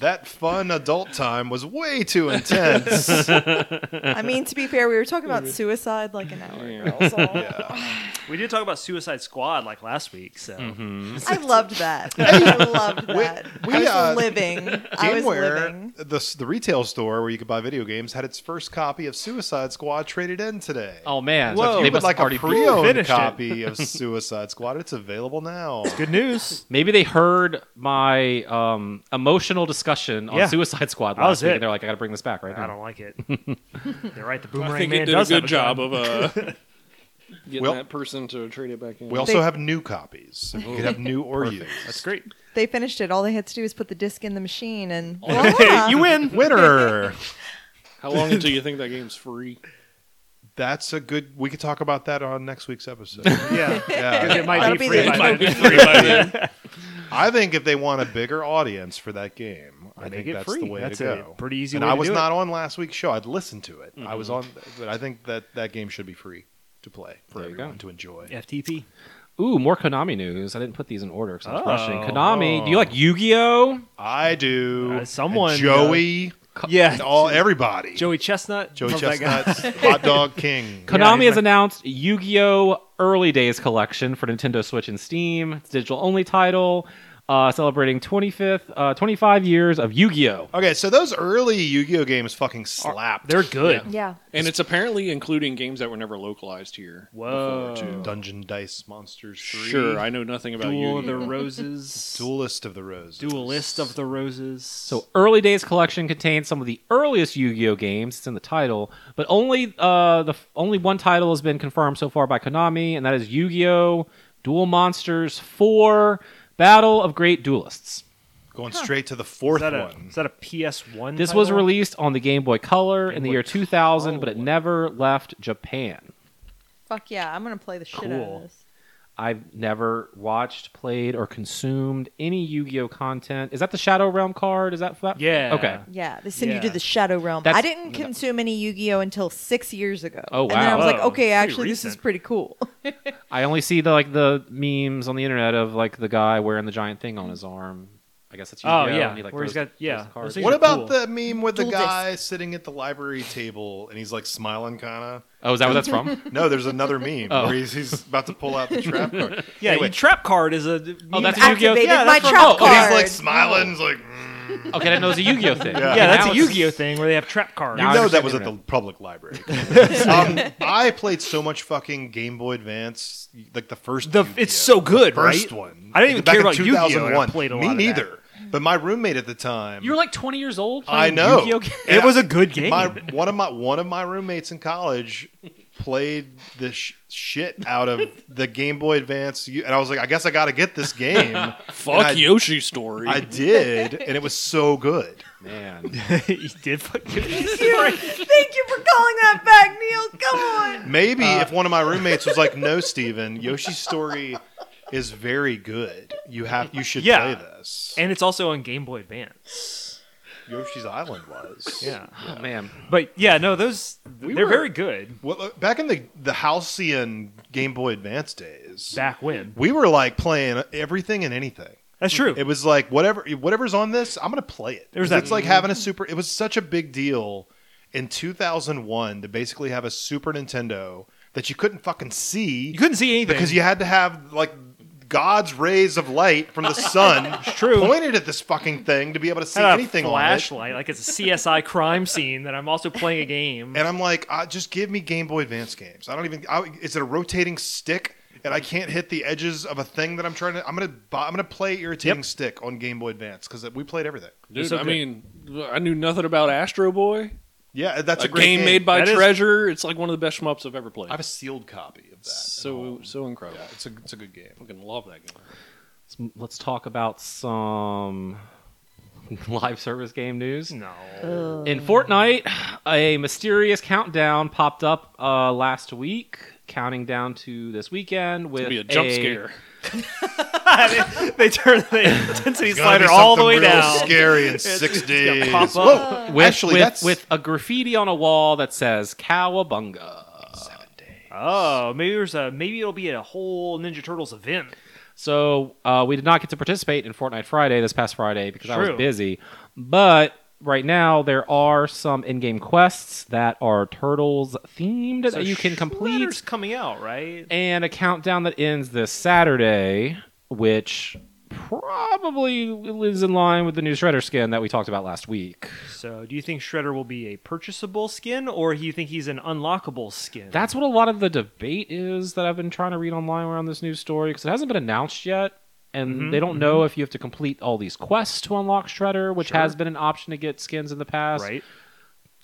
Speaker 3: that fun adult time was way too intense.
Speaker 4: [laughs] [laughs]
Speaker 2: I mean, to be fair, we were talking about suicide like an hour ago. So.
Speaker 3: Yeah.
Speaker 5: [sighs] We did talk about Suicide Squad like last week, so
Speaker 4: Mm-hmm.
Speaker 2: I loved that. I loved that.
Speaker 3: we,
Speaker 2: I was
Speaker 3: uh,
Speaker 2: living. [laughs] I was living.
Speaker 3: Gameware, the the retail store where you could buy video games, had its first copy of Suicide Squad traded in today.
Speaker 1: Oh man,
Speaker 5: Whoa.
Speaker 1: So
Speaker 3: They
Speaker 1: they
Speaker 5: It
Speaker 3: would
Speaker 1: must
Speaker 3: like
Speaker 1: have already
Speaker 3: a
Speaker 1: beat-
Speaker 3: pre-owned
Speaker 5: Finished it.
Speaker 3: copy of Suicide Squad. It's available now.
Speaker 5: good news.
Speaker 1: Maybe they heard my um, emotional discussion on
Speaker 5: Yeah.
Speaker 1: Suicide Squad
Speaker 5: That was
Speaker 1: last week,
Speaker 5: it.
Speaker 1: and they're like, "I got to bring this back right
Speaker 5: [laughs] I
Speaker 1: now."
Speaker 5: don't
Speaker 4: [laughs]
Speaker 5: like it. They're right. The boomerang
Speaker 4: I think
Speaker 5: man
Speaker 4: it did a
Speaker 5: does
Speaker 4: good
Speaker 5: have a
Speaker 4: job
Speaker 5: gun.
Speaker 4: of uh, [laughs] getting
Speaker 3: Well-
Speaker 4: that person to trade it back in.
Speaker 3: We also have new copies. You could have
Speaker 5: [laughs]
Speaker 3: new or used.
Speaker 5: That's great.
Speaker 2: They finished it. All they had to do was put the disc in the machine,
Speaker 3: [laughs]
Speaker 2: and
Speaker 5: you
Speaker 2: voila.
Speaker 5: win.
Speaker 3: Winner.
Speaker 4: How long until you think that game's free?
Speaker 3: [laughs] That's a good. We could talk about that on next week's
Speaker 5: [laughs]
Speaker 3: episode.
Speaker 5: [laughs] Yeah,
Speaker 3: Yeah.
Speaker 5: it might
Speaker 2: That'll
Speaker 5: be
Speaker 2: be
Speaker 5: free.
Speaker 2: the-
Speaker 5: by
Speaker 2: It might
Speaker 5: then. [laughs]
Speaker 3: I think if they want a bigger audience for that game, I
Speaker 5: Make
Speaker 3: think
Speaker 5: it
Speaker 3: that's
Speaker 5: free.
Speaker 3: the way
Speaker 5: That's
Speaker 3: to
Speaker 5: a
Speaker 3: go.
Speaker 5: pretty easy
Speaker 3: And
Speaker 5: way
Speaker 3: I
Speaker 5: to
Speaker 3: was
Speaker 5: do it. Mm-hmm.
Speaker 3: not on last week's show. I'd listened to it. I was on, but I think that that game should be free to play for
Speaker 1: There you go.
Speaker 3: everyone to enjoy.
Speaker 5: FTP.
Speaker 1: Ooh, more Konami news. I didn't put these in order because I was
Speaker 5: Oh.
Speaker 1: rushing. Konami, do you like Yu-Gi-Oh?
Speaker 3: I do.
Speaker 5: Uh, someone, uh,
Speaker 3: And Joey,
Speaker 5: [laughs] Yeah,
Speaker 3: all everybody. Joey,
Speaker 5: Joey Chestnut. Love that guy.
Speaker 3: Chestnut, Hot Dog King.
Speaker 1: Konami
Speaker 5: he's
Speaker 1: has
Speaker 5: my-
Speaker 1: announced Yu-Gi-Oh! Early Days Collection for Nintendo Switch and Steam. It's a digital-only title, uh, celebrating 25th, uh, 25 years of Yu-Gi-Oh!
Speaker 3: Okay, so those early Yu-Gi-Oh games fucking slapped.
Speaker 5: [laughs] They're good.
Speaker 2: yeah.
Speaker 4: And it's apparently including games that were never localized here.
Speaker 5: Whoa.
Speaker 3: Oh. Dungeon Dice Monsters Three.
Speaker 4: Sure, I know nothing
Speaker 5: [laughs]
Speaker 4: about
Speaker 5: Duel
Speaker 4: you.
Speaker 5: of the Roses.
Speaker 3: Duelist of the Rose.
Speaker 5: Duelist of the Roses.
Speaker 1: So Early Days Collection contains some of the earliest Yu-Gi-Oh games. It's in the title, but only uh, the only one title has been confirmed so far by Konami, and that is Yu-Gi-Oh! Duel Monsters 4: Battle of Great Duelists.
Speaker 3: Going straight to the
Speaker 5: is
Speaker 3: fourth
Speaker 5: that, a,
Speaker 3: one.
Speaker 5: is that a PS1?
Speaker 1: This
Speaker 5: title?
Speaker 1: was released on the Game Boy Color in
Speaker 5: Game
Speaker 1: the
Speaker 5: Boy
Speaker 1: year 2000, but it
Speaker 5: Color.
Speaker 1: never left Japan.
Speaker 2: Fuck yeah! I'm gonna play the shit out
Speaker 5: Cool.
Speaker 2: of this.
Speaker 1: I've never watched, played, or consumed any Yu-Gi-Oh content. Is that the Shadow Realm card? Is that that?
Speaker 5: Yeah.
Speaker 1: Okay.
Speaker 2: Yeah, they send you to
Speaker 5: Yeah.
Speaker 2: the Shadow Realm.
Speaker 1: That's-
Speaker 2: I didn't consume any Yu-Gi-Oh until six years ago.
Speaker 1: Oh,
Speaker 2: And then I
Speaker 1: wow.
Speaker 2: was like,
Speaker 5: Whoa,
Speaker 2: okay,
Speaker 5: pretty
Speaker 2: actually, this
Speaker 5: recent.
Speaker 2: is pretty cool.
Speaker 1: I only see the like the memes on the internet of like the guy wearing the giant thing on his arm. I guess that's Yu-Gi-Oh.
Speaker 5: Oh, yeah.
Speaker 1: and he, like,
Speaker 5: Where he's
Speaker 1: throws-
Speaker 5: got- yeah.
Speaker 1: throws the cards.
Speaker 5: Those things
Speaker 3: What
Speaker 5: are
Speaker 3: about
Speaker 5: cool.
Speaker 3: the meme with the
Speaker 2: Duel Disc.
Speaker 3: guy sitting at the library table and he's like smiling, kinda?
Speaker 1: Oh, is that what that's
Speaker 5: [laughs]
Speaker 1: from?
Speaker 3: No, there's another meme
Speaker 1: Oh.
Speaker 3: where he's, he's about to pull out the
Speaker 5: [laughs]
Speaker 3: trap card.
Speaker 5: Yeah,
Speaker 3: Anyway,
Speaker 5: your trap card is a.
Speaker 1: Oh, that's a Yu-Gi-Oh.
Speaker 2: Activated
Speaker 5: Yeah,
Speaker 2: my
Speaker 5: that's what-
Speaker 2: trap
Speaker 1: oh,
Speaker 3: and he's
Speaker 2: card.
Speaker 3: like smiling. He's like, mm.
Speaker 1: Okay, I didn't know it was a Yu-Gi-Oh thing.
Speaker 3: Yeah,
Speaker 5: yeah,
Speaker 1: And
Speaker 5: that's
Speaker 1: now
Speaker 5: a
Speaker 1: it's-
Speaker 5: Yu-Gi-Oh thing where they have trap cards.
Speaker 1: Now I
Speaker 3: you know
Speaker 1: understand
Speaker 3: that was
Speaker 1: the
Speaker 3: at the
Speaker 1: internet.
Speaker 3: public
Speaker 5: [laughs]
Speaker 3: library. um, I played so much fucking Game Boy Advance, like the first.
Speaker 5: The-
Speaker 3: Yu-Gi-Oh,
Speaker 5: it's so good,
Speaker 3: the first
Speaker 5: right? [laughs]
Speaker 3: one.
Speaker 5: I didn't even
Speaker 3: Back
Speaker 5: care
Speaker 3: in
Speaker 5: about Yu-Gi-Oh, and I
Speaker 3: 2001.
Speaker 5: played a
Speaker 3: Me
Speaker 5: lot of that.
Speaker 3: neither. But my roommate at the time,
Speaker 1: You were like 20 years old. playing
Speaker 3: I know.
Speaker 1: Yu-Gi-Oh. games?
Speaker 5: It was a good game.
Speaker 3: my one of my one of my roommates in college played the sh- shit out of the Game Boy Advance, Yu- and I was like, I guess I got to get this game.
Speaker 4: Fuck
Speaker 3: I-
Speaker 4: Yoshi story.
Speaker 3: I did, and it was so good.
Speaker 1: Man,
Speaker 5: you did fuck
Speaker 1: [laughs]
Speaker 5: [laughs] Yoshi.
Speaker 2: [laughs] Thank you for calling that back, Neil. Come on.
Speaker 3: Maybe
Speaker 5: Uh,
Speaker 3: if one of my roommates was like, "No, Steven, Yoshi's story is very good. You have you should play
Speaker 5: Yeah.
Speaker 3: this."
Speaker 5: And it's also on Game Boy Advance.
Speaker 3: Yoshi's Island was.
Speaker 5: Yeah.
Speaker 1: oh, man.
Speaker 5: [sighs] But yeah, no, those they're
Speaker 3: were-
Speaker 5: very good
Speaker 3: Well, uh, back in the the Halcyon Game Boy Advance days,
Speaker 5: back when.
Speaker 3: we were like playing everything and anything.
Speaker 5: That's true.
Speaker 3: It was like whatever whatever's on this, I'm gonna play it.
Speaker 5: There was
Speaker 3: it's
Speaker 5: that-
Speaker 3: like having a super. It was such a big deal in 2001 to basically have a Super Nintendo that you couldn't fucking see.
Speaker 5: you couldn't see anything
Speaker 3: because you had to have like God's rays of light
Speaker 5: [laughs]
Speaker 3: from the sun
Speaker 5: true.
Speaker 3: pointed at this fucking thing to be able to see
Speaker 5: had a
Speaker 3: anything on
Speaker 5: flashlight, like it's a CSI crime scene that I'm also playing a game.
Speaker 3: it. And I'm like, uh, just give me Game Boy Advance games. I don't even. I, is it a rotating stick? And I can't hit the edges of a thing that I'm trying to. I'm gonna. buy- I'm gonna play irritating stick on Game Boy Advance because we played everything.
Speaker 4: Dude,
Speaker 5: so
Speaker 4: I
Speaker 5: good.
Speaker 4: mean, I knew nothing about Astro Boy.
Speaker 3: Yeah, that's
Speaker 4: A,
Speaker 3: a, great
Speaker 4: game, made by
Speaker 5: That is-
Speaker 4: Treasure. It's like one of the best shmups I've ever played.
Speaker 3: I have a sealed copy of that.
Speaker 4: so so incredible.
Speaker 3: yeah, it's a it's a good game.
Speaker 4: fucking love that game.
Speaker 1: Let's, let's talk about some [laughs] live service game news.
Speaker 5: [laughs] no. Mm.
Speaker 1: In Fortnite, a mysterious countdown popped up uh, last week, counting down to this weekend with
Speaker 4: It'd be a jump scare.
Speaker 5: [laughs] they, they turn
Speaker 3: [laughs]
Speaker 5: the intensity
Speaker 3: It's gonna be
Speaker 5: slider all the
Speaker 3: something
Speaker 5: way
Speaker 3: real
Speaker 5: down.
Speaker 3: Scary in six
Speaker 5: gonna
Speaker 3: days.
Speaker 5: pop up.
Speaker 3: Whoa.
Speaker 1: With,
Speaker 3: Actually,
Speaker 1: with,
Speaker 3: that's
Speaker 1: with a graffiti on a wall that says "Cowabunga."
Speaker 5: Oh, maybe there's a maybe it'll be a whole Ninja Turtles event.
Speaker 1: So uh, we did not get to participate in Fortnite Friday this past Friday because I was
Speaker 5: True.
Speaker 1: busy. But right now there are some in-game quests that are turtles
Speaker 5: [laughs]
Speaker 1: themed that you can complete
Speaker 5: Shredder's coming out, right?
Speaker 1: and a countdown that ends this Saturday, which probably is in line with the new Shredder skin that we talked about last week.
Speaker 5: So, do you think Shredder will be a purchasable skin, or do you think he's an unlockable skin?
Speaker 1: That's what a lot of the debate is that I've been trying to read online around this news story because it hasn't been announced yet. And
Speaker 3: Mm-hmm,
Speaker 5: Mhm,
Speaker 1: they don't know if you have to complete all these quests to unlock Shredder, which
Speaker 5: Sure.
Speaker 1: has been an option to get skins in the past.
Speaker 5: right.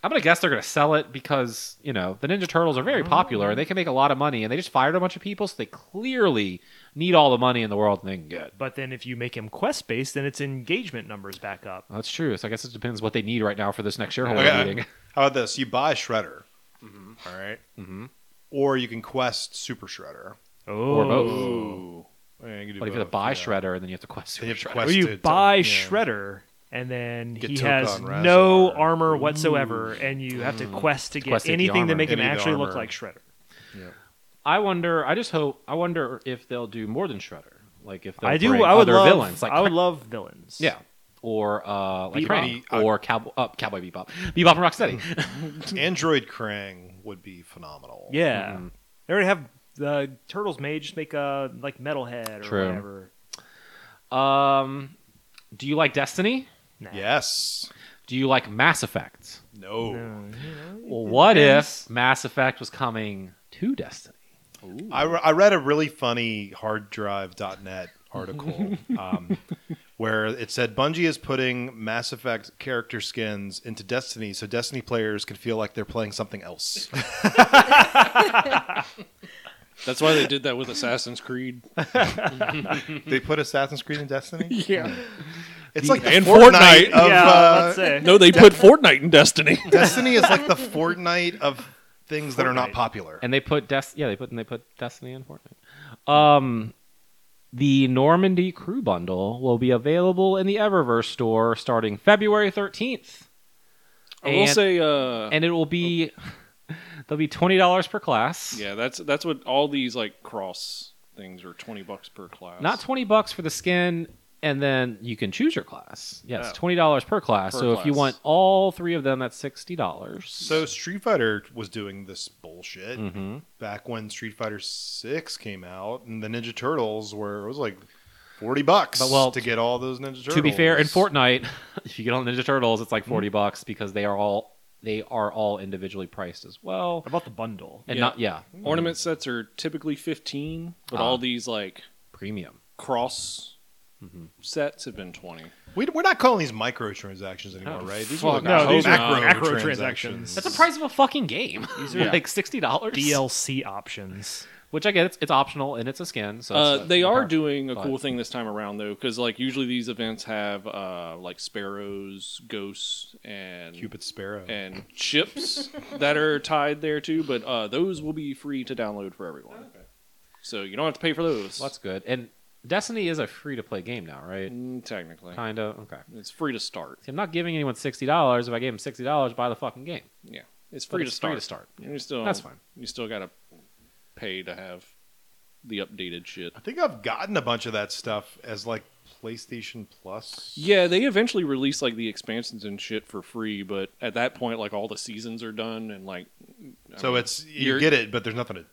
Speaker 1: I'm gonna guess they're gonna sell it because you know the Ninja Turtles are very popular and they can make a lot of money, and they just fired a bunch of people, so they clearly need all the money in the world they can get.
Speaker 5: But then, if you make him quest based, then its engagement numbers back up.
Speaker 1: That's true. So I guess it depends what they need right now for this next shareholder
Speaker 3: Okay.
Speaker 1: meeting. [laughs]
Speaker 3: How about this? You buy Shredder, all right? or you can quest Super Shredder.
Speaker 5: Oh,
Speaker 1: both.
Speaker 3: Ooh, Yeah, you can do
Speaker 1: But if you have to
Speaker 3: both,
Speaker 1: buy
Speaker 3: yeah.
Speaker 1: Shredder and then you have to quest
Speaker 3: Then you
Speaker 1: Super
Speaker 3: have to
Speaker 1: Shredder.
Speaker 5: or
Speaker 3: quest
Speaker 5: you
Speaker 3: it,
Speaker 5: buy
Speaker 3: yeah.
Speaker 5: Shredder, and then
Speaker 3: Get
Speaker 5: he
Speaker 3: Took
Speaker 5: has
Speaker 3: on Razor.
Speaker 5: no armor whatsoever, and you have to quest to get
Speaker 1: Mm. Quest to get the
Speaker 5: anything to
Speaker 1: armor.
Speaker 5: make him
Speaker 3: Any of the
Speaker 5: actually look
Speaker 3: armor.
Speaker 5: like Shredder.
Speaker 1: I wonder. I just hope. I wonder if they'll do more than Shredder. Like if they'll
Speaker 5: I do.
Speaker 1: bring
Speaker 5: I would
Speaker 1: other
Speaker 5: love
Speaker 1: villains. Like
Speaker 5: I would
Speaker 1: Crank-
Speaker 5: love villains.
Speaker 1: yeah. Or uh, like
Speaker 3: Bebop.
Speaker 1: Crank,
Speaker 3: Be- uh,
Speaker 1: or Cowboy, uh, Cowboy Bebop, Bebop and Rocksteady.
Speaker 5: [laughs]
Speaker 3: Android Krang would be phenomenal.
Speaker 5: yeah.
Speaker 1: Mm-hmm.
Speaker 5: They already have the turtles made. Just make a like metalhead or
Speaker 1: True.
Speaker 5: whatever.
Speaker 1: um, do you like Destiny?
Speaker 5: Nah.
Speaker 3: Yes.
Speaker 1: Do you like Mass Effect?
Speaker 3: No.
Speaker 5: No. Mm,
Speaker 1: Well, what
Speaker 5: Depends.
Speaker 1: if Mass Effect was coming to Destiny?
Speaker 3: I, re- I read a really funny harddrive.net article um, where it said Bungie is putting Mass Effect character skins into Destiny so Destiny players can feel like they're playing something else.
Speaker 4: That's why they did that with Assassin's Creed.
Speaker 3: they put Assassin's Creed in
Speaker 5: [laughs]
Speaker 3: Destiny?
Speaker 4: Yeah.
Speaker 3: It's like the
Speaker 4: And
Speaker 3: Fortnite,
Speaker 4: Fortnite.
Speaker 3: of.
Speaker 5: yeah,
Speaker 3: uh,
Speaker 5: [laughs] let's say.
Speaker 4: No, they put Fortnite in Destiny.
Speaker 3: Destiny is like the Fortnite of things that are not
Speaker 5: Fortnite.
Speaker 3: popular.
Speaker 1: And they put Des- yeah, they put and they put Destiny in Fortnite. Um, the Normandy Crew Bundle will be available in the Eververse store starting February thirteenth,
Speaker 4: [laughs] I will
Speaker 1: And-
Speaker 4: say, uh,
Speaker 1: and it will be [laughs] they'll be twenty dollars per class.
Speaker 4: yeah, that's that's what all these like cross things are twenty bucks per class.
Speaker 1: not twenty bucks for the skin, and then you can choose your class. Yes,
Speaker 4: Oh.
Speaker 1: twenty dollars per class.
Speaker 4: Per
Speaker 1: so if you
Speaker 4: class.
Speaker 1: want all three of them, that's sixty dollars.
Speaker 3: So Street Fighter was doing this bullshit
Speaker 1: Mhm.
Speaker 3: back when Street Fighter Six came out, and the Ninja Turtles were it was like forty bucks
Speaker 1: But, well,
Speaker 3: to get all those Ninja Turtles.
Speaker 1: To be fair, in Fortnite, [laughs] if you get on Ninja Turtles, it's like
Speaker 4: Mm-hmm.
Speaker 1: 40 bucks because they are all they are all individually priced as well.
Speaker 5: What about the bundle?
Speaker 1: And
Speaker 4: Yeah.
Speaker 1: not yeah,
Speaker 4: ornament sets are typically fifteen, but
Speaker 1: Ah.
Speaker 4: all these like
Speaker 1: premium.
Speaker 4: cross
Speaker 1: Mm-hmm.
Speaker 4: sets have been twenty.
Speaker 3: we, we're not calling these microtransactions anymore,
Speaker 1: Oh,
Speaker 3: right? These
Speaker 1: fuck
Speaker 3: are
Speaker 1: no,
Speaker 3: no,
Speaker 1: these
Speaker 5: are
Speaker 3: macro,
Speaker 5: macro transactions.
Speaker 3: transactions.
Speaker 1: That's the price of a fucking game.
Speaker 4: Mm.
Speaker 1: [laughs]
Speaker 4: are-
Speaker 1: like sixty dollars.
Speaker 5: DLC options.
Speaker 1: Which I get it's, it's optional and it's a skin. So it's
Speaker 4: Uh,
Speaker 1: a-
Speaker 4: they are
Speaker 1: okay.
Speaker 4: doing a
Speaker 1: Go
Speaker 4: cool
Speaker 1: ahead.
Speaker 4: thing this time around though, because like usually these events have uh, like sparrows, ghosts, and
Speaker 3: Cupid Sparrow.
Speaker 4: and chips that are tied there too. But uh, those will be free to download for everyone. So you don't have to pay for those.
Speaker 1: Well, that's good. And Destiny is a free to play game now, right?
Speaker 4: Mm, technically,
Speaker 1: Kinda. Okay.
Speaker 4: it's free to start.
Speaker 1: See, I'm not giving anyone sixty dollars. If I gave them sixty dollars, buy the fucking game.
Speaker 4: Yeah, it's
Speaker 1: But
Speaker 4: free to
Speaker 1: it's
Speaker 4: start.
Speaker 1: free to start.
Speaker 4: You still
Speaker 1: That's fine.
Speaker 4: You still gotta pay to have the updated shit.
Speaker 3: I think I've gotten a bunch of that stuff as like PlayStation Plus.
Speaker 4: Yeah, they eventually release like the expansions and shit for free, but at that point, like all the seasons are done and like
Speaker 3: So it's you
Speaker 4: You're-
Speaker 3: get it, but there's nothing to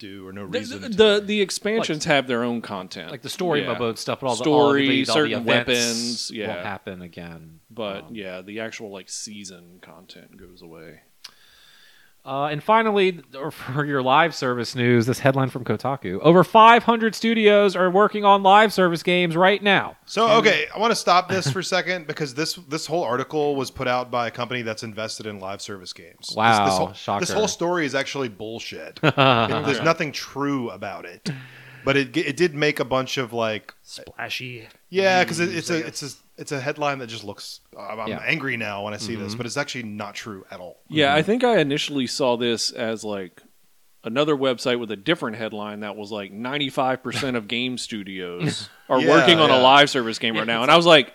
Speaker 3: do or no
Speaker 4: the
Speaker 3: reason. to-
Speaker 4: the, the, expansions have their own content,
Speaker 1: Like the story
Speaker 4: Yeah.
Speaker 1: mode stuff, but all the
Speaker 4: Story,
Speaker 1: all the, all
Speaker 4: certain
Speaker 1: the events
Speaker 4: weapons, yeah.
Speaker 1: won't happen again.
Speaker 4: But
Speaker 1: Um,
Speaker 4: yeah, the actual like season content goes away.
Speaker 1: Uh, and finally, or for your live service news, this headline from Kotaku: Over 500 studios are working on live service games right now.
Speaker 3: So okay, I want to stop this for a [laughs] second because this this whole article was put out by a company that's invested in live service games. This-
Speaker 1: Wow,
Speaker 3: this, whole,
Speaker 1: shocker.
Speaker 3: This whole story is
Speaker 1: [laughs]
Speaker 3: actually bullshit. It- There's nothing true about it, but it it did make a bunch of like
Speaker 5: Splashy.
Speaker 3: yeah, because it, it's a it's a it's a headline that just looks. I'm, I'm
Speaker 1: Yeah. Mm-hmm.
Speaker 3: angry now when I see this, but it's actually not true at all.
Speaker 4: Yeah,
Speaker 5: Um,
Speaker 4: I think I initially saw this as like another website with a different headline that was like 95% of game studios are
Speaker 3: Yeah,
Speaker 5: [laughs]
Speaker 4: working on
Speaker 3: yeah.
Speaker 4: a live service game right now. And I was like,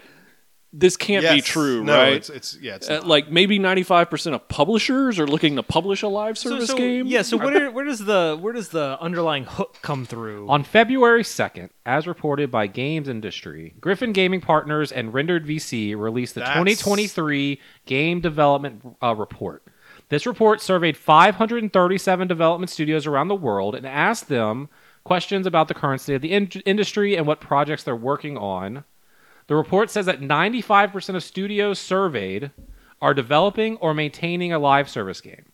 Speaker 4: this can't be
Speaker 3: Yes.
Speaker 4: true,
Speaker 3: no,
Speaker 4: right?
Speaker 3: It's, it's yeah, it's
Speaker 4: Uh,
Speaker 3: not.
Speaker 4: like maybe 95% of publishers are looking to publish a live
Speaker 5: So-
Speaker 4: service
Speaker 5: so-
Speaker 4: game.
Speaker 5: Yeah. So where where does the where does the underlying hook come through?
Speaker 1: On February 2nd, as reported by Games Industry, Griffin Gaming Partners and Rendered VC released the
Speaker 3: That's-
Speaker 1: 2023 Game Development uh, Report. This report surveyed 537 development studios around the world and asked them questions about the current state of the in- industry and what projects they're working on. The report says that 95% of studios surveyed are developing or maintaining a live service game.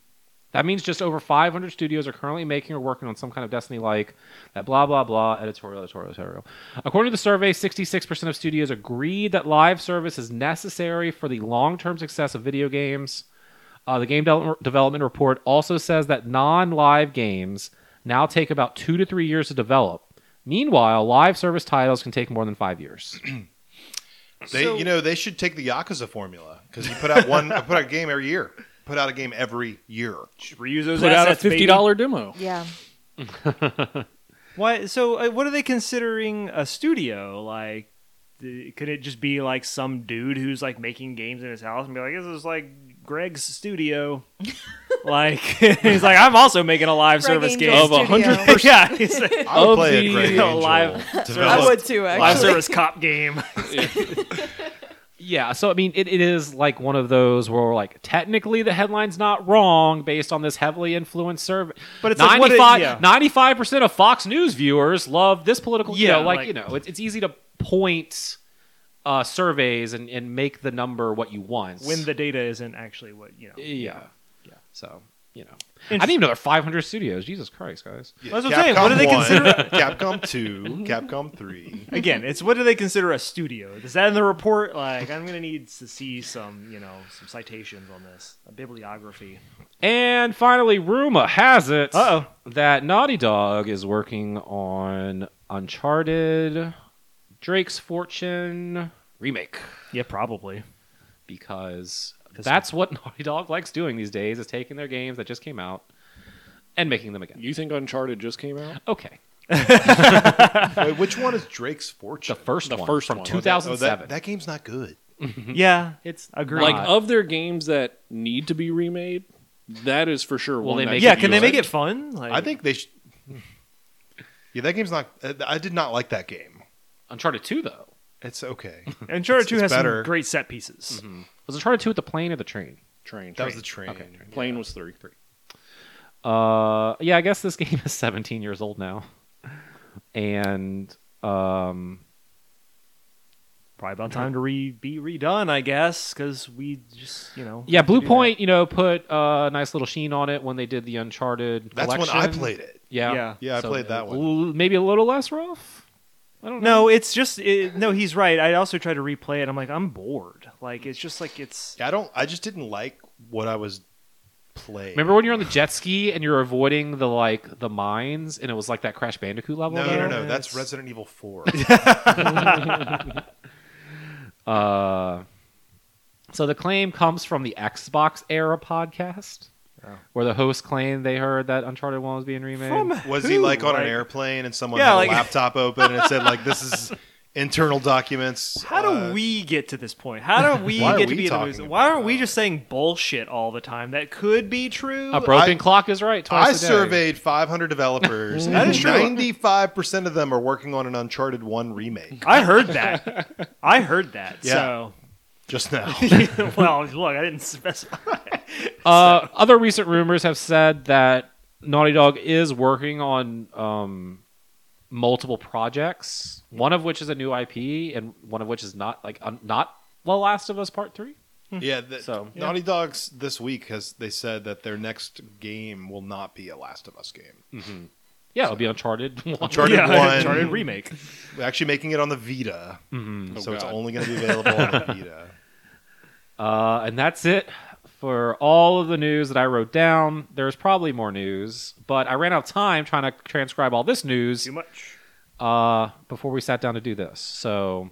Speaker 1: That means just over 500 studios are currently making or working on some kind of Destiny like that blah, blah, blah, editorial, editorial, editorial. According to the survey, 66% of studios agreed that live service is necessary for the long term success of video games. Uh, the game Del- development report also says that non live games now take about two to three years to develop. Meanwhile, live service titles can take more than five years.
Speaker 3: They,
Speaker 5: So-
Speaker 3: you know, they should take the Yakuza formula because you put out
Speaker 4: [laughs]
Speaker 3: one, put out a game every year, put out a game every year.
Speaker 5: Reuse those
Speaker 4: Put out a
Speaker 5: assets,
Speaker 4: $50
Speaker 5: baby.
Speaker 4: demo.
Speaker 2: Yeah.
Speaker 5: Why? So uh, what are they considering a studio like? th- Could it just be like some dude who's like making games in his house and be like, "This is like Greg's
Speaker 4: [laughs]
Speaker 5: studio." like [laughs] he's like, "I'm also making a live
Speaker 2: Greg
Speaker 5: service
Speaker 2: Angel
Speaker 5: game
Speaker 4: Of a
Speaker 2: Studio.
Speaker 5: [laughs]
Speaker 4: hundred
Speaker 5: yeah, he's
Speaker 4: [laughs]
Speaker 5: like,
Speaker 3: I would
Speaker 4: Of
Speaker 3: play
Speaker 4: the-
Speaker 3: a Greg Angel
Speaker 5: live-
Speaker 3: developed-
Speaker 2: I would too,
Speaker 5: live
Speaker 2: actually.
Speaker 5: service cop game.
Speaker 1: Yeah, so I mean, it, it is like one of those where we're like, technically the headline's not wrong based on this heavily influenced survey.
Speaker 5: But it's like, what it- yeah.
Speaker 1: 95 percent of Fox News viewers love this political. Yeah,
Speaker 5: Yeah,
Speaker 1: like,
Speaker 5: like-
Speaker 1: you know, it's, it's easy to point uh, surveys and, and make the number what you want.
Speaker 5: when the data isn't actually what you know.
Speaker 1: yeah, yeah. So you know, I
Speaker 5: Interesting.
Speaker 1: didn't even know there are 500 studios. Jesus Christ, guys.
Speaker 3: Yeah,
Speaker 5: That's what I'm saying. What do they
Speaker 3: Capcom [laughs] 1, Capcom two, Capcom three.
Speaker 5: Again, it's what do they consider a studio? Is that in the report? Like, I'm gonna need to see some, you know, some citations on this, a bibliography.
Speaker 1: And finally, rumor has it
Speaker 5: Uh-oh.
Speaker 1: that Naughty Dog is working on Uncharted, Drake's Fortune remake
Speaker 5: Yeah, probably.
Speaker 1: because
Speaker 5: This
Speaker 1: that's what [laughs] Naughty Dog likes doing these days is taking their games that just came out and making them again.
Speaker 4: You think Uncharted just came out?
Speaker 1: Okay,
Speaker 3: Wait, which one is Drake's fortune?
Speaker 1: the first
Speaker 4: The
Speaker 1: one
Speaker 4: first
Speaker 1: from
Speaker 4: one. Oh, that- oh,
Speaker 3: Oh,
Speaker 1: 2007.
Speaker 3: that, that game's not good. Mm-hmm.
Speaker 5: Yeah,
Speaker 1: it's
Speaker 5: agreed.
Speaker 4: Like of their games that need to be remade, that is for sure
Speaker 1: Will
Speaker 4: one.
Speaker 1: they
Speaker 4: that
Speaker 1: make
Speaker 5: yeah,
Speaker 1: it
Speaker 5: can they
Speaker 1: good.
Speaker 5: make it fun? Like,
Speaker 3: I think they should. Yeah, that game's not. uh, I did not like that game.
Speaker 1: Uncharted 2 though.
Speaker 3: It's
Speaker 1: [laughs]
Speaker 3: okay.
Speaker 5: Uncharted
Speaker 3: it's-
Speaker 5: Two
Speaker 3: it's
Speaker 5: has
Speaker 3: better. Mm-hmm.
Speaker 5: some great set pieces.
Speaker 1: Was Uncharted 2 with the plane or the train?
Speaker 4: train.
Speaker 3: That was the train.
Speaker 1: Okay, train.
Speaker 4: Plane was three.
Speaker 1: Uh, yeah, I guess this [laughs] game is 17 years old now, and um,
Speaker 5: Probably about
Speaker 3: Mm-hmm.
Speaker 5: time to re- be redone, I guess, because we just, you know.
Speaker 1: Yeah,
Speaker 5: have to
Speaker 1: Blue
Speaker 5: do
Speaker 1: Point, you know, put uh, a nice little sheen on it when they did the Uncharted.
Speaker 3: That's
Speaker 1: collection.
Speaker 3: when I played it.
Speaker 1: Yeah,
Speaker 5: Yeah.
Speaker 3: Yeah, I played that one.
Speaker 1: l- maybe a little less rough. I don't know.
Speaker 5: No, it's just it, no. He's right. I also tried to replay it. I'm like, I'm bored. Like it's just like it's.
Speaker 3: Yeah, I don't. I just didn't like what I was playing.
Speaker 1: Remember when you're on the jet ski and you're avoiding the like the mines, and it was like that Crash Bandicoot level?
Speaker 3: No, no, no, no.
Speaker 5: Yeah,
Speaker 3: That's
Speaker 5: it's-
Speaker 3: Resident
Speaker 1: [laughs]
Speaker 3: Evil Four.
Speaker 1: no. Uh, so the claim comes from the Xbox era podcast,
Speaker 5: Oh.
Speaker 1: where the host claimed they heard that Uncharted One was being remade.
Speaker 3: Was he
Speaker 5: Who?
Speaker 3: like on an
Speaker 5: Like-
Speaker 3: airplane and someone
Speaker 5: Yeah,
Speaker 3: had
Speaker 5: like-
Speaker 3: a laptop open and it said like this
Speaker 5: [laughs]
Speaker 3: is internal documents?
Speaker 5: How do
Speaker 3: uh,
Speaker 5: we get to this point? How do
Speaker 3: [laughs]
Speaker 5: we
Speaker 3: Why are
Speaker 5: get to
Speaker 3: we
Speaker 5: be in the
Speaker 3: talking
Speaker 5: movies?
Speaker 3: about
Speaker 5: Why aren't we
Speaker 3: that?
Speaker 5: just saying bullshit all the time? That could be true.
Speaker 1: a broken
Speaker 3: I-
Speaker 1: clock is right. Twice
Speaker 3: I
Speaker 1: a day.
Speaker 3: surveyed 500
Speaker 5: [laughs]
Speaker 3: developers.
Speaker 5: That
Speaker 3: and
Speaker 5: is true.
Speaker 3: 95% of them are working on an Uncharted 1 remake
Speaker 5: I
Speaker 1: [laughs]
Speaker 5: heard that. I heard that.
Speaker 3: Yeah. just
Speaker 5: [laughs]
Speaker 3: now.
Speaker 5: So, well, look, I didn't specify.
Speaker 1: Uh, other recent rumors have said that Naughty Dog is working on um, multiple projects, one of which is a new IP, and one of which is not like un- not The Last of Us Part Three.
Speaker 3: [laughs] yeah, the,
Speaker 1: So-
Speaker 3: Naughty Dog's this week has they said that their next game will not be a Last of Us
Speaker 5: [laughs]
Speaker 3: game.
Speaker 1: Yeah, it'll be Uncharted. [laughs] one.
Speaker 3: Uncharted
Speaker 5: yeah,
Speaker 3: 1.
Speaker 5: Uncharted Mm-hmm. remake.
Speaker 3: We're actually making it on the Vita.
Speaker 1: Mhm.
Speaker 5: Oh,
Speaker 3: so it's
Speaker 4: God.
Speaker 3: only going to be available on
Speaker 5: [laughs]
Speaker 3: the Vita.
Speaker 1: Uh, and that's it for all of the news that I wrote down. There's probably more news, but I ran out of time trying to transcribe all this news.
Speaker 5: Too much.
Speaker 1: uh, before we sat down to do this. So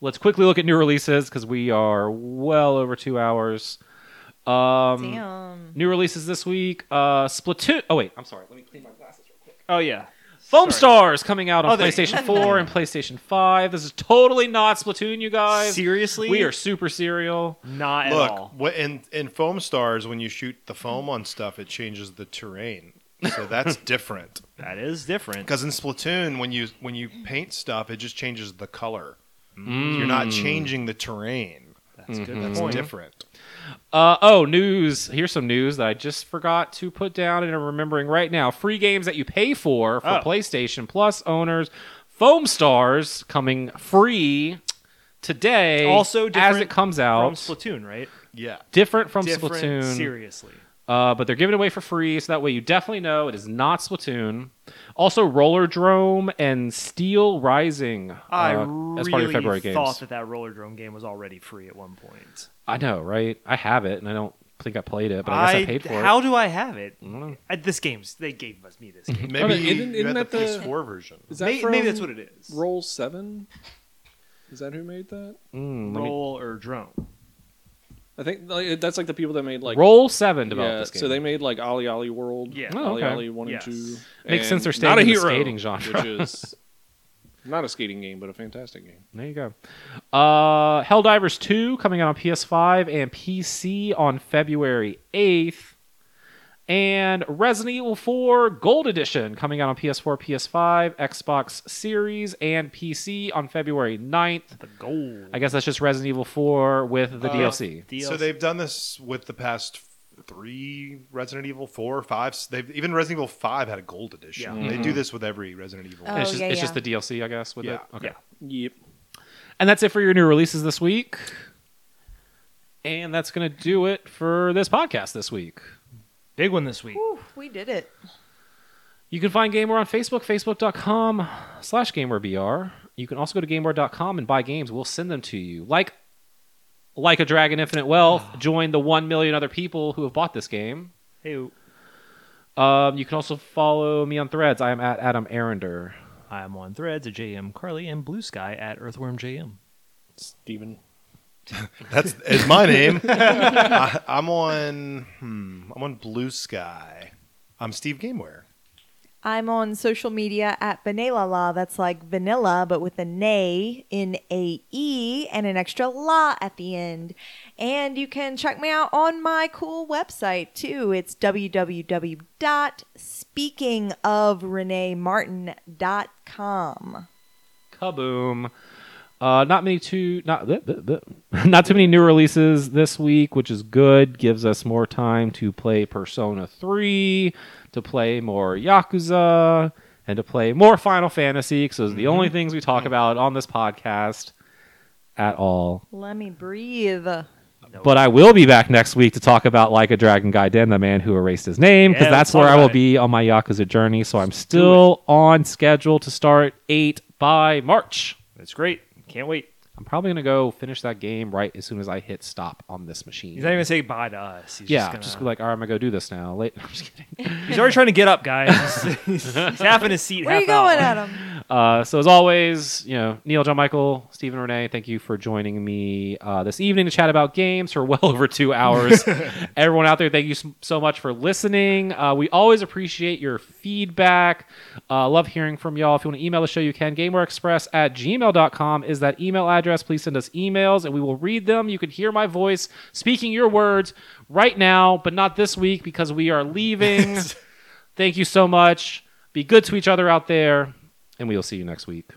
Speaker 1: let's quickly look at new releases because we are well over two hours. Um,
Speaker 2: Damn.
Speaker 1: new releases this week uh, Splatoon. Oh, wait, I'm sorry. Let me clean my glasses real quick.
Speaker 5: Oh yeah.
Speaker 1: Foam Star is coming out on
Speaker 5: Oh, there-
Speaker 1: PlayStation 4 and PlayStation 5. This is totally not Splatoon, you guys.
Speaker 5: Seriously?
Speaker 1: We are super serial.
Speaker 5: Not at
Speaker 3: Look,
Speaker 5: all.
Speaker 3: wh- in in foam stars, when you shoot the foam on stuff, it changes the terrain. So that's different.
Speaker 5: That is different.
Speaker 3: Because in Splatoon, when you when you paint stuff, it just changes the color. You're not changing the terrain.
Speaker 5: That's a good.
Speaker 1: Mm-hmm.
Speaker 3: That's
Speaker 5: Mm. point.
Speaker 3: different.
Speaker 1: Uh, oh, news. Here's some news that I just forgot to put down and I'm remembering right now. Free games that you pay for for
Speaker 5: Oh.
Speaker 1: PlayStation Plus owners. Foam Stars coming free today.
Speaker 5: Also different
Speaker 1: as it comes
Speaker 5: From
Speaker 1: out.
Speaker 5: Splatoon, right?
Speaker 3: Yeah.
Speaker 1: different from
Speaker 5: different.
Speaker 1: Splatoon.
Speaker 5: Seriously.
Speaker 1: Uh, but they're giving it away for free, so that way you definitely know it is not Splatoon. Also, Roller Drome and Steel Rising
Speaker 5: I
Speaker 1: uh,
Speaker 5: really
Speaker 1: as part of your February
Speaker 5: thought
Speaker 1: games.
Speaker 5: that that roller drone game was already free at one point.
Speaker 1: I know, right? I have it, and I don't think I played it, but I, guess I paid for
Speaker 5: how
Speaker 1: it.
Speaker 5: do I have it?
Speaker 1: know. Mhm.
Speaker 5: Uh, This game's they gave us me this game.
Speaker 3: Maybe
Speaker 4: Okay, isn't-
Speaker 3: you
Speaker 4: isn't
Speaker 3: had
Speaker 4: that
Speaker 3: the,
Speaker 4: the-
Speaker 3: PS4 version.
Speaker 4: Is
Speaker 5: May- maybe that's what it is.
Speaker 4: Roll Seven. Is that who made that?
Speaker 1: Mm, let me-
Speaker 5: roll or drone.
Speaker 4: I think like, that's like the people that made like
Speaker 1: Roll Seven
Speaker 4: Yeah,
Speaker 1: developed this game.
Speaker 4: so they made like Ali Ali World.
Speaker 5: Yeah.
Speaker 1: Oh,
Speaker 4: Ali
Speaker 1: okay.
Speaker 4: Ali One
Speaker 5: Yes.
Speaker 4: and Two.
Speaker 1: Makes
Speaker 4: and
Speaker 1: sense they're staying
Speaker 4: not a
Speaker 1: in the
Speaker 4: hero,
Speaker 1: skating genre.
Speaker 4: which
Speaker 1: [laughs]
Speaker 4: is not a skating game, but a fantastic game.
Speaker 1: there you go. Uh, Helldivers Two coming out on PS5 and PC on February eighth. And Resident Evil 4 Gold Edition coming out on PS4, PS5, Xbox Series, and PC on February 9th.
Speaker 5: The goal.
Speaker 1: I guess that's just Resident Evil 4 with the
Speaker 2: Uh,
Speaker 1: DLC.
Speaker 5: DLC.
Speaker 3: So they've done this with the past three Resident Evil four or five. They've even Resident Evil five had a gold edition.
Speaker 5: Yeah.
Speaker 3: They do this with every Resident Evil.
Speaker 2: Oh,
Speaker 1: And it's just,
Speaker 2: yeah,
Speaker 1: it's
Speaker 2: yeah.
Speaker 1: just the DLC, I guess, with
Speaker 3: Yeah.
Speaker 1: it. Okay.
Speaker 5: Yeah.
Speaker 4: Yep.
Speaker 1: And that's it for your new releases this week. And that's going to do it for this podcast this week.
Speaker 5: big one this week.
Speaker 2: Whew, we did it.
Speaker 1: You can find Gamer on Facebook, facebook.com slash GamerBR. You can also go to GameWare.com and buy games. We'll send them to you. Like like a Dragon Infinite Wealth, join the 1 million other people who have bought this game.
Speaker 5: Hey,
Speaker 1: Um, you can also follow me on threads. I am at Adam Arender.
Speaker 5: I'm on Threads, a JM Carly, and Blue Sky at Earthworm JM.
Speaker 4: Steven.
Speaker 3: That's is my name. [laughs] I, I'm on. Hmm, I'm on Blue Sky. I'm Steve Gameware.
Speaker 2: I'm on social media at Vanilla Law. That's like vanilla, but with an A in A E and an extra la at the end. And you can check me out on my cool website too. It's www.speakingofreneemartin.com.
Speaker 1: Kaboom. Uh, not many too not bleh, bleh, bleh. [laughs] not too many new releases this week, which is good. Gives us more time to play Persona Three, to play more Yakuza, and to play more Final Fantasy. Because those are the only things we talk about on this podcast at all.
Speaker 2: Let me breathe.
Speaker 1: But I will be back next week to talk about like a Dragon Gaiden, the man who erased his name, because
Speaker 5: Yeah, let's
Speaker 1: that's
Speaker 5: talk
Speaker 1: where I will
Speaker 5: about it.
Speaker 1: be on my Yakuza journey. So I'm still on schedule to start eight by March.
Speaker 5: That's great. Can't wait.
Speaker 1: I'm probably gonna go finish that game right as soon as I hit stop on this machine.
Speaker 5: He's not even gonna say bye to us. He's
Speaker 1: yeah,
Speaker 5: just, gonna,
Speaker 1: just be like, all right, I'm gonna go do this now. Late. [laughs] I'm just kidding.
Speaker 5: he's already trying to get up, guys. [laughs]
Speaker 1: [laughs]
Speaker 5: he's half in his seat.
Speaker 2: Where are
Speaker 5: half
Speaker 2: you going,
Speaker 5: out.
Speaker 2: Adam?
Speaker 1: Uh, so as always, you know, Neil, John, Michael, Stephen, Renee, thank you for joining me uh, this evening to chat about games for [laughs] well over two hours. Everyone out there, thank you s- so much for listening. Uh, we always appreciate your feedback. Uh, love hearing from y'all. If you want to email the show, you can. GameWareExpress at gmail.com is that email address. Please send us emails and we will read them. You can hear my voice speaking your words right now, but not this week because we are leaving. Thank you so much. Be good to each other out there, and we will see you next week.